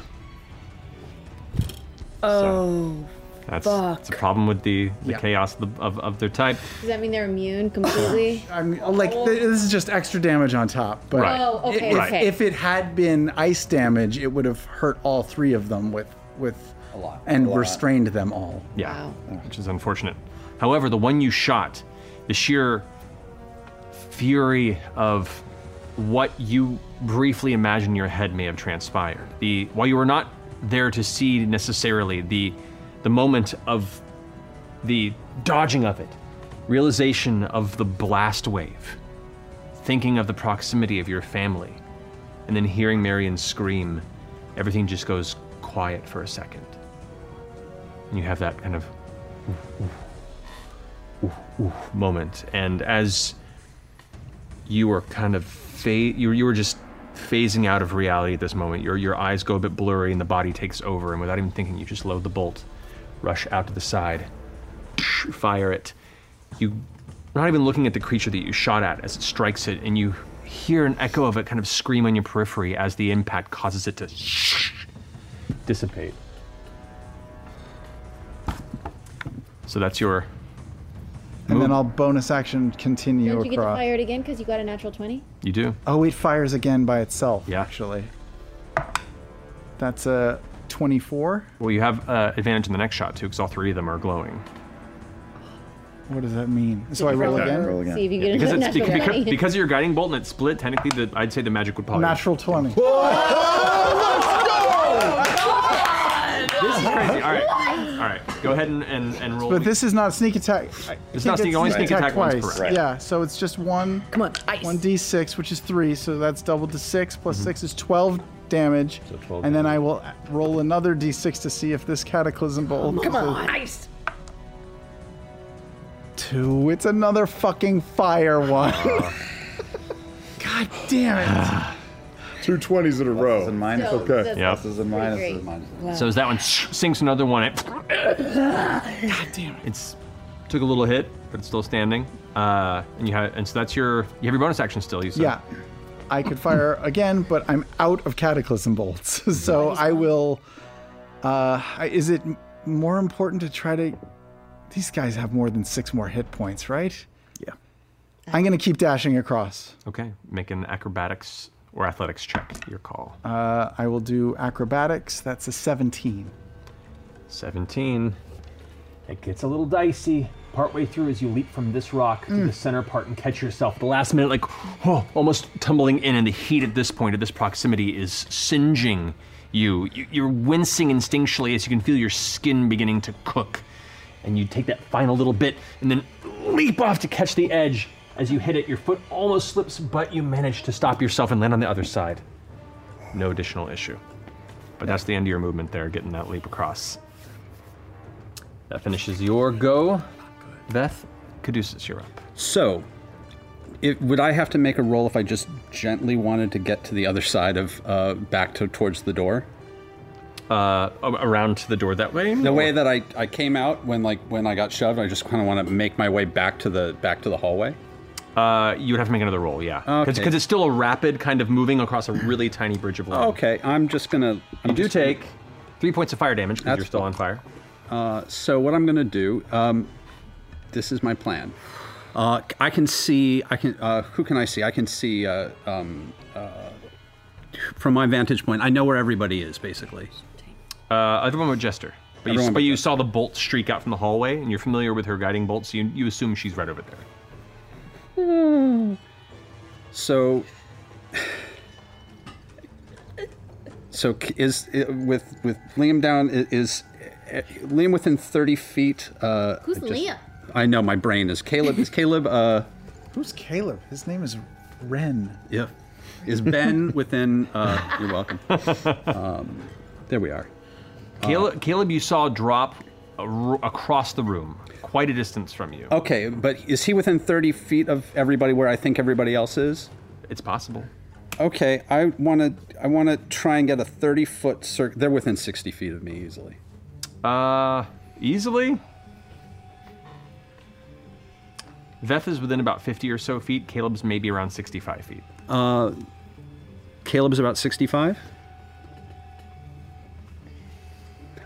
Oh. That's, Fuck. that's a problem with the, the Yeah. chaos of, the- of, of their type. Does that mean they're immune completely? Oh. I'm like th- this is just extra damage on top. But Right. Oh, okay, if, okay. if it had been ice damage, it would have hurt all three of them with with a lot and A lot. restrained them all. Yeah, which is unfortunate. However, the one you shot, the sheer fury of what you briefly imagine your head may have transpired. The while you were not there to see necessarily the the moment of the dodging of it, realization of the blast wave, thinking of the proximity of your family, and then hearing Marion scream, everything just goes quiet for a second. And you have that kind of moment. And as you were kind of fa- you, you were just phasing out of reality at this moment, your, your eyes go a bit blurry and the body takes over. And without even thinking, you just load the bolt, rush out to the side, fire it. You not even looking at the creature that you shot at as it strikes it, and you hear an echo of it kind of scream on your periphery as the impact causes it to dissipate. So that's your And then I'll bonus action continue Don't you get to across. fire it again because you got a natural 20? You do. Oh, it fires again by itself. Yeah. Actually, that's a 24. Well, you have uh, advantage in the next shot too, because all three of them are glowing. What does that mean? So I roll again. See if you get because, another it's, natural because, 20. because of your guiding bolt and it split. Technically, the, I'd say the magic would probably. Natural 20. This is crazy. All right, all right. Go ahead and, and, and roll. But this is not sneak attack. I It's think not sneak- only sneak attack once per round. twice. Right. Yeah, so it's just one. Come on, ice. One d6, which is three, so that's doubled to six. Mm-hmm. plus six is twelve damage. So 12 and then I will roll another d6 to see if this cataclysm bolt. Come is a on. Ice. Two. It's another fucking fire one. Uh-huh. God damn it! Two twenties in a row. Pluses and minuses. Okay. Yeah. Pluses and minuses. So as that one sinks another one, it God damn it. it's took a little hit, but it's still standing. Uh, and you have and so that's your you have your bonus action still. You said. Yeah. I could fire again, but I'm out of cataclysm bolts. so I will. Uh, I- is it m- more important to try to? These guys have more than six more hit points, right? Yeah. I'm gonna keep dashing across. Okay. Make an acrobatics or athletics check. Your call. Uh, I will do acrobatics. That's a 17. 17. It gets a little dicey partway through as you leap from this rock to the center part and catch yourself at the last minute, like oh, almost tumbling in. And the heat at this point, at this proximity, is singeing you. You- You're wincing instinctually as you can feel your skin beginning to cook. And you take that final little bit and then leap off to catch the edge. As you hit it, your foot almost slips, but you manage to stop yourself and land on the other side. No additional issue. But that's the end of your movement there, getting that leap across. That finishes your go. Beth, Caduceus, you're up. So, it, would I have to make a roll if I just gently wanted to get to the other side of uh, back to towards the door? Uh, around to the door that way. The way that I, I came out when like when I got shoved, I just kind of want to make my way back to the back to the hallway. Uh, you would have to make another roll, yeah. Because Okay. it's still a rapid kind of moving across a really tiny bridge of land. Oh, Okay, I'm just gonna. I'm you do take three points of fire damage because you're still on fire. Uh, so what I'm gonna do? Um, this is my plan. Uh, I can see. I can. Uh, who can I see? I can see. Uh, um, uh, from my vantage point, I know where everybody is basically. Uh, other one with Jester. But, you, Everyone but but you saw the bolt streak out from the hallway, and you're familiar with her guiding bolt, so you, you assume she's right over there. So, so c- is i- with with Liam down i- is, eh, Liam within thirty feet? Uh, Who's I just- Liam? I know my brain is Caleb. Is Caleb? Uh, Who's Caleb? His name is Ren. yeah. Is Ben within? Uh, you're welcome. Um, there we are. Caleb, Caleb, you saw drop ar- across the room, quite a distance from you. Okay, but is he within 30 feet of everybody where I think everybody else is? It's possible. Okay, I want to. I want to try and get a 30 foot circle. They're within 60 feet of me easily. Uh, easily. Veth is within about 50 or so feet. Caleb's maybe around 65 feet. Uh, Caleb's about 65.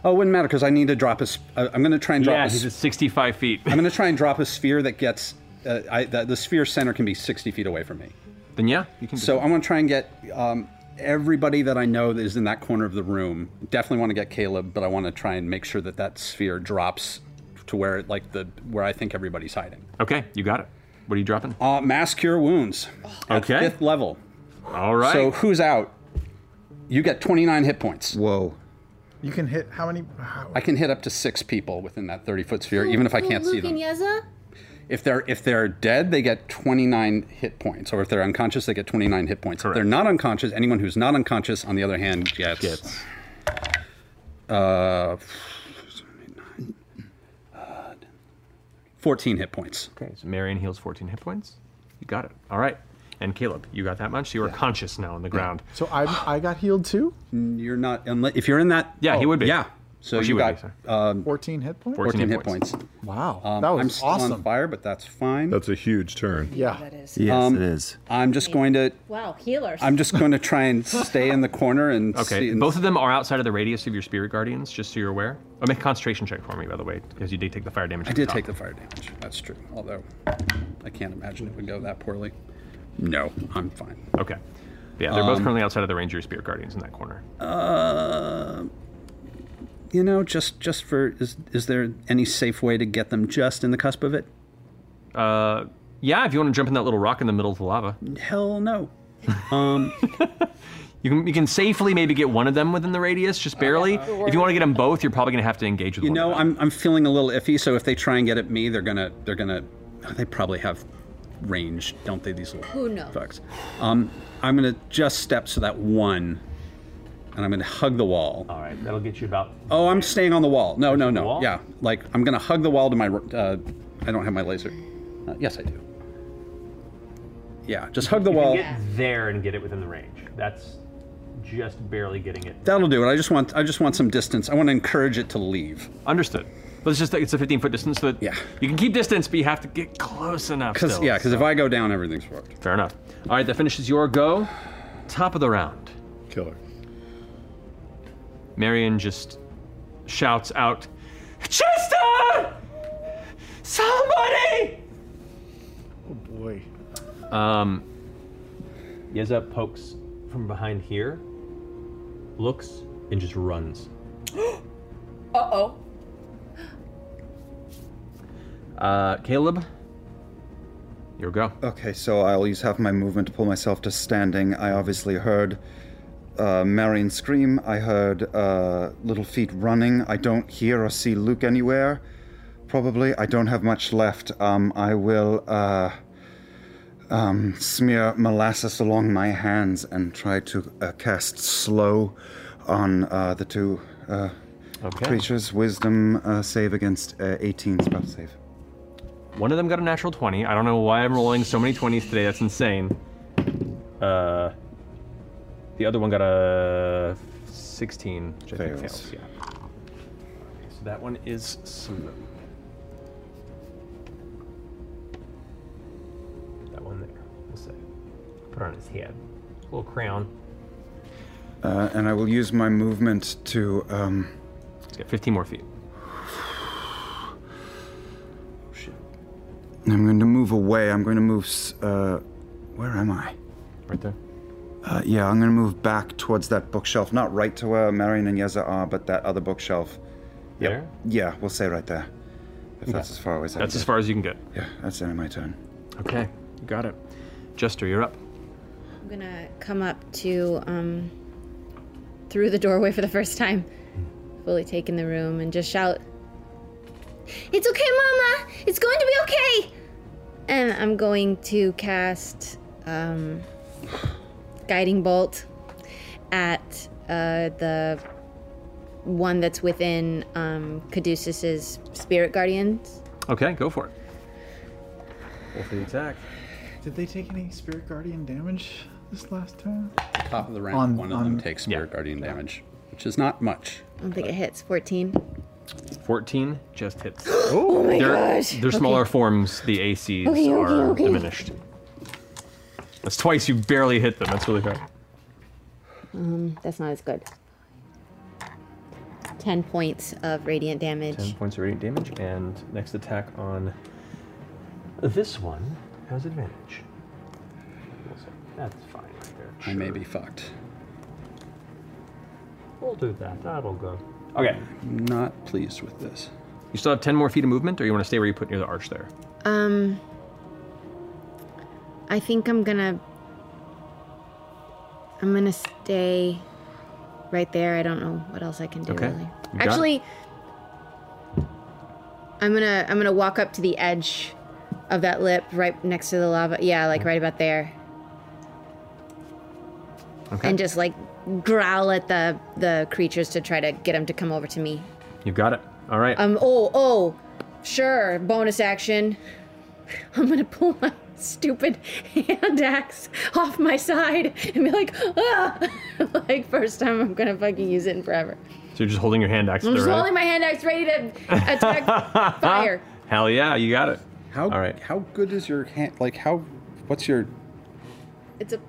Oh, it wouldn't matter because I need to drop a. Sp- I- I'm going to try and drop. yeah, a he's at s- 65 feet. I'm going to try and drop a sphere that gets. Uh, I, the, the sphere center can be 60 feet away from me. Then yeah, you can. do So that. I want to try and get um, everybody that I know that is in that corner of the room. Definitely want to get Caleb, but I want to try and make sure that that sphere drops to where it, like the where I think everybody's hiding. Okay, you got it. What are you dropping? Uh, mass cure wounds. at Okay. fifth level. All right. So who's out? You get 29 hit points. Whoa. You can hit how many? I can hit up to six people within that 30 foot sphere, even if I can't see Luke them. and Yeza? If they're if they're dead, they get 29 hit points, or if they're unconscious, they get 29 hit points. If they're not unconscious, anyone who's not unconscious, on the other hand, gets. Uh, 14 hit points. Okay, so Marion heals 14 hit points. You got it. All right. And Caleb, you got that much. You are conscious now on the ground. So I I got healed too. You're not unless if you're in that. oh, Yeah, he would be. Yeah. So Or she you would be, got um, 14 hit points. 14, hit points. Wow, Um, that was I'm still awesome. on fire, but that's fine. That's a huge turn. Yeah. That is. Yes, it is. I'm just going to. Wow, healers. I'm just going to try and stay in the corner and Okay. see. and- Both of them are outside of the radius of your spirit guardians, just so you're aware. Oh, make a concentration check for me, by the way, because you did take the fire damage. I did take the fire damage. That's true. Although I can't imagine it would go that poorly. No, I'm fine. Okay. Yeah, they're both Um, currently outside of the range of your spirit guardians in that corner. Uh, you know, just just for is is there any safe way to get them just in the cusp of it? Uh, yeah, if you want to jump in that little rock in the middle of the lava, Hell no. um, you can you can safely maybe get one of them within the radius, just barely. If you want to get them both, you're probably gonna have to engage with You one. know, I'm I'm feeling a little iffy. So if they try and get at me, they're gonna they're gonna they probably have range, don't they? These little Who knows? fucks. Um, I'm gonna just step so that one, and I'm gonna hug the wall. All right, that'll get you about. Oh, I'm staying on the wall. No, no, no. Yeah, like I'm gonna hug the wall to my. r- Uh, I don't have my laser. Uh, yes, I do. Yeah, just hug the wall. there and get it within the range. That's just barely getting it. That'll do it. I just want I just want some distance. I want to encourage it to leave. Understood. But it's just it's a 15 foot distance, so that yeah. you can keep distance, but you have to get close enough. Because still, yeah, because if so. I go down, everything's fucked. Fair enough. All right, that finishes your go. Top of the round. Killer. Marion just shouts out, Chester! Somebody! Oh boy. Um, Yeza pokes from behind here, looks, and just runs. Uh oh. Uh, Caleb, your go. Okay, so I'll use half my movement to pull myself to standing. I obviously heard uh, Marion scream. I heard uh, little feet running. I don't hear or see Luke anywhere. Probably. I don't have much left. Um, I will uh, um, smear molasses along my hands and try to uh, cast slow on uh, the two uh, creatures. Wisdom uh, save against uh, 18 spell save. One of them got a natural 20. I don't know why I'm rolling so many 20s today. That's insane. Uh, the other one got a 16, which I think Fails. fails. Yeah. Okay, so that one is slow. That one there. We'll say. Put it on his head. Little crown. Uh, and I will use my movement to. Um, He's got 15 more feet. I'm going to move away. I'm going to move. s- Uh, where am I? Right there. Uh, yeah, I'm going to move back towards that bookshelf. Not right to where Marion and Yeza are, but that other bookshelf. Yep. There? Yeah, we'll say right there. If Okay. that's as far away as I That's can as get. far as you can get. Yeah, that's the end of my turn. Okay, you got it. Jester, you're up. I'm gonna come up to um through the doorway for the first time, fully take in the room and just shout, It's okay, Mama. It's going to be okay. and I'm going to cast um guiding bolt at uh the one that's within um, Caduceus's spirit guardians. Okay, go for it. Roll for the attack. Did they take any spirit guardian damage this last time? Top of the round, On- one of on- them takes Spirit Guardian damage, which is not much. I don't think it hits. 14. 14 just hits. Oh my They're- gosh. Their smaller Okay. forms, the ACs Okay, okay, are okay. diminished. That's twice you barely hit them. That's really bad. Um, that's not as good. 10 points of radiant damage. 10 points of radiant damage, and next attack on this one has advantage. We'll say That's fine right there. I may be fucked. We'll do that. That'll go. Okay. Not pleased with this. You still have 10 more feet of movement, or you want to stay where you put near the arch there? Um, I think I'm gonna. I'm gonna stay right there. I don't know what else I can do. Okay. Really. You got it. Actually, I'm gonna I'm gonna walk up to the edge of that lip right next to the lava. Yeah, like right about there. Okay. And just like growl at the the creatures to try to get them to come over to me. You've got it. All right. Um. Oh. Oh. Sure. Bonus action. I'm gonna pull my stupid hand axe off my side and be like, ah! like first time I'm gonna fucking use it in forever. so you're just holding your hand axe I'm there, just right? holding my hand axe ready to attack fire. Hell yeah, you got it. How All right. how good is your hand? Like how? What's your It's a,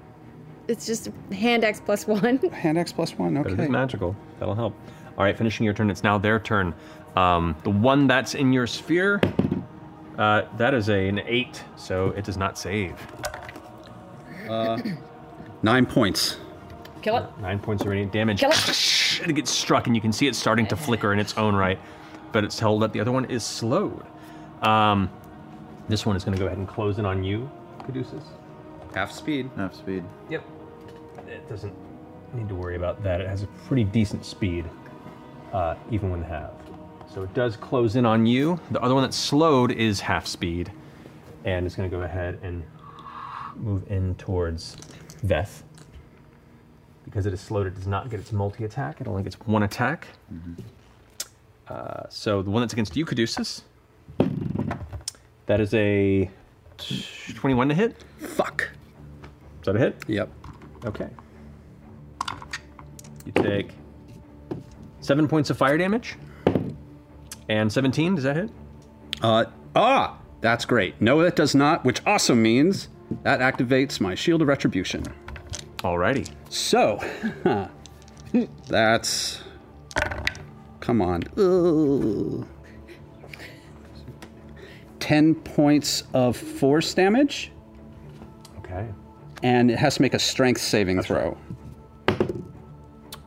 it's just a hand axe plus one. hand axe plus one? But it Okay. is magical. That'll help. All right, finishing your turn. It's now their turn. Um, the one that's in your sphere, uh, that is a, an eight, so it does not save. Uh, nine points. Kill it. Nine points of radiant damage. Kill it. gets struck, and you can see it starting to flicker in its own right, but it's held up. The other one is slowed. Um, this one is going to go ahead and close in on you, Caduceus. Half speed. Half speed. Yep. It doesn't need to worry about that. It has a pretty decent speed, uh, even when halved. So it does close in on you. The other one that's slowed is half speed, and it's going to go ahead and move in towards Veth. Because it is slowed, it does not get its multi attack. It only gets one attack. Uh, so the one that's against you, Caduceus, that is a 21 to hit. Fuck. Is that a hit? Yep. Okay. You take seven points of fire damage. And 17, does that hit? Uh, ah, that's great. No, that does not, which also means that activates my Shield of Retribution. Alrighty. So, that's. Come on. Ooh. 10 points of force damage, Okay. and it has to make a strength saving throw.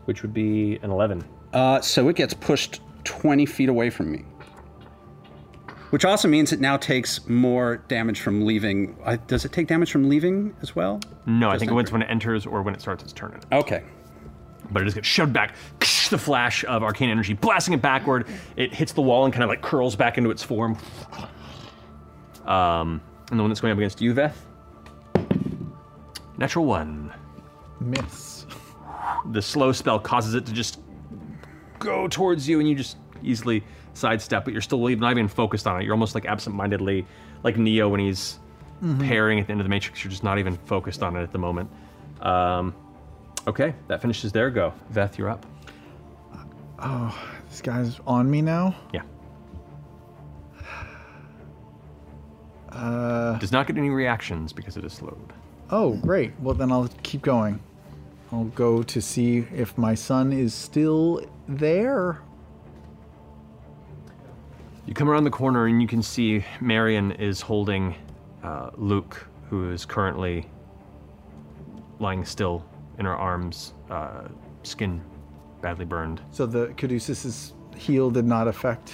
Which would be an 11. Uh, so it gets pushed 20 feet away from me. Which also means it now takes more damage from leaving. I, does it take damage from leaving as well? Oh, No, I Just think enter. it's when it enters or when it starts its turn. Okay. But it just gets shoved back. The flash of arcane energy blasting it backward. It hits the wall and kind of like curls back into its form. Um, and the one that's going up against you, Veth. Natural one. Miss. the slow spell causes it to just go towards you, and you just easily sidestep, but you're still not even focused on it. You're almost like absent-mindedly, like Neo when he's Mhm. pairing at the end of the Matrix. You're just not even focused on it at the moment. Um, okay, that finishes their go. Veth, you're up. Oh, this guy's on me now? Yeah. Uh, Does not get any reactions because it is slowed. oh, great. Well, then I'll keep going. I'll go to see if my son is still there. You come around the corner and you can see Marion is holding uh, Luke, who is currently lying still in her arms, uh, skin badly burned. So the Caduceus's heal did not affect.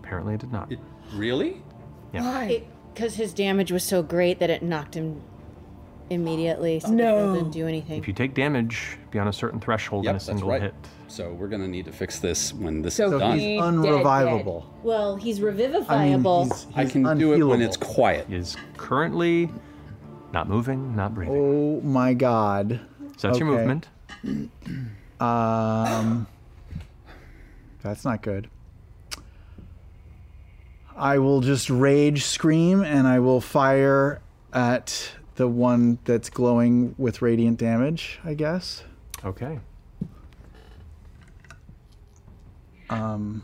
Apparently, it did not. Really? Why? Because his damage was so great that it knocked him immediately. So No. Didn't do anything. If you take damage beyond a certain threshold in a that's single right. hit, So we're gonna need to fix this when this So is done. he's dead, dead. unrevivable. Well, he's revivifiable. I can do it when it's quiet. He is currently not moving, not breathing. Oh my god. So that's your movement. Um, That's not good. I will just rage scream and I will fire at the one that's glowing with radiant damage, I guess. Okay. Um,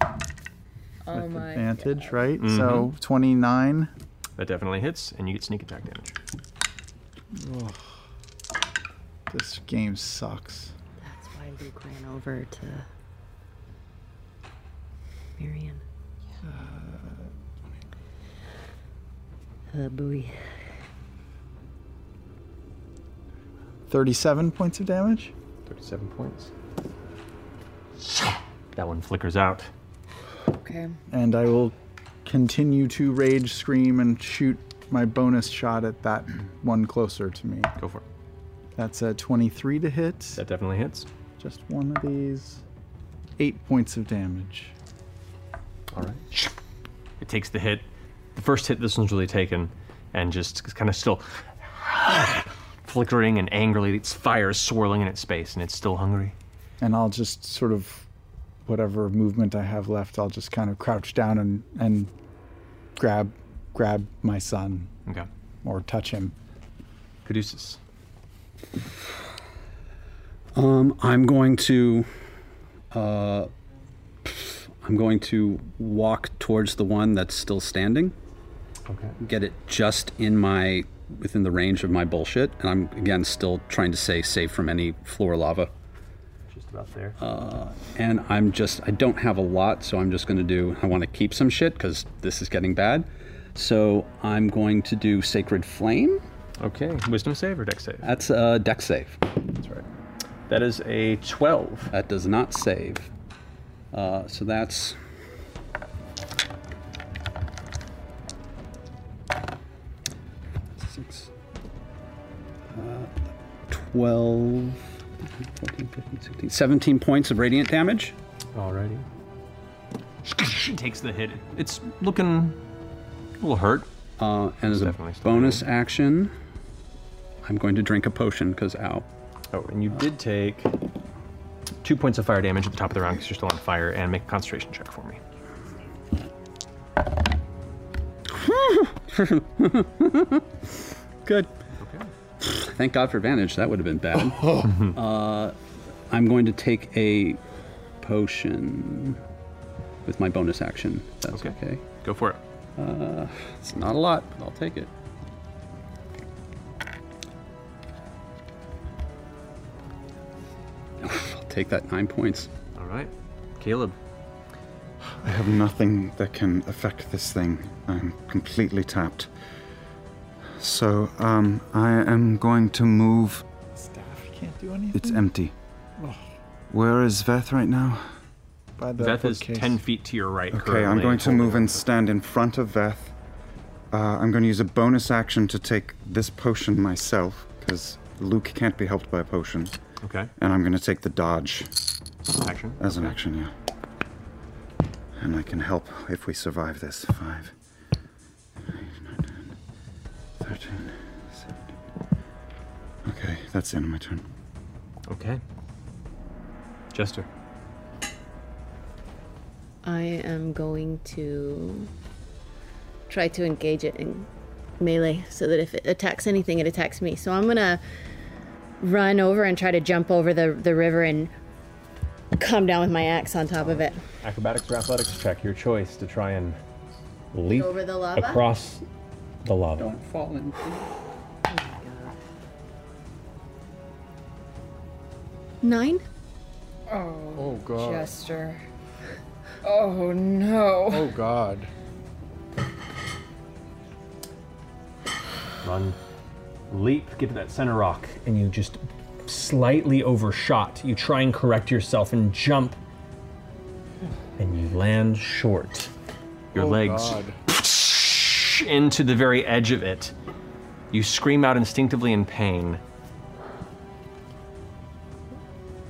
Oh with my advantage, right? Mhm. So 29. That definitely hits, and you get sneak attack damage. Ugh. This game sucks. That's why Luke ran over to Marion. Uh, buoy. 37 points of damage. 37 points. That one flickers out. Okay. And I will continue to rage scream and shoot my bonus shot at that one closer to me. Go for it. That's a 23 to hit. That definitely hits. Just one of these. Eight points of damage. All right. It takes the hit. The first hit this one's really taken, and just kind of still flickering and angrily. Its fire is swirling in its space, and it's still hungry. And I'll just sort of, whatever movement I have left, I'll just kind of crouch down and, and grab grab my son. Okay. Or touch him. Caduceus. Um, I'm going to. Uh, I'm going to walk towards the one that's still standing. Okay. Get it just in my within the range of my bullshit, and I'm again still trying to say safe from any floor lava. Just about there. Uh, and I'm just I don't have a lot, so I'm just going to do. I want to keep some shit because this is getting bad. So I'm going to do sacred flame. Okay. Wisdom save or dex save? That's a dex save. That's right. That is a 12. That does not save. Uh, so that's. Six. Uh, 12. 14, 15, 16, 17 points of radiant damage. Alrighty. She takes the hit. It's looking a little hurt. Uh, and as a bonus action, I'm going to drink a potion because ow. Oh, and you did take two points of fire damage at the top of the round because you're still on fire, and make a concentration check for me. Good. Thank God for advantage. That would have been bad. uh, I'm going to take a potion with my bonus action. if That's okay. Go for it. Uh, it's not a lot, but I'll take it. I'll take that nine points. All right. Caleb. I have nothing that can affect this thing. I'm completely tapped. So, um, I am going to move. Staff, you can't do anything. It's empty. Ugh. Where is Veth right now? By the Veth is bookcase. 10 feet to your right. Okay, I'm going to move and stand in front of Veth. Uh, I'm going to use a bonus action to take this potion myself, because Luke can't be helped by a potion. Okay. And I'm going to take the dodge. Action? As an action, yeah. And I can help if we survive this. 5, 8, 9, 10, 13, 17. Okay, that's the end of my turn. Okay. Jester. I am going to try to engage it in melee so that if it attacks anything, it attacks me. So I'm gonna run over and try to jump over the, the river and come down with my axe on top of it. Acrobatics or athletics check, your choice to try and leap Over the lava? across the lava. Fall in. Nine? Oh, Oh, God. Jester. Oh no. Oh, God. Run, leap, get to that center rock, and you just slightly overshot. You try and correct yourself and jump, and you land short. Your Oh, legs into the very edge of it. You scream out instinctively in pain.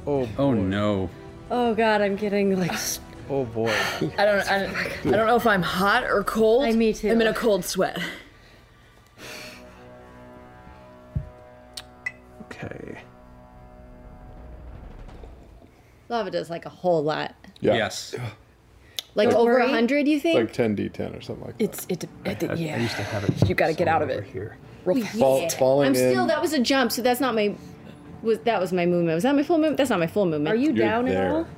Oh, oh no. Oh god, I'm getting like. Oh boy. I don't, I don't. I don't know if I'm hot or cold. I me too. I'm in a cold sweat. Okay. Lava does like a whole lot. Yeah. Yes. Like Don't over worry. a hundred, you think? Like 10d10 or something like that. It's it. it I- I yeah. used to have it You got to get out of it. Here. Real Yeah. Fall- falling I'm still. in. That was a jump, so that's not my. Was that was my movement? Was that my full movement? That's not my full movement. Are you You're down at there. all?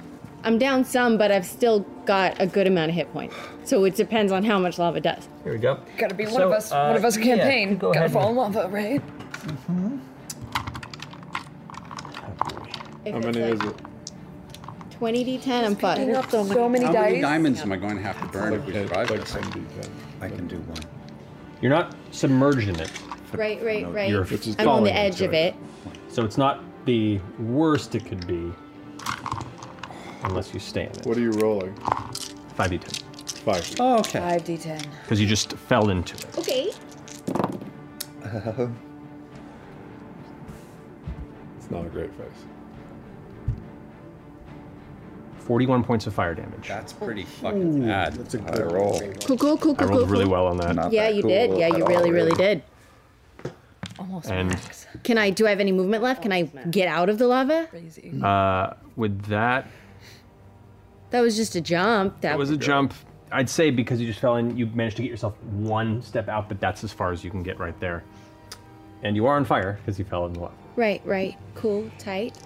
I'm down some, but I've still got a good amount of hit points. So it depends on how much lava does. Here we go. Gotta be one So, of us. uh, one of us yeah, campaign. go Gotta ahead. fall in lava, right? If How it's many like is it? 20 d10, I'm fucked. picking up so many- So many How many diamonds am I going to have to burn if we survive this? I can do one. You're not submerged in it. Right, right, right. You're I'm on the falling edge into of it. So it's not the worst it could be, unless you stay in it. What are you rolling? Five d10. Five. Oh, okay. Five d10. Because you just fell into it. Okay. It's not a great face. Forty-one points of fire damage. That's pretty fucking bad. That's a good roll. Cool, cool, cool, I cool, cool. rolled really cool. well on that. yeah, you did. Yeah, you really, really did. Almost. And Can I? Do I have any movement left? Can I get out of the lava? uh, with that, That was just a jump. That It was a jump. I'd say because you just fell in, you managed to get yourself one step out, but that's as far as you can get right there. And you are on fire because you fell in the lava. Right, right. Cool, tight.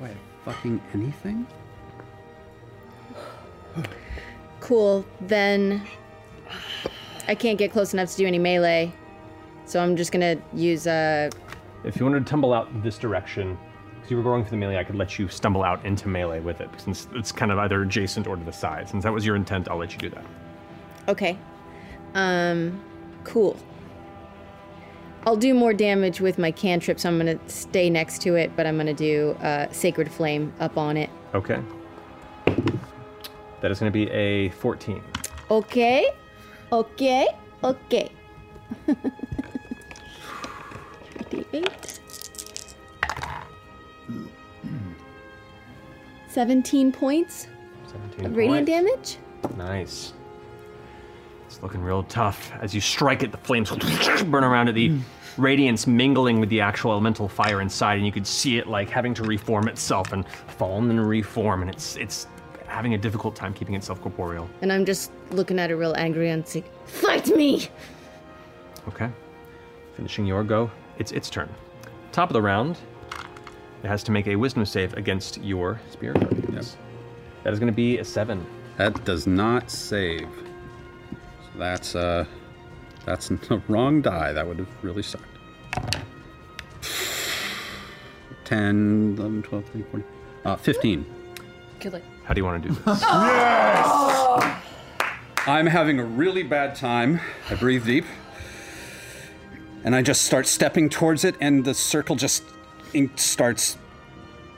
Wait, fucking anything? Cool. Then I can't get close enough to do any melee, so I'm just gonna use uh, a. If you wanted to tumble out this direction, because you were going for the melee, I could let you stumble out into melee with it, since it's kind of either adjacent or to the side. Since that was your intent, I'll let you do that. Okay. Um, cool. I'll do more damage with my cantrip, so I'm gonna stay next to it, but I'm gonna do uh, sacred flame up on it. Okay. That is going to be a 14. Okay, okay, okay. Eight. Seventeen points 17 of radiant points. damage. Nice. It's looking real tough. As you strike it, the flames burn around it, the radiance mingling with the actual elemental fire inside, and you could see it like having to reform itself and fall and then reform, and it's it's having a difficult time keeping itself corporeal. And I'm just looking at it real angry and saying, Fight me! Okay. Finishing your go, it's its turn. Top of the round, it has to make a wisdom save against your spirit guardians. That is going to be a seven. That does not save. So that's uh, that's the wrong die. That would have really sucked. 10, 11, 12, 13, 14, uh, 15. Kill it. How do you want to do this? I'm having a really bad time. I breathe deep. And I just start stepping towards it, and the circle just in- starts.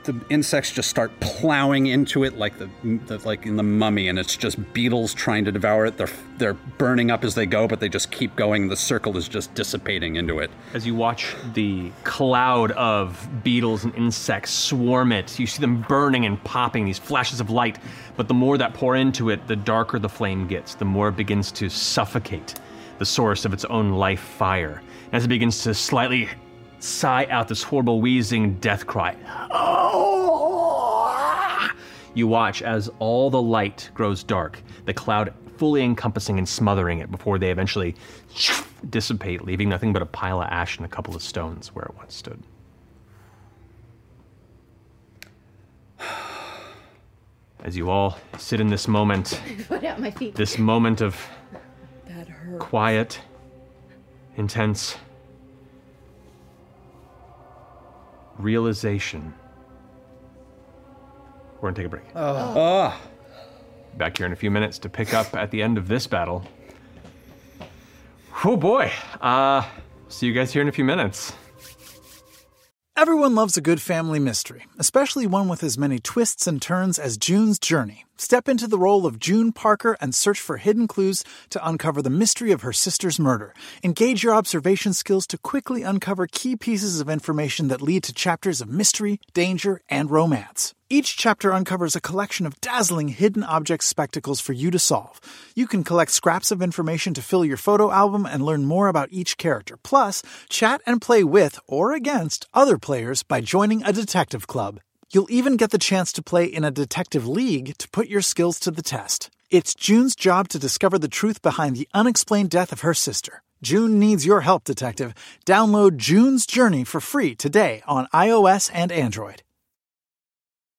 The insects just start plowing into it like the, the like in the mummy, and it's just beetles trying to devour it. They're they're burning up as they go, but they just keep going. The circle is just dissipating into it. As you watch the cloud of beetles and insects swarm it, you see them burning and popping, these flashes of light. But the more that pour into it, the darker the flame gets, the more it begins to suffocate the source of its own life fire. And as it begins to slightly sigh out this horrible wheezing death cry, you watch as all the light grows dark, the cloud fully encompassing and smothering it before they eventually dissipate, leaving nothing but a pile of ash and a couple of stones where it once stood. As you all sit in this moment, Put out my feet. this moment of That hurt. quiet, intense realization. We're going to take a break. Oh. Back here in a few minutes to pick up at the end of this battle. Oh boy. Uh, see you guys here in a few minutes. Everyone loves a good family mystery, especially one with as many twists and turns as June's journey. Step into the role of June Parker and search for hidden clues to uncover the mystery of her sister's murder. Engage your observation skills to quickly uncover key pieces of information that lead to chapters of mystery, danger, and romance. Each chapter uncovers a collection of dazzling hidden object spectacles for you to solve. You can collect scraps of information to fill your photo album and learn more about each character. Plus, chat and play with or against other players by joining a detective club. You'll even get the chance to play in a detective league to put your skills to the test. It's June's job to discover the truth behind the unexplained death of her sister. June needs your help, detective. Download June's Journey for free today on iOS and Android.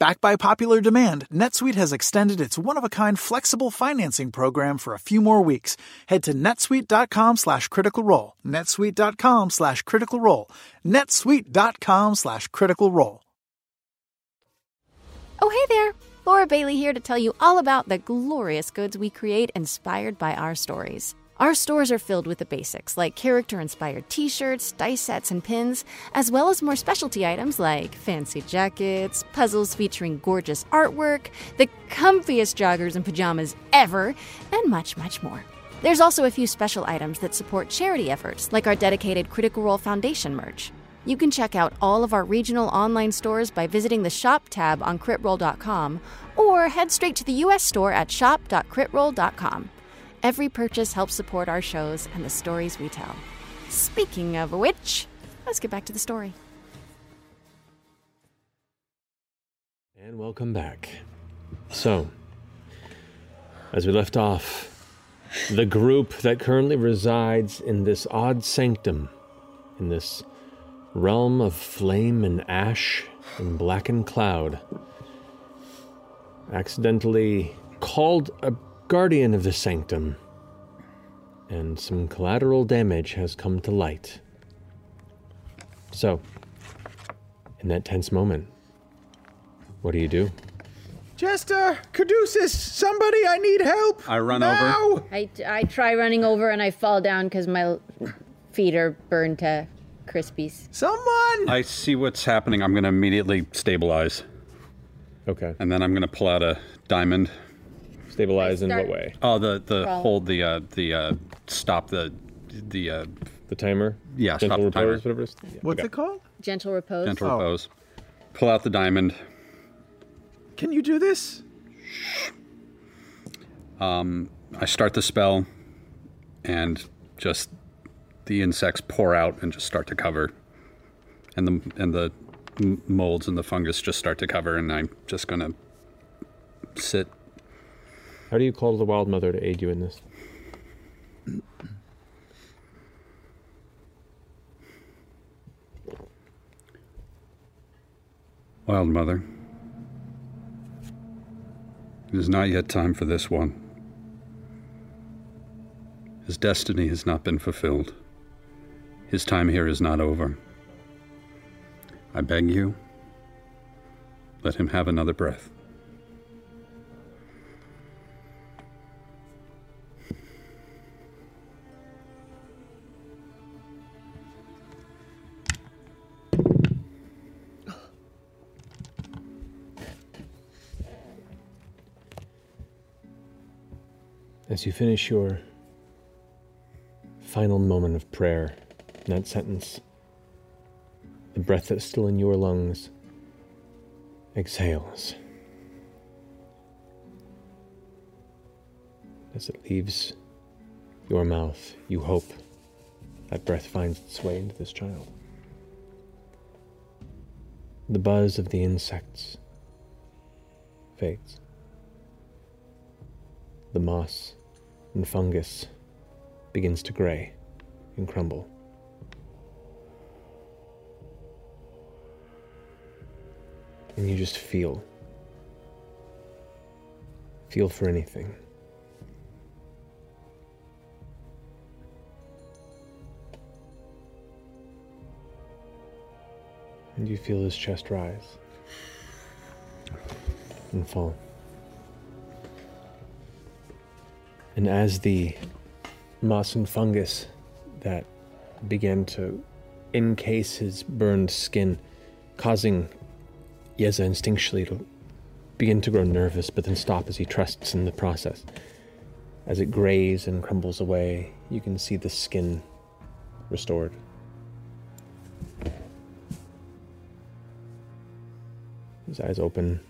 Backed by popular demand, NetSuite has extended its one-of-a-kind flexible financing program for a few more weeks. Head to netsuite.com slash critical role, netsuite.com slash critical role, netsuite.com slash critical role. Oh, hey there! Laura Bailey here to tell you all about the glorious goods we create inspired by our stories. Our stores are filled with the basics like character inspired t shirts, dice sets, and pins, as well as more specialty items like fancy jackets, puzzles featuring gorgeous artwork, the comfiest joggers and pajamas ever, and much, much more. There's also a few special items that support charity efforts, like our dedicated Critical Role Foundation merch. You can check out all of our regional online stores by visiting the Shop tab on critroll.com or head straight to the US store at shop.critroll.com. Every purchase helps support our shows and the stories we tell. Speaking of which, let's get back to the story. And welcome back. So, as we left off, the group that currently resides in this odd sanctum, in this realm of flame and ash and blackened cloud, accidentally called a guardian of the sanctum, and some collateral damage has come to light. So, in that tense moment, what do you do? uh, Jester, Uh, Caduceus, somebody, I need help. I run Now! I, I try running over and I fall down because my l- feet are burned to crispies. Someone! I see what's happening. I'm going to immediately stabilize. Okay. And then I'm going to pull out a diamond. Stabilize in what start- way? Oh, the the Crawl. hold the uh, the uh, stop the the uh, the timer. Yeah, stop Gentle the timer. repose, whatever it is? What's Okay. it called? Oh, Gentle repose. Gentle Oh. repose. Pull out the diamond. Can you do this? Um, I start the spell, and just the insects pour out and just start to cover, and the and the m- molds and the fungus just start to cover, and I'm just gonna sit. How do you call the Wild Mother to aid you in this? Wild mother, it is not yet time for this one. His destiny has not been fulfilled. His time here is not over. I beg you, let him have another breath. As you finish your final moment of prayer, in that sentence, the breath that's still in your lungs exhales as it leaves your mouth. You hope that breath finds its way into this child. The buzz of the insects fades. The moss and fungus begins to gray and crumble. And you just feel. Feel for anything. And you feel his chest rise and fall. And as the moss and fungus that began to encase his burned skin, causing Yeza instinctually to begin to grow nervous, but then stop as he trusts in the process. As it grays and crumbles away, you can see the skin restored. His eyes open.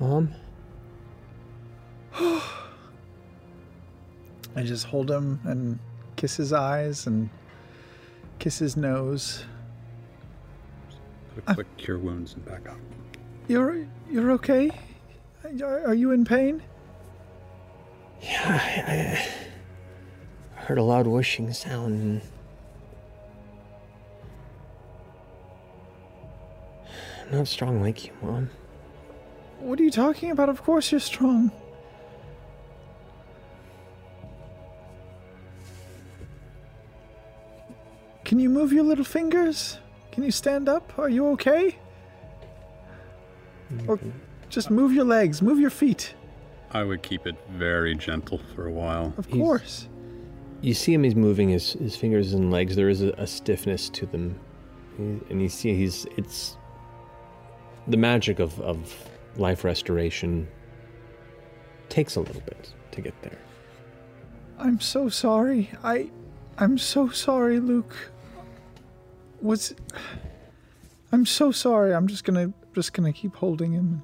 Mom? I just hold him and kiss his eyes and kiss his nose. Put a quick cure wounds and back up. You're you're okay? Are are you in pain? Yeah, I, I heard a loud whooshing sound and. I'm Not strong like you, Mom. What are you talking about? Of course you're strong. Can you move your little fingers? Can you stand up? Are you okay? Mm-hmm. Or just move your legs, move your feet. I would keep it very gentle for a while. Of course. You see him, he's moving his, his fingers and legs. There is a, a stiffness to them. He- And you see he's. It's the magic of, of life restoration takes a little bit to get there. I'm so sorry. I I'm so sorry, Luke. Was I'm so sorry. I'm just going to just going to keep holding him.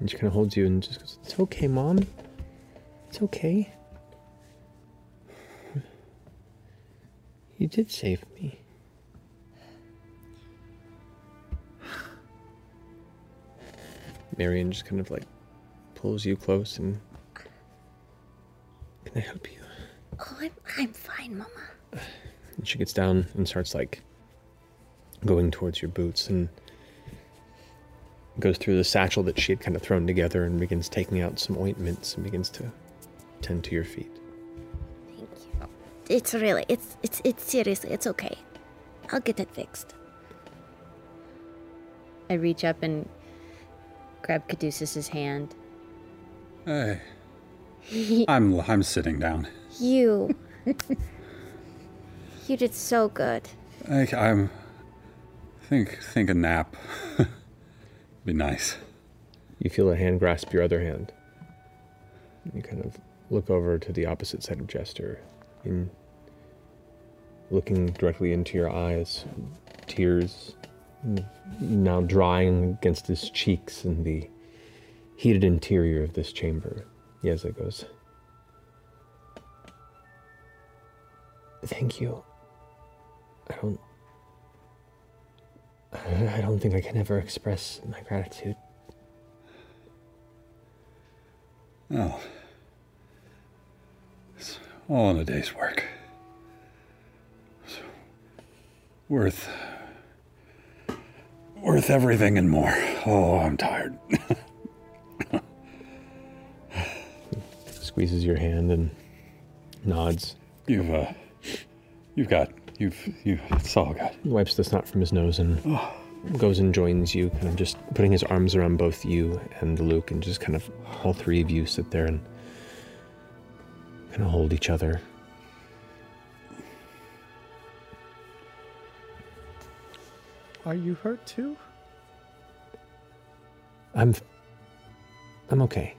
And she kind of holds you and just goes, It's okay, Mom. It's okay. You did save me. Marion just kind of like pulls you close and. Can I help you? Oh, I'm, I'm fine, Mama. And she gets down and starts like going towards your boots and goes through the satchel that she had kind of thrown together and begins taking out some ointments and begins to tend to your feet. It's really, it's, it's, it's seriously, it's okay. I'll get it fixed. I reach up and grab Caduceus's hand. Hey. I'm I'm sitting down. You. you did so good. I, I'm think think a nap. Be nice. You feel a hand grasp your other hand. You kind of look over to the opposite side of Jester and looking directly into your eyes, tears now drying against his cheeks in the heated interior of this chamber. Yes, it goes. Thank you. I don't. I don't think I can ever express my gratitude. Oh. It's all in a day's work. It's worth worth everything and more. Oh, I'm tired. Squeezes your hand and nods. You've uh, you've got you've you. It's all good. Wipes the snot from his nose and goes and joins you, kind of just putting his arms around both you and Luke, and just kind of all three of you sit there and kind of hold each other. Are you hurt too? I'm. I'm okay.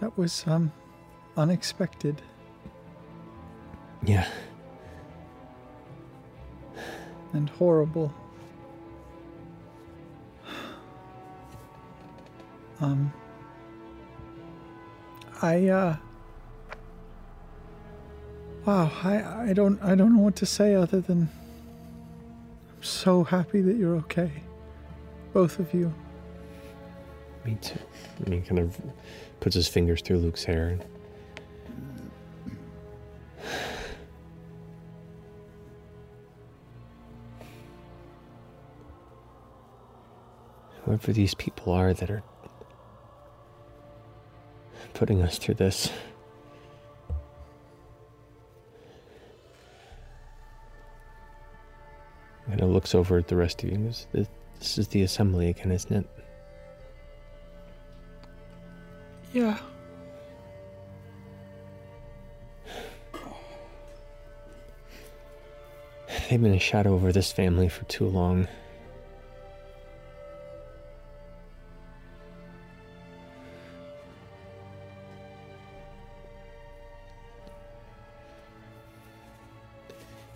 That was um unexpected. Yeah. and horrible. Um, I uh, wow, I I don't I don't know what to say other than I'm so happy that you're okay, both of you. Me too. And he kind of puts his fingers through Luke's hair. Whoever these people are that are putting us through this. And it looks over at the rest of you. and goes, "This- This is the assembly again, isn't it? Yeah. They've been a shadow over this family for too long.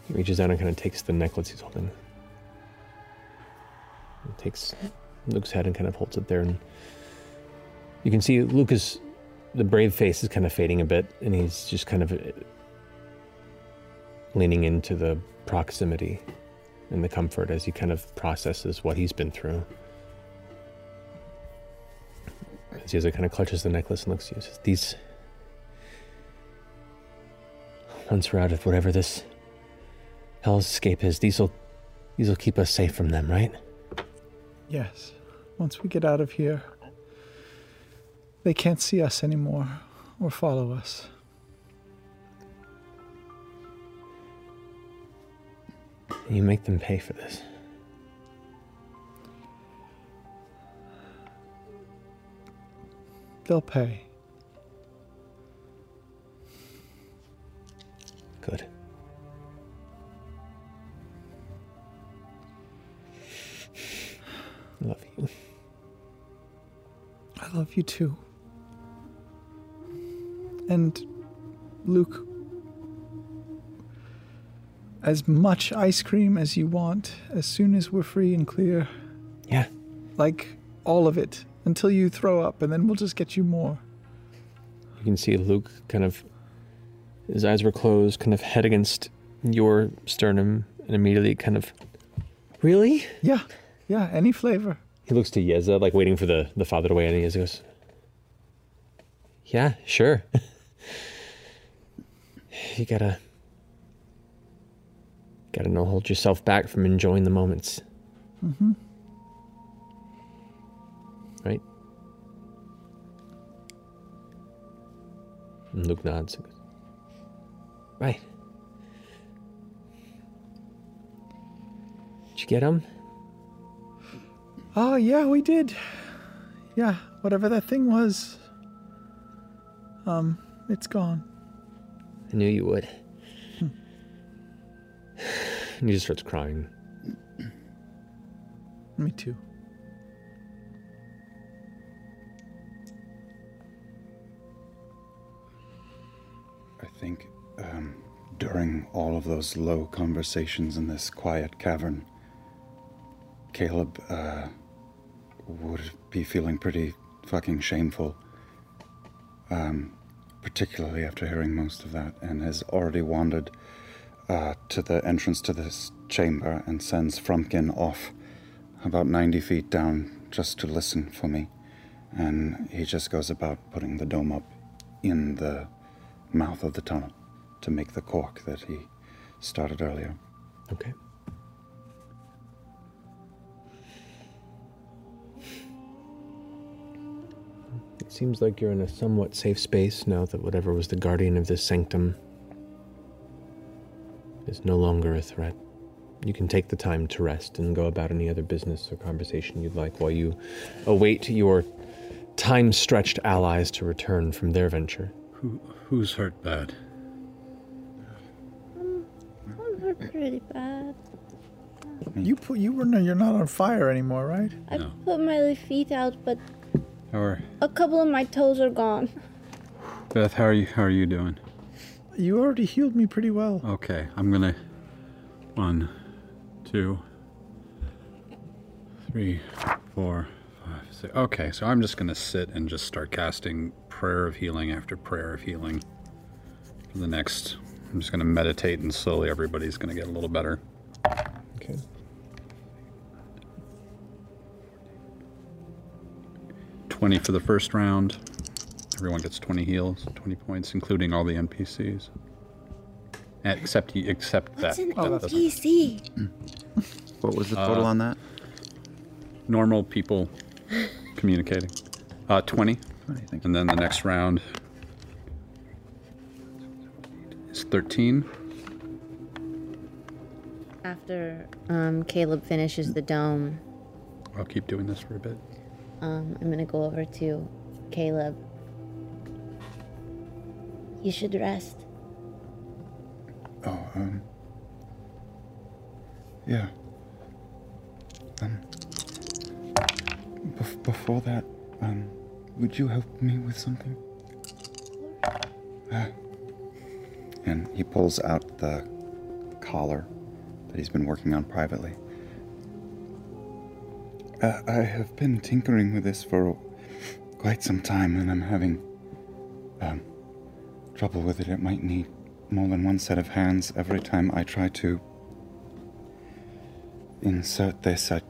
He reaches out and kind of takes the necklace he's holding. He takes Luke's head and kind of holds it there, and you can see Luke is the brave face is kind of fading a bit, and he's just kind of uh, leaning into the proximity and the comfort as he kind of processes what he's been through. As he kind of clutches the necklace and looks at you, says, "These once we're out of whatever this hell's escape is, these'll these'll keep us safe from them, right?" Yes. Once we get out of here, they can't see us anymore or follow us. You make them pay for this. They'll pay. Good. Love you. I love you too. And Luke, as much ice cream as you want, as soon as we're free and clear. Yeah. Like all of it until you throw up, and then we'll just get you more. You can see Luke kind of, his eyes were closed, kind of head against your sternum, and immediately kind of, really? Yeah, yeah, any flavor. He looks to Yeza, like waiting for the, the father to weigh in, and Yeza goes, Yeah, sure. you gotta, gotta know, hold yourself back from enjoying the moments, Mm-hmm. right? And Luke nods and goes, Right. Did you get him? Oh, yeah, we did. Yeah, whatever that thing was. Um, it's gone. I knew you would. And he just starts crying. Me too. I think um, during all of those low conversations in this quiet cavern, Caleb uh, would be feeling pretty fucking shameful. Um, particularly after hearing most of that, and has already wandered uh, to the entrance to this chamber and sends Frumpkin off about 90 feet down just to listen for me. And he just goes about putting the dome up in the mouth of the tunnel to make the cork that he started earlier. Okay. It seems like you're in a somewhat safe space now that whatever was the guardian of this sanctum is no longer a threat. You can take the time to rest and go about any other business or conversation you'd like while you await your time stretched allies to return from their venture. Who, who's hurt bad? I'm were pretty bad. You put you were no, you're not on fire anymore, right? I put my feet out, but Or a couple of my toes are gone. Beth, how are you? How are you doing? You already healed me pretty well. Okay, I'm gonna. One, two, three, four, five, six. Okay, so I'm just gonna sit and just start casting prayer of healing after prayer of healing for the next. I'm just gonna meditate, and slowly everybody's gonna get a little better. Okay. Twenty for the first round. Everyone gets twenty heals, twenty points, including all the NPCs. Except you, except What's that. an Oh, that doesn't- NPC? What was the total on that? Uh, Normal people communicating. Uh, 20. And then the next round is 13. After um, Caleb finishes the dome, I'll keep doing this for a bit. um, I'm gonna go over to Caleb. You should rest. Oh, um. Yeah. Um. Bef- before that, um, would you help me with something? Ah. And he pulls out the collar that he's been working on privately. Uh, I have been tinkering with this for quite some time, and I'm having um, trouble with it. It might need more than one set of hands every time I try to insert this. I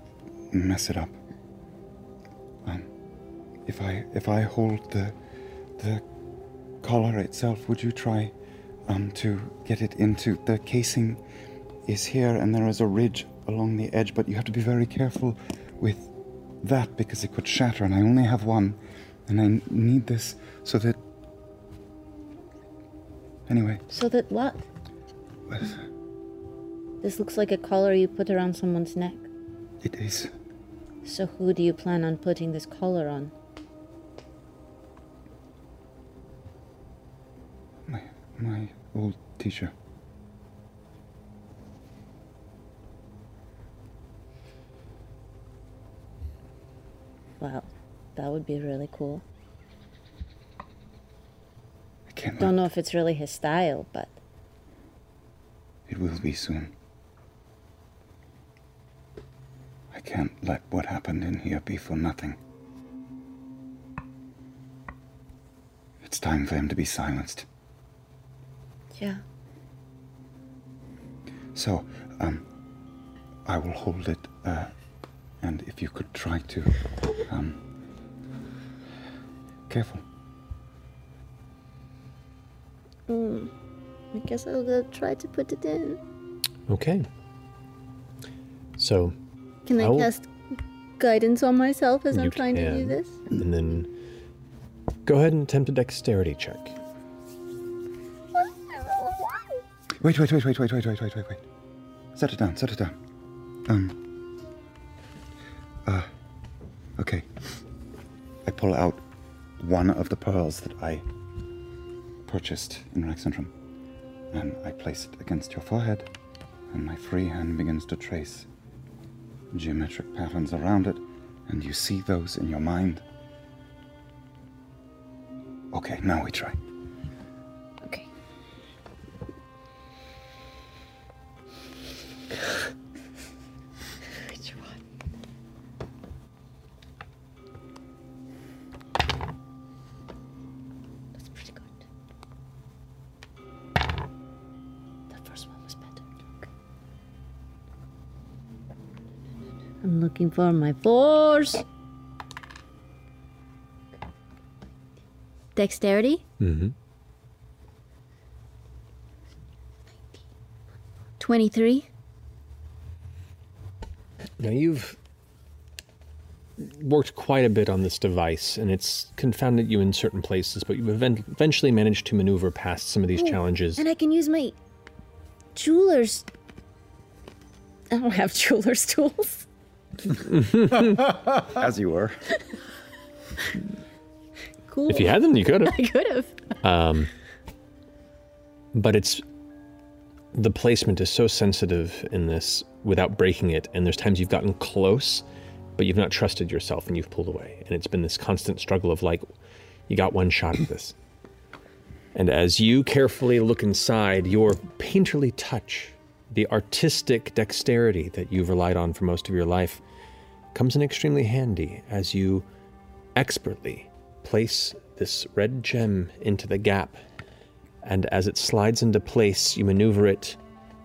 mess it up. Um, if I if I hold the the collar itself, would you try um, to get it into the casing? Is here, and there is a ridge along the edge, but you have to be very careful with that because it could shatter, and I only have one, and I n- need this so that. Anyway, So that what? This looks like a collar you put around someone's neck. it is. So who do you plan on putting this collar on? My, my old teacher. Wow, that would be really cool. I can't. Don't know if it's really his style, but It will be soon. I can't let what happened in here be for nothing. It's time for him to be silenced. yeah. So, um, I will hold it, uh, and if you could try to, um, careful. Mm. I guess I'll go try to put it in. Okay. So, Can I will- cast guidance on myself as You I'm trying to do can. this? and then go ahead and attempt a dexterity check. Wait, wait, wait, wait, wait, wait, wait, wait, wait, wait. Set it down, set it down. Um. Uh. Okay. I pull out one of the pearls that I purchased in Rexentrum, and I place it against your forehead, and my free hand begins to trace geometric patterns around it, and you see those in your mind. Okay, now we try. Which one? That's pretty good. The first one was better. I'm looking for my force. Dexterity? Mm-hmm. 23. Now you've worked quite a bit on this device, and it's confounded you in certain places, but you've even- eventually managed to maneuver past some of these Ooh, challenges. Oh, And I can use my jeweler's. I don't have jeweler's tools. As you were. Cool. If you Um, had them, you could've. I could have. Um, but it's the placement is so sensitive in this without breaking it, and there's times you've gotten close, but you've not trusted yourself and you've pulled away. And it's been this constant struggle of like, you got one shot at this. And as you carefully look inside, your painterly touch, the artistic dexterity that you've relied on for most of your life, comes in extremely handy as you expertly place this red gem into the gap. And as it slides into place, you maneuver it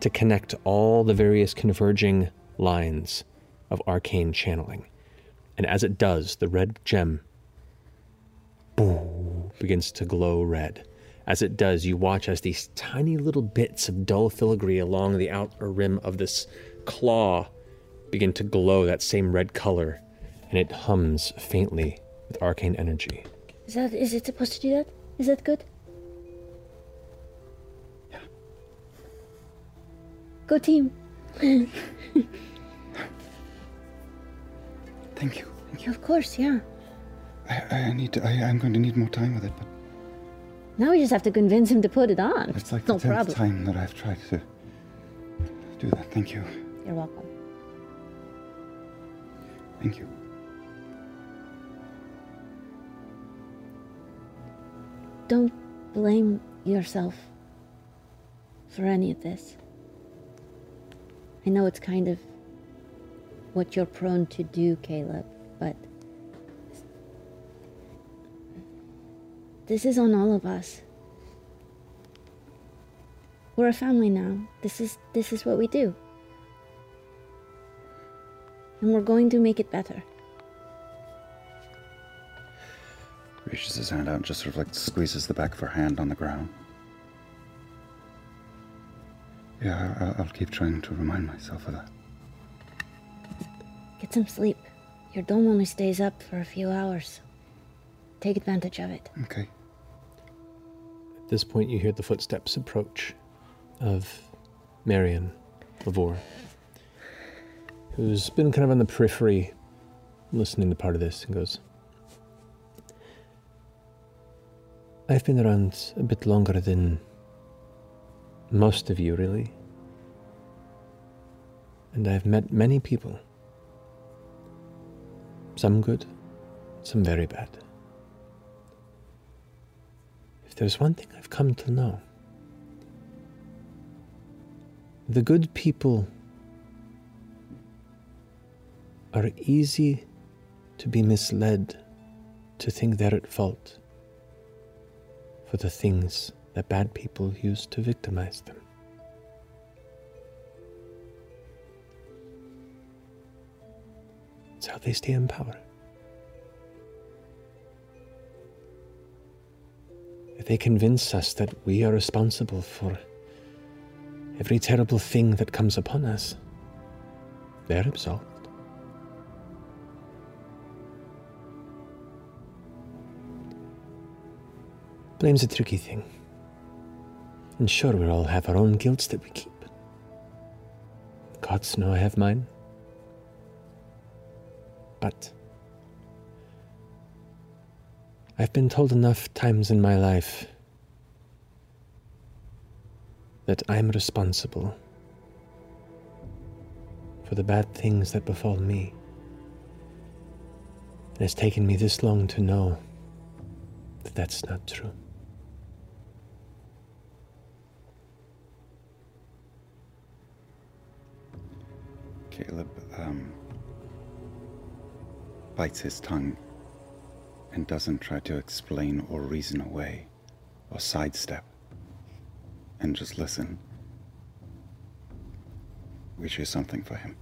to connect all the various converging lines of arcane channeling. And as it does, the red gem boom, begins to glow red. As it does, you watch as these tiny little bits of dull filigree along the outer rim of this claw begin to glow that same red color, and it hums faintly with arcane energy. Is that is it supposed to do that? Is that good? Go team. Thank you. of course, yeah. I, I I need to, I, I'm going to need more time with it, but Now we just have to convince him to put it on. it's like no the tenth problem. time that I've tried to do that. Thank you. You're welcome. Thank you. Don't blame yourself for any of this. I know it's kind of what you're prone to do, Caleb, but this is on all of us. We're a family now. This is this is what we do. And we're going to make it better. Reaches his hand out and just sort of like squeezes the back of her hand on the ground. Yeah, I- I'll, I'll keep trying to remind myself of that. Get some sleep. Your dome only stays up for a few hours. Take advantage of it. Okay. At this point, you hear the footsteps approach of Marion Lavore, who's been kind of on the periphery listening to part of this and goes, I've been around a bit longer than most of you, really. And I've met many people. Some good, some very bad. If there's one thing I've come to know, the good people are easy to be misled to think they're at fault for the things that bad people use to victimize them. It's how they stay in power. They convince us that we are responsible for every terrible thing that comes upon us. They're absolved. Blame's a tricky thing. And sure, we all have our own guilts that we keep. Gods know I have mine. But I've been told enough times in my life that I'm responsible for the bad things that befall me. It has taken me this long to know that that's not true. Caleb um, bites his tongue and doesn't try to explain or reason away or sidestep and just listen, which is something for him.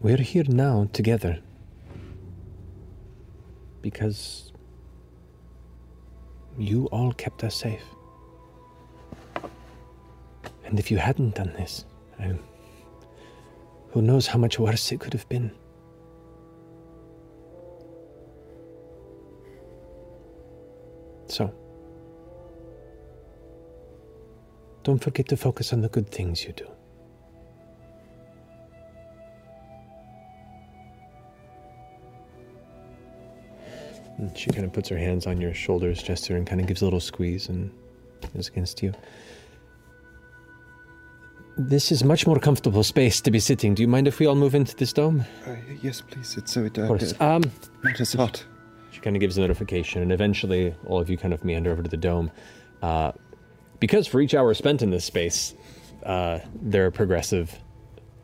We're here now together because you all kept us safe. And if you hadn't done this, I, who knows how much worse it could have been. So, don't forget to focus on the good things you do. And she kind of puts her hands on your shoulders, Jester, and kind of gives a little squeeze and is against you. This is much more comfortable space to be sitting. Do you mind if we all move into this dome? Uh, yes, please. It's so it, Of uh, course. uh, Um, not as hot. She kind of gives a notification, and eventually all of you kind of meander over to the dome. Uh, because for each hour spent in this space, uh, there are progressive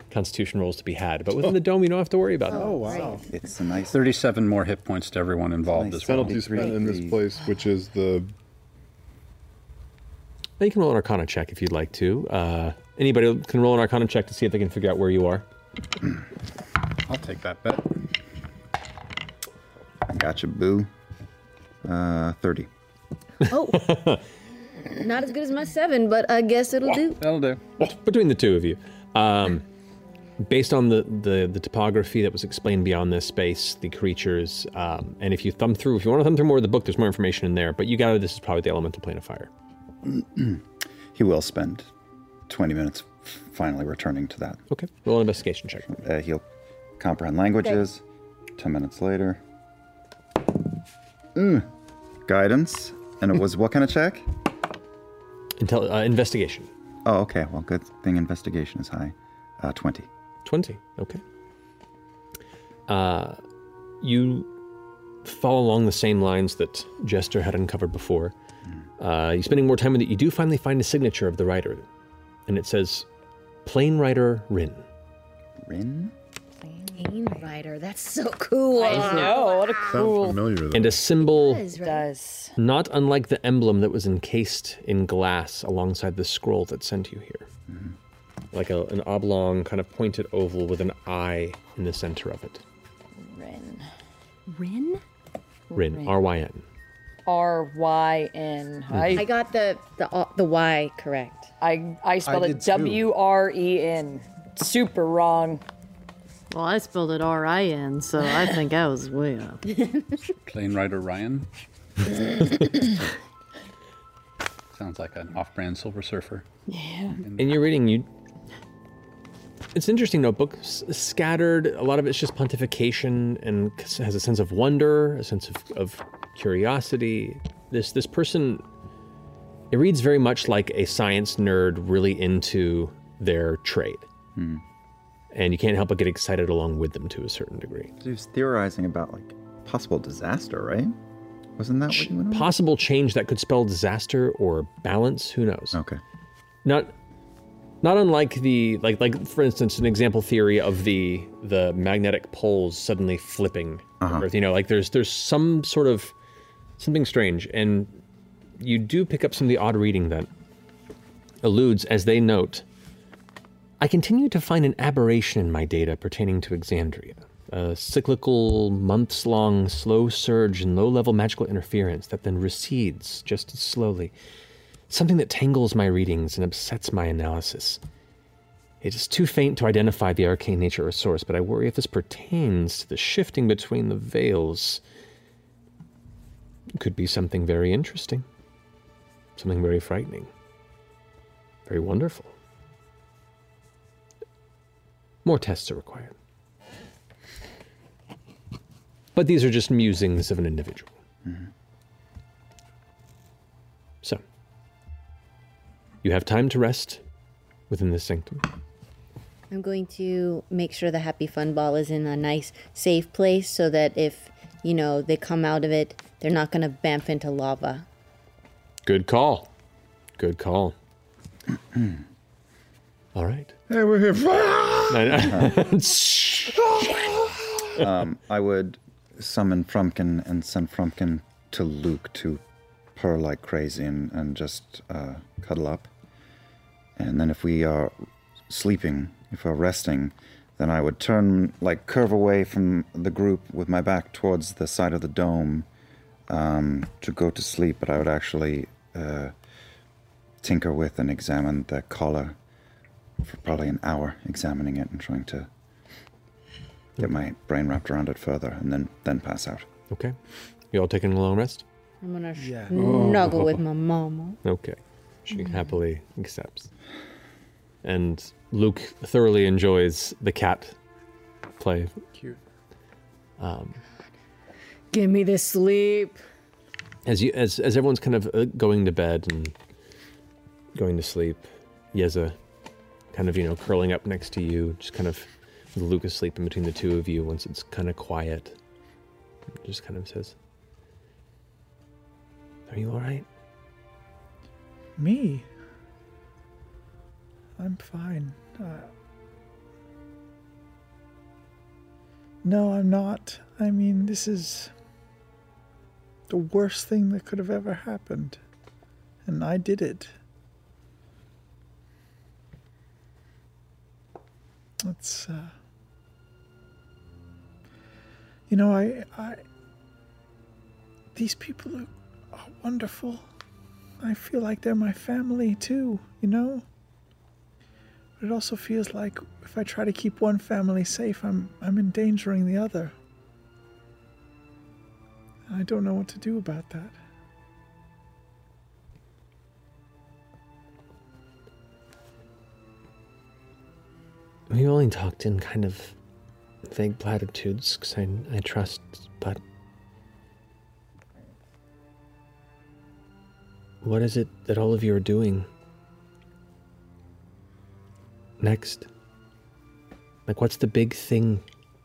constitution rolls to be had. But Oh. within the dome, you don't have to worry about that. Oh, wow. It's a nice 37 more hit points to everyone involved as well. Penalty spent in this place, which is the They can roll an Arcana check if you'd like to. Uh, anybody can roll an Arcana check to see if they can figure out where you are. I'll take that bet. I gotcha, boo. Uh, 30. Oh. Not as good as my seven, but I guess it'll do. That'll do. Between the two of you, um, based on the, the the topography that was explained beyond this space, the creatures, um, and if you thumb through, if you want to thumb through more of the book, there's more information in there. But you gather this is probably the elemental plane of fire. He will spend 20 minutes finally returning to that. Okay. Roll an investigation check. Uh, he'll comprehend languages. 10 minutes later. Mm. Guidance. And it was what kind of check? Intel- uh, investigation. Oh, okay. Well, good thing investigation is high. Uh, 20. 20. Okay. Uh, you follow along the same lines that Jester had uncovered before. Uh, you're spending more time with it. You do finally find the signature of the writer, and it says Plain Writer Rin. Rin? Plane rider. That's so cool. I know, what a cool- And a symbol Does, right? Does. not unlike the emblem that was encased in glass alongside the scroll that sent you here. Mm. Like a, an oblong, kind of pointed oval with an eye in the center of it. Rin. Rin? Rin, Rin. R Y N. R Y N. I got the the uh, the Y correct. I I spelled I it did too. W R E N. Super wrong. Well, I spelled it R I N, so I think I was way off. Plane Rider Ryan. Sounds like an off brand Silver Surfer. Yeah. And you're reading you. It's an interesting notebook, s- scattered. A lot of it's just pontification, and c- has a sense of wonder, a sense of, of curiosity. This this person, it reads very much like a science nerd, really into their trade, Hmm. and you can't help but get excited along with them to a certain degree. So he was theorizing about, like, possible disaster, right? Wasn't that what you went on? Possible change that could spell disaster or balance. Who knows? Okay. Not not unlike the like like for instance an example theory of the the magnetic poles suddenly flipping Uh-huh. Earth. You know, like there's there's some sort of something strange, and you do pick up some of the odd reading that alludes as they note. I continue to find an aberration in my data pertaining to Exandria, a cyclical, months long, slow surge in low level magical interference that then recedes just as slowly. Something that tangles my readings and upsets my analysis. It is too faint to identify the arcane nature or source, but I worry if this pertains to the shifting between the veils. It could be something very interesting, something very frightening, very wonderful. More tests are required. But these are just musings of an individual. So, you have time to rest within this sanctum. I'm going to make sure the happy fun ball is in a nice safe place so that if you know they come out of it, they're not gonna bamf into lava. Good call. Good call. All right. Hey, we're here. Ah! Uh-huh. um, I would summon Frumpkin and send Frumpkin to Luke to purr like crazy and, and just uh, cuddle up. And then if we are sleeping, if we're resting, then I would turn, like, curve away from the group with my back towards the side of the dome um, to go to sleep. But I would actually uh, tinker with and examine the collar for probably an hour, examining it and trying to get my brain wrapped around it further, and then then pass out. Okay. You all taking a long rest? I'm gonna sh- Yeah. snuggle with my mama. Okay. She Mm-hmm. happily accepts. And Luke thoroughly enjoys the cat play. Cute. Um, Give me the sleep. As you, as as everyone's kind of uh, going to bed and going to sleep, Yeza, kind of you know curling up next to you, just kind of with Lucas sleeping between the two of you. Once it's kind of quiet, just kind of says, "Are you all right?" Me? I'm fine. Uh, no, I'm not. I mean, this is the worst thing that could have ever happened. And I did it. It's, uh, you know, I, I, these people are, are wonderful. I feel like they're my family too, you know? But it also feels like if I try to keep one family safe, I'm I'm endangering the other. And I don't know what to do about that. We only talked in kind of vague platitudes because I, I trust, but. What is it that all of you are doing? Next? Like, what's the big thing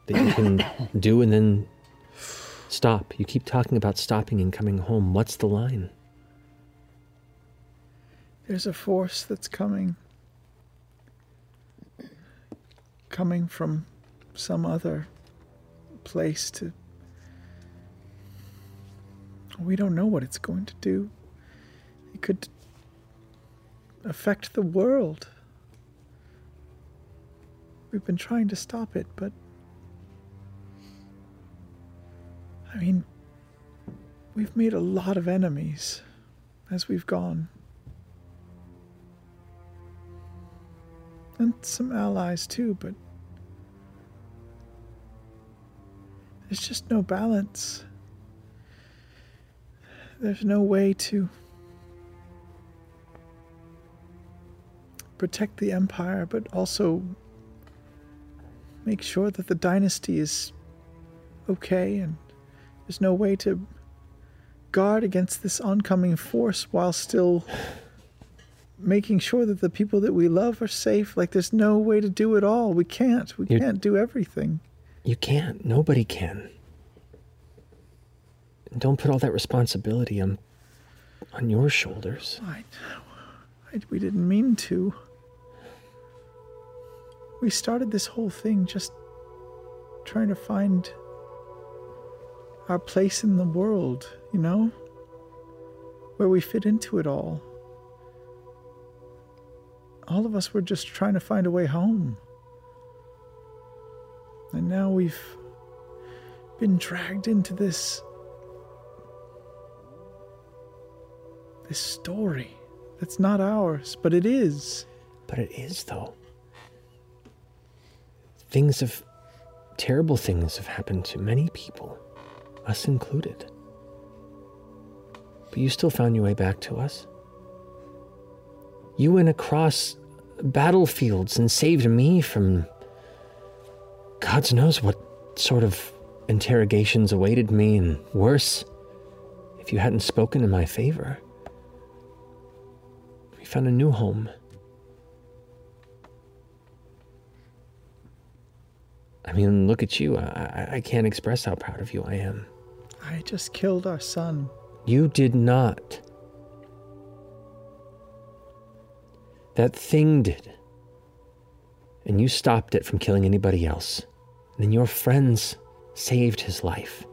that you can do and then stop? You keep talking about stopping and coming home. What's the line? There's a force that's coming. Coming from some other place to. We don't know what it's going to do. It could affect the world. We've been trying to stop it, but. I mean, we've made a lot of enemies as we've gone. And some allies too, but. There's just no balance. There's no way to protect the empire, but also make sure that the dynasty is okay and there's no way to guard against this oncoming force while still making sure that the people that we love are safe like there's no way to do it all we can't we You- can't do everything You can't. Nobody can. And don't put all that responsibility on on your shoulders. I know. I, we didn't mean to. We started this whole thing just trying to find our place in the world, you know? Where we fit into it all. All of us were just trying to find a way home. And now we've been dragged into this this story that's not ours, but it is. But it is, though. Things have terrible things have happened to many people, us included. But you still found your way back to us. You went across battlefields and saved me from God knows what sort of interrogations awaited me, and worse, if you hadn't spoken in my favor. We found a new home. I mean, look at you. I, I- I can't express how proud of you I am. I just killed our son. You did not. That thing did. And you stopped it from killing anybody else. And then your friends saved his life.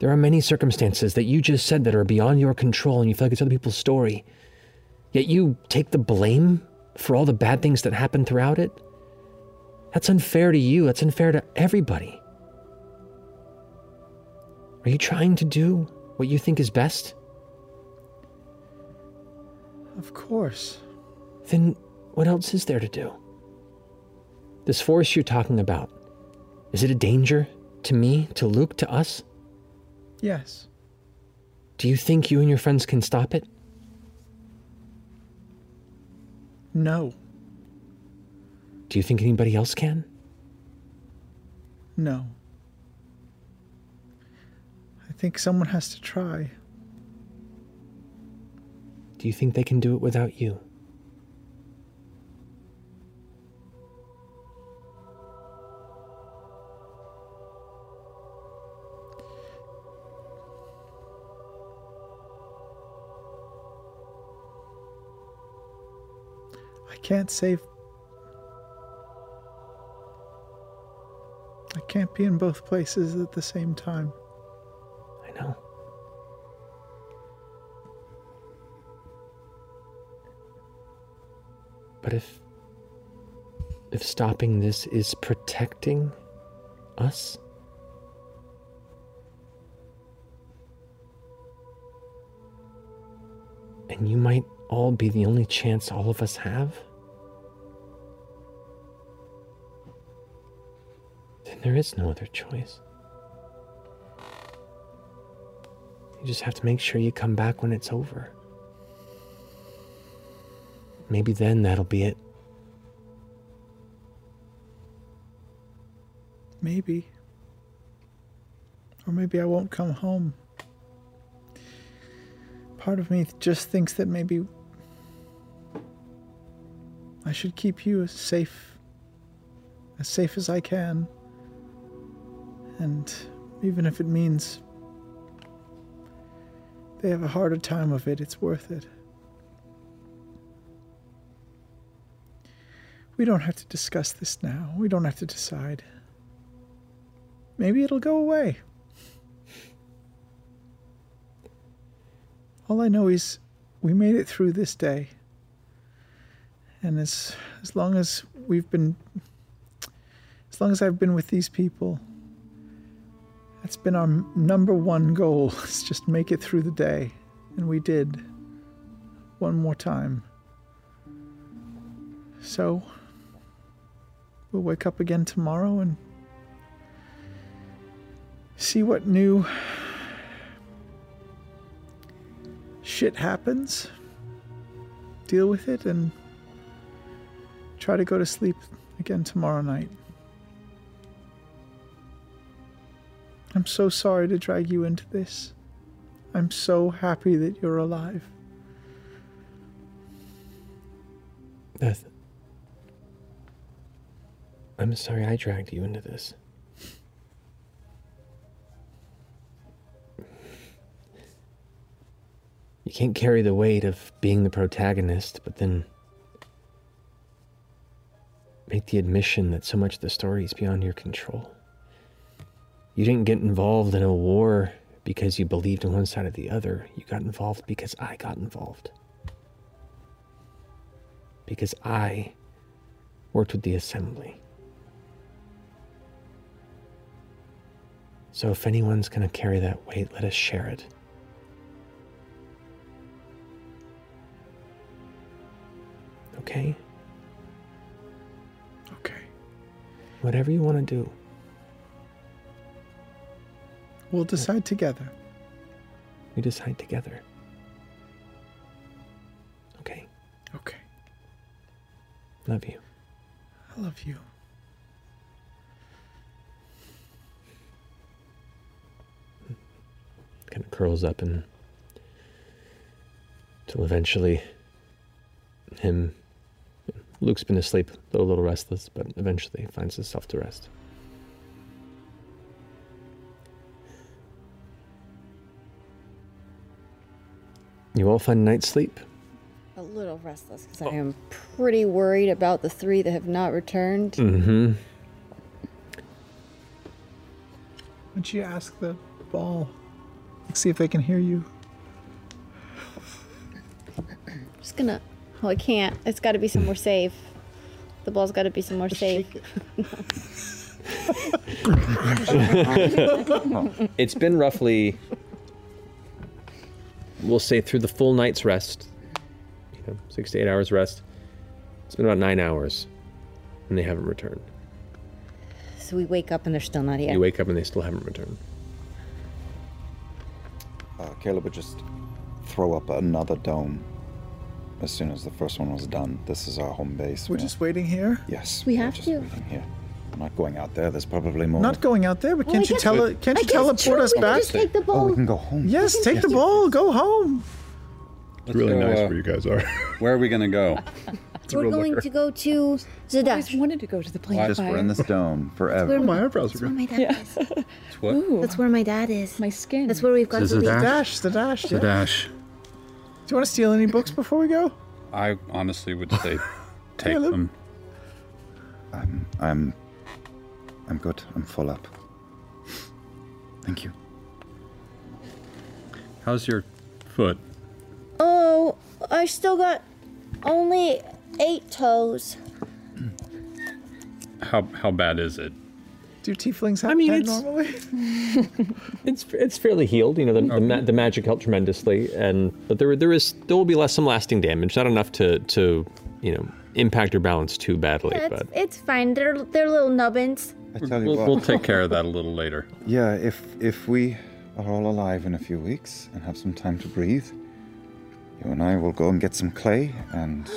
There are many circumstances that you just said that are beyond your control and you feel like it's other people's story. Yet you take the blame for all the bad things that happened throughout it? That's unfair to you. That's unfair to everybody. Are you trying to do what you think is best? Of course. Then what else is there to do? This force you're talking about, is it a danger to me, to Luke, to us? Yes. Do you think you and your friends can stop it? No. Do you think anybody else can? No. I think someone has to try. Do you think they can do it without you? I can't save. I can't be in both places at the same time. I know. But if if stopping this is protecting us, and you might all be the only chance all of us have, then there is no other choice. You just have to make sure you come back when it's over. Maybe then that'll be it. Maybe. Or maybe I won't come home. Part of me just thinks that maybe I should keep you as safe as safe as I can. And even if it means they have a harder time of it, it's worth it. We don't have to discuss this now. We don't have to decide. Maybe it'll go away. All I know is we made it through this day. And as as long as we've been as long as I've been with these people, that's been our number one goal, is just make it through the day. And we did. One more time. So we'll wake up again tomorrow and see what new shit happens, deal with it, and try to go to sleep again tomorrow night. I'm so sorry to drag you into this. I'm so happy that you're alive. Beth, I'm sorry I dragged you into this. You can't carry the weight of being the protagonist, but then make the admission that so much of the story is beyond your control. You didn't get involved in a war because you believed in one side or the other. You got involved because I got involved. Because I worked with the assembly. So if anyone's going to carry that weight, let us share it. Okay? Okay. Whatever you want to do. We'll decide together. We decide together. Okay. Okay. Love you. I love you. Kind of curls up and. Till eventually, him. Luke's been asleep, though a little restless, but eventually finds himself to rest. You all find night's sleep. A little restless Oh. because I am pretty worried about the three that have not returned. Mm-hmm. Would you ask the ball? See if they can hear you. just gonna. Oh, I can't. It's got to be somewhere safe. The ball's got to be somewhere safe. it's been roughly, We'll say through the full night's rest, you know, six to eight hours rest. It's been about nine hours, and they haven't returned. So we wake up and they're still not here. You wake up and they still haven't returned. Uh, Caleb would just throw up another dome as soon as the first one was done. This is our home base. We're just waiting here. Yes. We have just to. waiting here. I'm not going out there. There's probably more. Not going out there, but Well, can't I you guess- tell? I can't you guess teleport true, us we can back? just take the Oh, we ball. can go Mm. home. Yes, take the ball. Go home. That's really nice where you guys are. uh, where are we going to go? We're going to go to the dash. I always wanted to go to the Why just we're in this dome forever. where my eyebrows are going. What? That's where my dad is. My skin. That's where we've got There's to a be. dash. Dash the dash. The yeah. dash. Do you want to steal any books before we go? I honestly would say take Caleb? them. Um, I'm. I'm good. I'm full up. Thank you. How's your foot? Oh, I still got only eight toes. How how bad is it? Do tieflings have I mean, that it's- normally? It's it's fairly healed. You know, the, the, ma- the magic helped tremendously, and but there there is there will be less some lasting damage, not enough to to you know impact your balance too badly. It's, But it's fine. They're they're little nubbins. I tell you We'll- what. we'll take care of that a little later. Yeah, if if we are all alive in a few weeks and have some time to breathe, you and I will go and get some clay and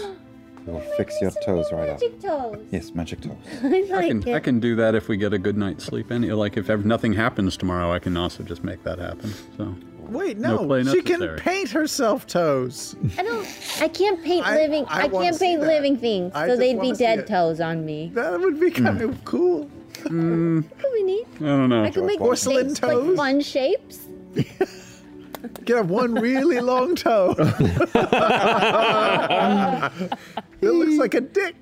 we'll fix your toes right up. Magic toes. Yes, magic toes. I like I can, it. I can do that if we get a good night's sleep. Any like if ever, nothing happens tomorrow, I can also just make that happen. So Wait, No no. play she can necessary. paint herself toes. I don't. I can't paint living. I I, wanna can't see paint that. living things, I so just they'd wanna be see dead it. toes on me. That would be kind Mm. of cool. Could be neat. I don't know. I could make porcelain shapes, toes. like fun shapes. Get one really long toe. it looks like a dick.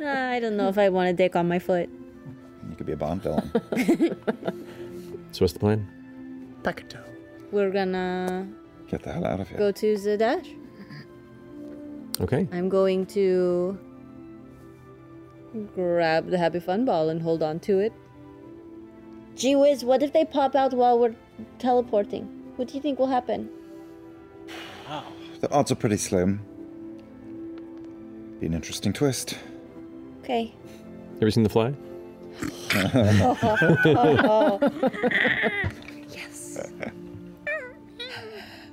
I don't know if I want a dick on my foot. You could be a bond villain. so what's the plan? We're gonna Get the hell out of here. go to the dash. Okay. I'm going to Grab the happy fun ball and hold on to it. Gee whiz, what if they pop out while we're teleporting? What do you think will happen? The odds are pretty slim. Be an interesting twist. Okay. Ever seen The Fly? Uh, yes.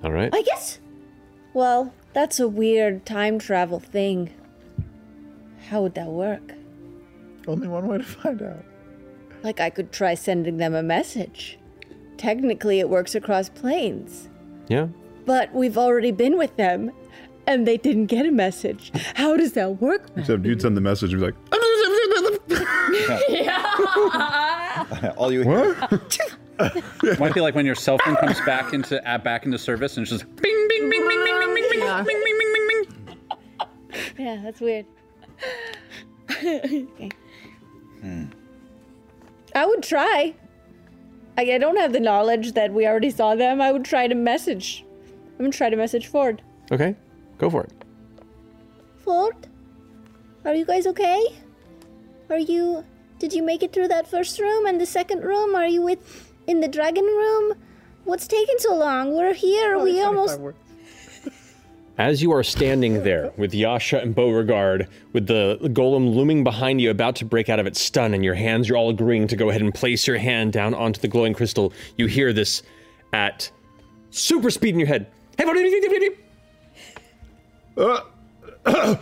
All right. I guess. Well, that's a weird time travel thing. How would that work? Only one way to find out. Like I could try sending them a message. Technically, it works across planes, Yeah. but we've already been with them, and they didn't get a message. How does that work? Except you'd send the message and be like, All you hear. Might be like when your cell phone comes back into uh, back into service and it's just bing bing bing bing bing bing bing bing bing bing bing bing bing. Yeah, that's weird. okay. Hmm. I would try. I, I don't have the knowledge that we already saw them. I would try to message. I'm gonna try to message Ford. Okay. Go for it. Fort, are you guys okay? Are you. Did you make it through that first room and the second room? Are you with. in the dragon room? What's taking so long? We're here. we almost. As you are standing there with Yasha and Beauregard, with the golem looming behind you, about to break out of its stun, and your hands, you're all agreeing to go ahead and place your hand down onto the glowing crystal, you hear this at super speed in your head. Hey, what do you think? Uh, uh,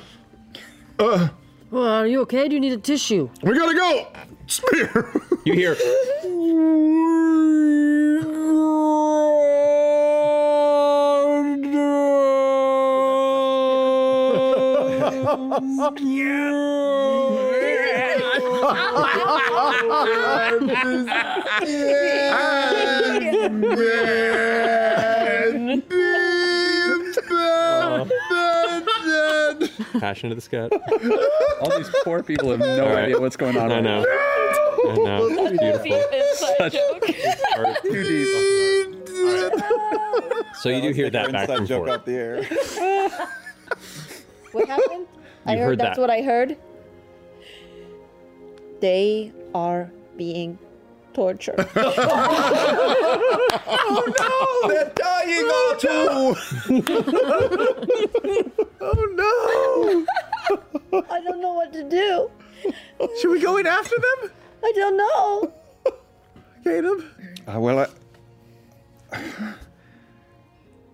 uh, Well, are you okay? Do you need a tissue? We gotta go! You hear. Passion to the scut. All these poor people have no All right. idea what's going on. I right know. now. I uh, know. Beautiful. Such too deep. So you do hear that back and forth. What happened? I You heard, heard that's that. what I heard. They are being tortured. oh no! They're dying oh, no! oh no! I don't know what to do. Should we go in after them? I don't know. Caleb? Uh, well, I,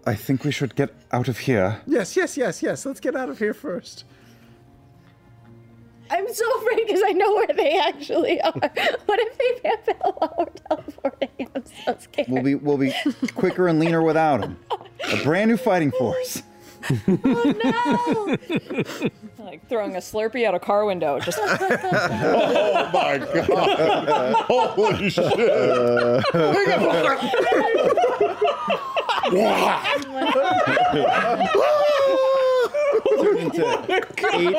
I think we should get out of here. Yes, yes, yes, yes. Let's get out of here first. I'm so afraid because I know where they actually are. what if they fell out teleporting? I'm so scared. We'll be we'll be quicker and leaner without him. A brand new fighting force. like throwing a Slurpee out a car window. Just Oh my god! Holy shit! Turned into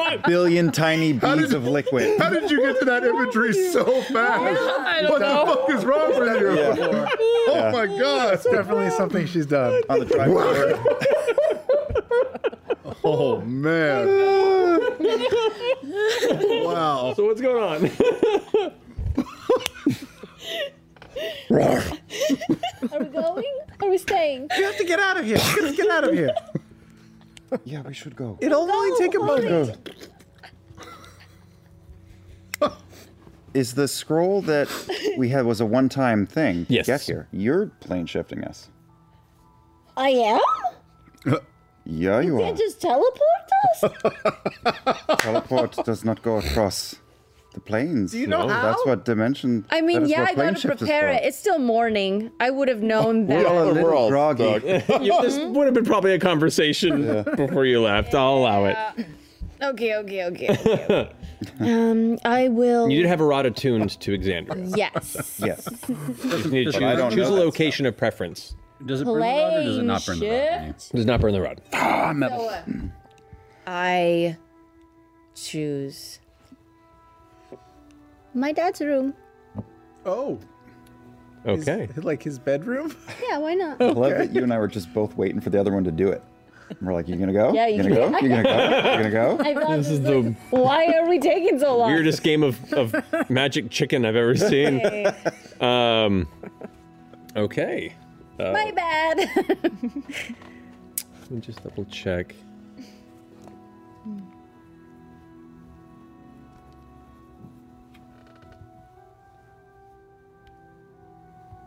eight billion tiny beads of liquid. How did you get to that imagery so fast? I don't what know. the fuck is wrong with you? Yeah. Oh Yeah. my god! Definitely something she's done. On the tripod. oh man! Wow. So what's going on? Are we going? Are we staying? You have to get out of here. Let's get out of here. Yeah, we should go. It'll only take a moment. Is the scroll that we had was a one-time thing? Yes. Get here. You're plane shifting us. I am? Yeah, you are. Can't just teleport us? Teleport does not go across the planes. Do you know No. how? That's what dimension. I mean, that is yeah, what I plane gotta shift is prepare for. it. It's still morning. I would have known that. groggy. this would have been probably a conversation before you left. I'll allow it. Uh, Okay, okay, okay. um, I will. You did have Errata tuned to Xandria. Yes. Yes. You need to But I don't choose, choose a know that location of preference. Does it burn the rod or does it not burn the rod, Plane It does not burn the rod. Ah, metal. So, uh, I choose. My dad's room. Oh. Okay. Like his bedroom? Yeah, why not? I love that you and I were just both waiting for the other one to do it. And we're like, you gonna go? Yeah, you you gonna go? can- You gonna go? You gonna go? I thought This is the Why are we taking so long? weirdest game of, of magic chicken I've ever seen. Um, okay. Uh, My bad. let me just double check.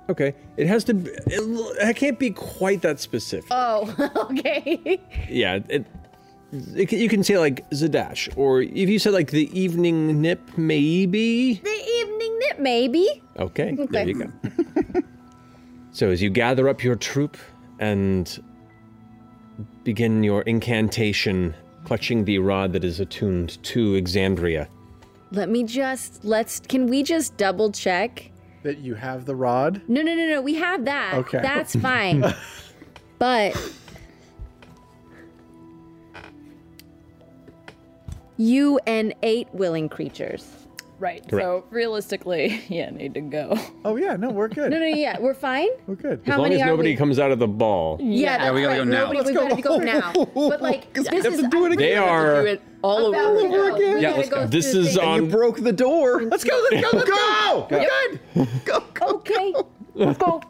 Okay, it has to. Be, it, it can't be quite that specific. oh, okay. Yeah, it, it, you can say like Zadash, or if you said like the evening nip, maybe. The evening nip, maybe. Okay, there Okay. you go. so as you gather up your troop and begin your incantation, clutching the rod that is attuned to Exandria. Let me just. Let's. Can we just double check? That you have the rod? No, no, no, no. We have that. Okay. That's fine. but you and eight willing creatures. right. Correct. So realistically, yeah, need to go. Oh yeah, no, we're good. No, no, yeah, we're fine. We're good. as long as nobody comes out of the ball. Yeah, that's right. Nobody, we gotta go now. But like, this have is to do it I- again. They are- all over, again. Yeah, let's go. This is thing. on- You broke the door. Let's go. Let's go. Let's go. Yep. We're good. Go. Go. Okay. Let's go.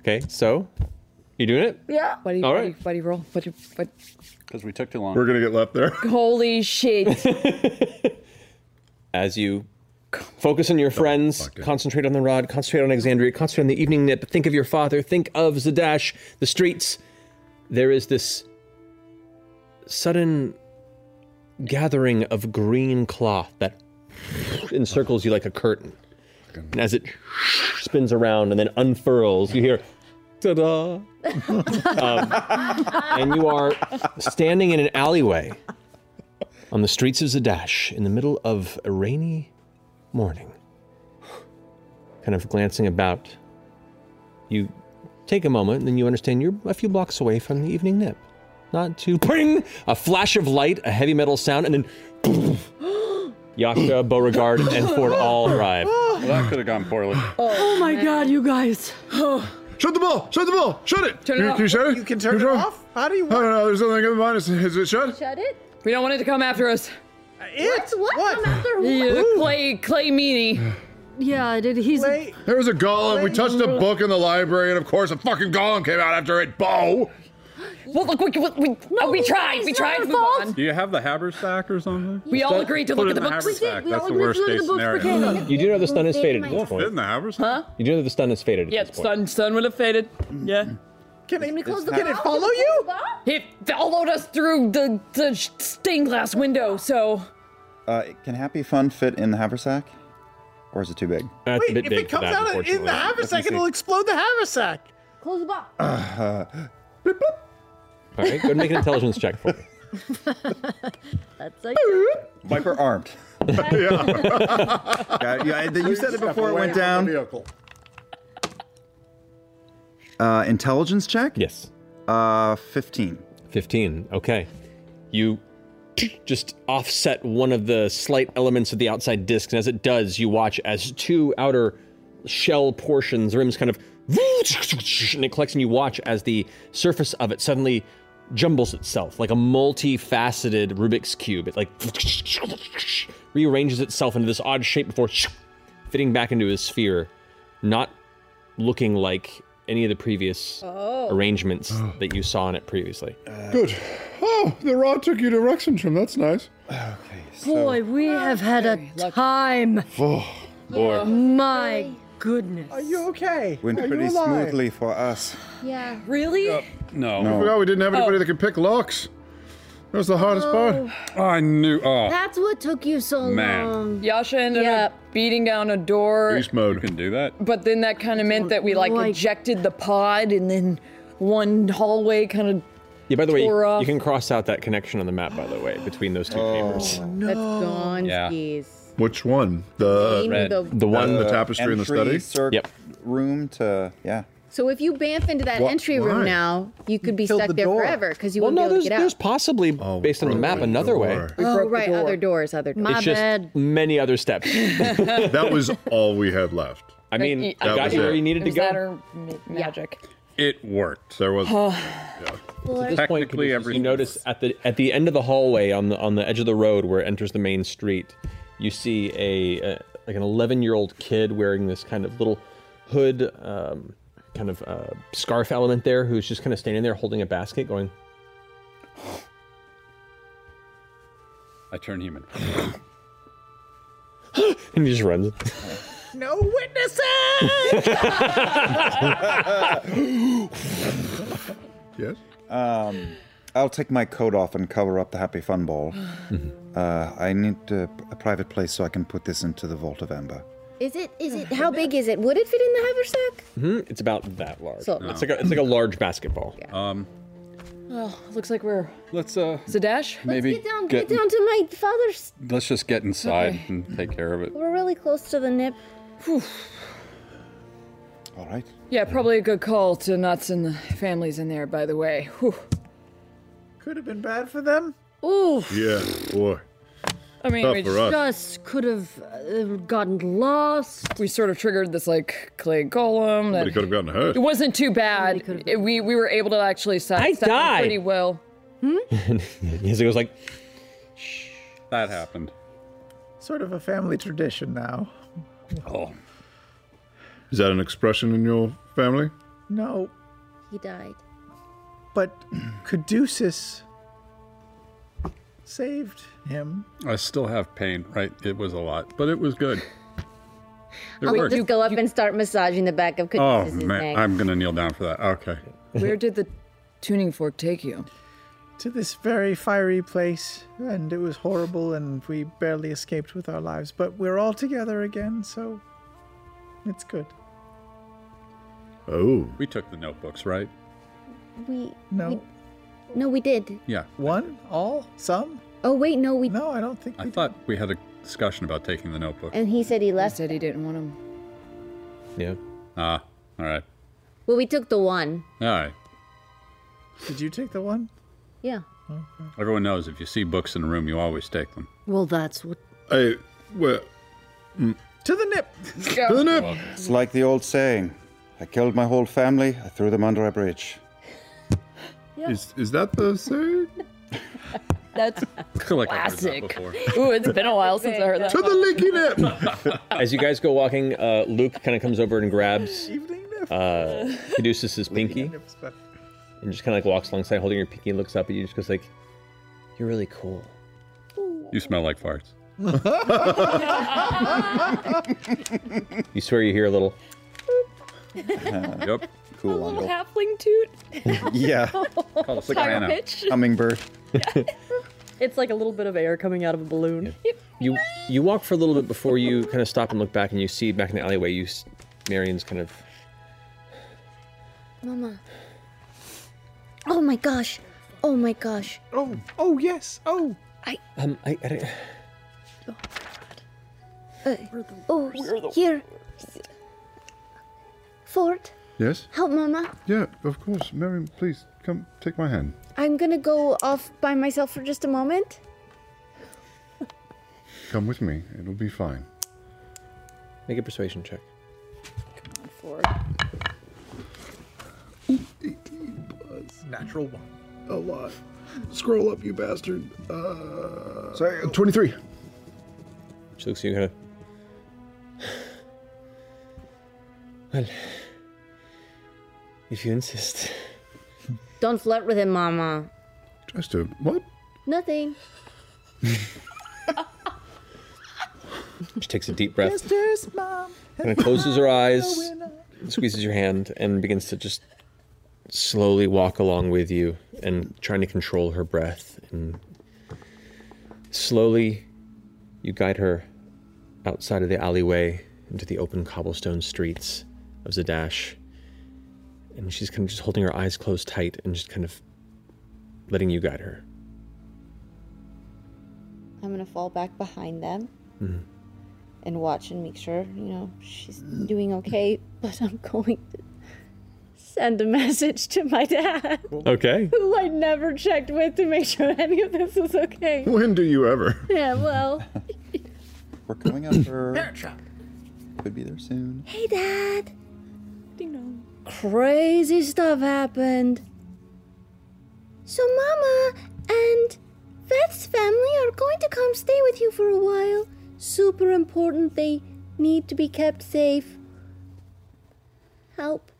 Okay, so you doing it? Yeah. What do you, All what do right. you- what do you roll? What do you, what? Because we took too long. We're gonna get left there. Holy shit. as you focus on your friends, concentrate on the rod, concentrate on Alexandria, concentrate on the evening nip, think of your father, think of Zadash, the streets. There is this sudden gathering of green cloth that encircles you like a curtain. And as it spins around and then unfurls, you hear ta da! and you are standing in an alleyway on the streets of Zadash in the middle of a rainy morning. Kind of glancing about, you take a moment and then you understand you're a few blocks away from the evening nip. Not too. Pring! A flash of light, a heavy metal sound, and then. Yasha, Beauregard, and Ford all arrive. Well, that could have gone poorly. Oh my god, you guys. Shut the ball! Shut the ball! Shut it! Turn it you, off. Can you shut it? You can turn it off? How do you? I don't know. There's nothing in the mind. Is is it shut? Shut it. We don't want it to come after us. It? What? Come after what? Clay, Clay Meany. Yeah, I did. He's. There was a golem. We touched a book in the library, and of course, a fucking golem came out after it. Bo! Well, look, we, we, we, oh, we tried. We tried. Move on. Do you have the haversack or something? We all agreed to Put it look at in the books. We did. haversack. We That's all the agreed to worst look at case the books for scenario. You do know the stun is faded at this Wolf point. in the haversack. Huh? You do know the stun is faded at Yeah, this point. stun, stun would have faded. Yeah. Mm-hmm. Can it, close the can it box? follow you? It followed us through the, the sh- stained glass window, so. Uh, can Happy Fun fit in the haversack? Or is it too big? That's Wait, if it comes out in the haversack, it'll explode the haversack. Close the box. Uh, All right, go ahead and make an intelligence check for me. That's like. Viper armed. yeah, yeah, you said it before it went down. Uh, intelligence check? Yes. Uh, 15. 15. Okay. You just offset one of the slight elements of the outside disc, and as it does, you watch as two outer shell portions, rims kind of, and it collects, and you watch as the surface of it suddenly jumbles itself like a multifaceted Rubik's Cube. It like rearranges itself into this odd shape before fitting back into a sphere, not looking like any of the previous Oh. arrangements that you saw in it previously. Good. Oh, the rod took you to Rexentrum. That's nice. Boy, we have had a time. Oh, Oh, My goodness. Are Um, you okay? Went pretty smoothly for us. Yeah. Really? No. I forgot we didn't Oh. have anybody that could pick locks. That was the hardest part. Oh. I knew. Oh. That's what took you so Man. long. Yasha ended up beating down a door, Beast mode. You can do that. but then that kind of meant that we like ejected the pod, and then one hallway kind of. Yeah, by the way, Tore you, off. you can cross out that connection on the map, by the way, between those two papers. Oh. That's gone. Yeah. skis. Which one? The Uh, Name of the- The one- the tapestry in the entry, study. circ- Yep. Room to, yeah. So if you bamf into that What- entry room why? now, you could be Killed stuck the there door. forever because you well, wouldn't no, be able there's, to get there's out. possibly, Oh, based on the map, another way. Oh, right, other doors, other doors. it's just many other steps. that was all we had left. I mean, you That got was you it. where you needed to go. magic. It worked. There was. Oh. So at this point, Caduceus, you notice at the at the end of the hallway on the on the edge of the road where it enters the main street, you see a, a like an 11 year old kid wearing this kind of little hood, um, kind of uh, scarf element there, who's just kind of standing there holding a basket, going, I turn human. and he just runs. No witnesses! Yes. Um, I'll take my coat off and cover up the happy fun ball. uh, I need a, a private place so I can put this into the vault of amber. Is it? Is it? How big is it? Would it fit in the haversack? hmm It's about that large. So- It's like a, it's like a large basketball. Um, Oh, looks like we're. Let's uh. Is it dash? Maybe Get down. get- Get down to my father's. Let's just get inside Okay. and take care of it. We're really close to the nip. All right. Yeah, probably a good call to not send the families in there. By the way, Whew. Could have been bad for them. Ooh, Yeah, boy. I mean, Tough we for just- us. just could have uh, gotten lost. we sort of triggered this like clay golem. Somebody That could have gotten hurt. It wasn't too bad. It- we we were able to actually stop I stop him died. pretty well. Yes, it goes like that happened. Sort of a family tradition now. Oh. Is that an expression in your family? No, He died. but Caduceus saved him. I still have pain. Right, it was a lot, but it was good. It Oh, I'll worked. just go up and start massaging the back of Oh Caduceus's man, neck. I'm gonna kneel down for that. Okay. Where did the tuning fork take you? To this very fiery place, and it was horrible, and we barely escaped with our lives. But we're all together again, so it's good. Oh. We took the notebooks, right? We no. no, we did. Yeah. One, all, some. Oh wait, no, we. No, I don't think. I thought we had a discussion about taking the notebook. And he said he left. said he didn't want him. Yeah. Ah, all right. Well, we took the one. All right. Did you take the one? Yeah. Everyone knows if you see books in a room, you always take them. Well, that's what. Hey, well, To the nip. to the nip. It's like the old saying I killed my whole family, I threw them under a bridge. Is, is that the saying? That's like classic. Ooh, it's been a while since I heard that. To the leaky nip. As you guys go walking, uh, Luke kind of comes over and grabs uh, Caduceus's pinky, and just kind of like walks alongside, holding your pinky, and looks up at you, just goes like, "You're really cool." You smell like farts. You swear you hear a little. yep. Uh, cool uncle. little halfling toot. yeah. Called a It's like higher Anna. pitch. Hummingbird. It's like a little bit of air coming out of a balloon. You you walk for a little bit before you kind of stop and look back, and you see back in the alleyway. You, s- Marion's kind of Mama. Oh my gosh. Oh my gosh. Oh, oh yes. Oh. I um I, I don't- uh, oh here. Fort, Yes? help Mama. Yeah, of course. Marion, please come take my hand. I'm gonna go off by myself for just a moment. Come with me. It'll be fine. make a persuasion check. Forward. Natural one. A lot. Scroll up, you bastard. Uh, Sorry, 23. She looks at you kind of. Well, if you insist. Don't flirt with him, Mama. Just a what? Nothing. She takes a deep breath, Sisters, mom. kind of closes her eyes, squeezes your hand, and begins to just slowly walk along with you and trying to control her breath. And slowly, you guide her outside of the alleyway into the open cobblestone streets of Zadash. And she's kind of just holding her eyes closed tight and just kind of letting you guide her. I'm gonna fall back behind them Mhm. and watch and make sure, you know, she's doing okay, but I'm going to send a message to my dad. Okay. Who I never checked with to make sure any of this was okay. When do you ever? Yeah, well. We're coming up for. Could be there soon. Hey Dad. Ding dong. Crazy stuff happened. So Mama and Veth's family are going to come stay with you for a while. Super important. They need to be kept safe. Help.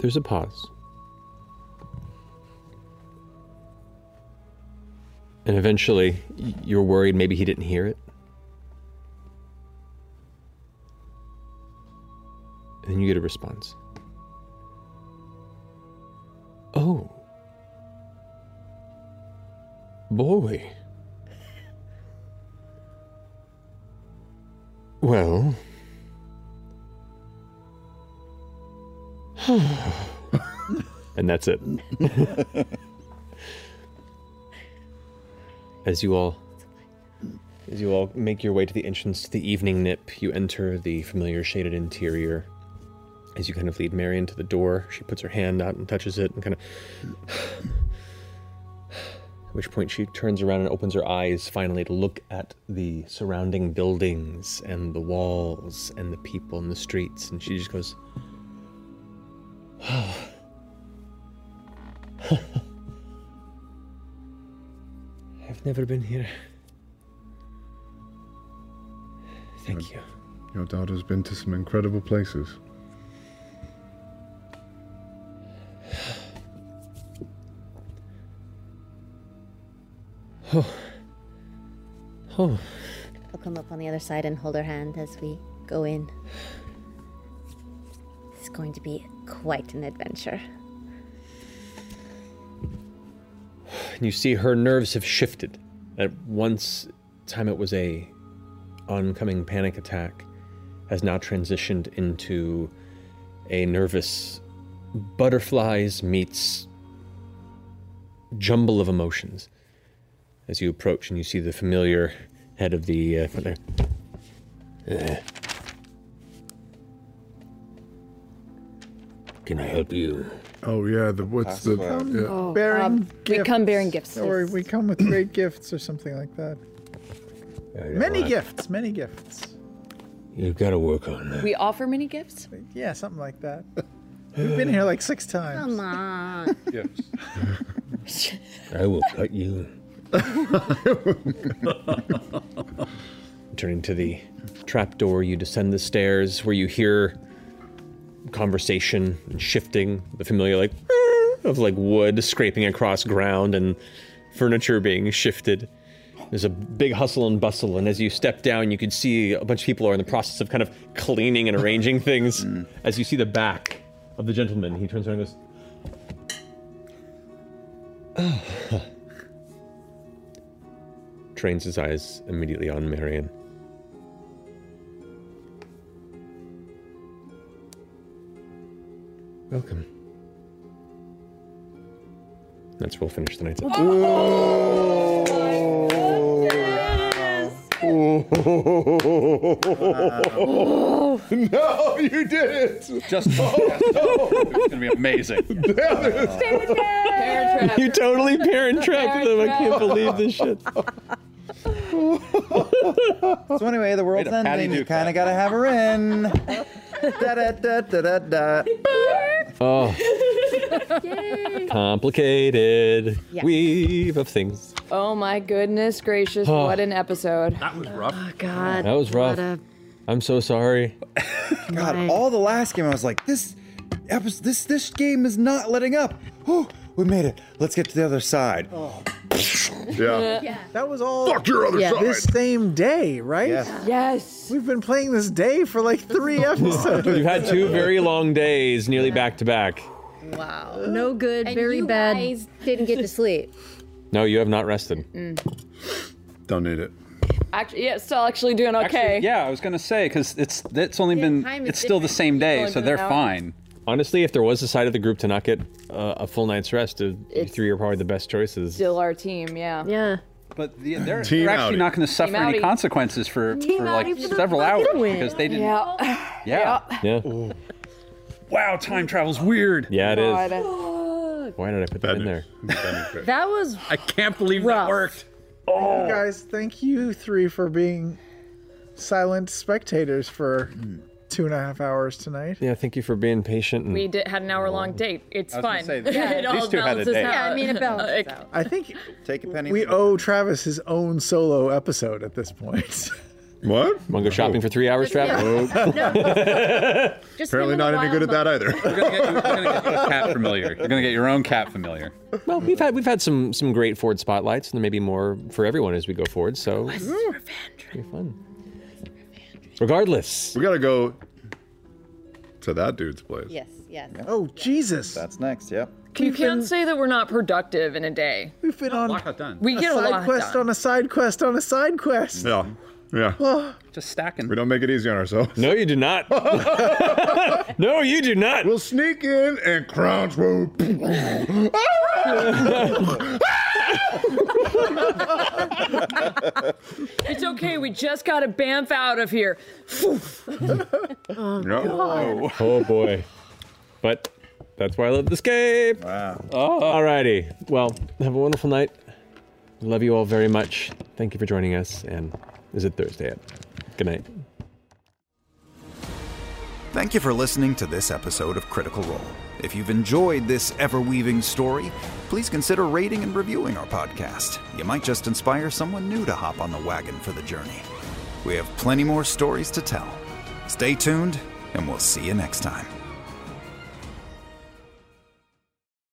There's a pause. And eventually, y- you're worried maybe he didn't hear it. And then you get a response. Oh. Boy. Well. and that's it. as you all as you all make your way to the entrance to the evening nip, you enter the familiar shaded interior. As you kind of lead Marion to the door, she puts her hand out and touches it and kind of at which point she turns around and opens her eyes finally to look at the surrounding buildings and the walls and the people in the streets and she just goes I've never been here. Thank you. Your daughter's been to some incredible places. Oh. Oh. I'll come up on the other side and hold her hand as we go in. It's going to be quite an adventure. and you see her nerves have shifted. At once time it was a oncoming panic attack has now transitioned into a nervous butterflies meets jumble of emotions. As you approach and you see the familiar head of the uh, front there. Eh. Can I help you? Oh yeah, the what's the Password. yeah. Oh, Bearing um, we gifts. come bearing gifts. Or we come with great gifts or something like that. Many gifts, many gifts. You've got to work on that. We offer many gifts? Yeah, something like that. We've been here like six times. Come on. Gifts. I will cut you. Turning to the trapdoor, you descend the stairs where you hear conversation and shifting, the familiar like "Eh," of like wood scraping across ground and furniture being shifted. There's a big hustle and bustle, and as you step down, you can see a bunch of people are in the process of kind of cleaning and arranging things. As you see the back of the gentleman, he turns around and goes, "Ah." Trains his eyes immediately on Marion. Welcome. That's where we'll finish tonight's episode. No, you Oh, did it. Just it's gonna be amazing. You totally parent trapped them. I can't believe this shit. so anyway, the world's Made a Patty ending. You Duke kind of gotta have her in. da da da da da da. Oh, complicated Yeah. weave of things. Oh my goodness gracious, Oh. what an episode. That was rough. Oh That god. was rough. I'm so sorry. God, all the last game I was like, this episode, this this game is not letting up. Oh, we made it. Let's get to the other side. Yeah. That was all. Fuck your other Yeah. side. This same day, right? Yes. yes. We've been playing this day for like three episodes. You've had two very long days, nearly back to back. Wow. No good, very bad. Guys didn't get to sleep. No, you have not rested. Mm. Don't need it. Actually, yeah, still actually doing okay. Actually, yeah, I was gonna say because it's it's only been time is it's still the different. same day, People so do they're that. fine. Honestly, if there was a side of the group to not get uh, a full night's rest, uh, you three are probably the best choices. Still our team, yeah. Yeah. But the, they're, Team they're actually outie. not going to suffer Team any outie. consequences for, Team for like outie for the several fucking hours win. because they didn't. Yeah. Yeah. Yeah. Wow, time travel's weird. Yeah, it is. God. Why did I put that, in there? That was I can't believe that worked. Oh. You guys, thank you three for being silent spectators for two and a half hours tonight. Yeah, thank you for being patient. And We did, had an hour long date. It's I was fun. gonna say, Yeah. it these all two had a balances date. out. Yeah, I mean, it balances Like, I think take a penny. we owe Travis his own solo episode at this point. What? Want to go shopping for three hours, Travis? Just Apparently not any good at that either. Cat familiar. You're going to get your own cat familiar. Well, we've had we've had some some great Ford spotlights, and there may be more for everyone as we go forward. So, Be fun. regardless, we gotta go to that dude's place. Yes, yes. Oh Jesus. That's next. Yep. you can't say that we're not productive in a day. We've been on We a get a side lot quest done. on a side quest on a side quest. Oh. Yeah. Yeah. Just stacking. We don't make it easy on ourselves. No, you do not. no, you do not. We'll sneak in and crouch. Whoa. It's okay. We just got to bamf out of here. oh, God. oh boy, but that's why I love this game. Wow. Alrighty. Well, have a wonderful night. Love you all very much. Thank you for joining us. And is it Thursday yet? Good night. Thank you for listening to this episode of Critical Role. If you've enjoyed this ever weaving story, please consider rating and reviewing our podcast. You might just inspire someone new to hop on the wagon for the journey. We have plenty more stories to tell. Stay tuned, and we'll see you next time.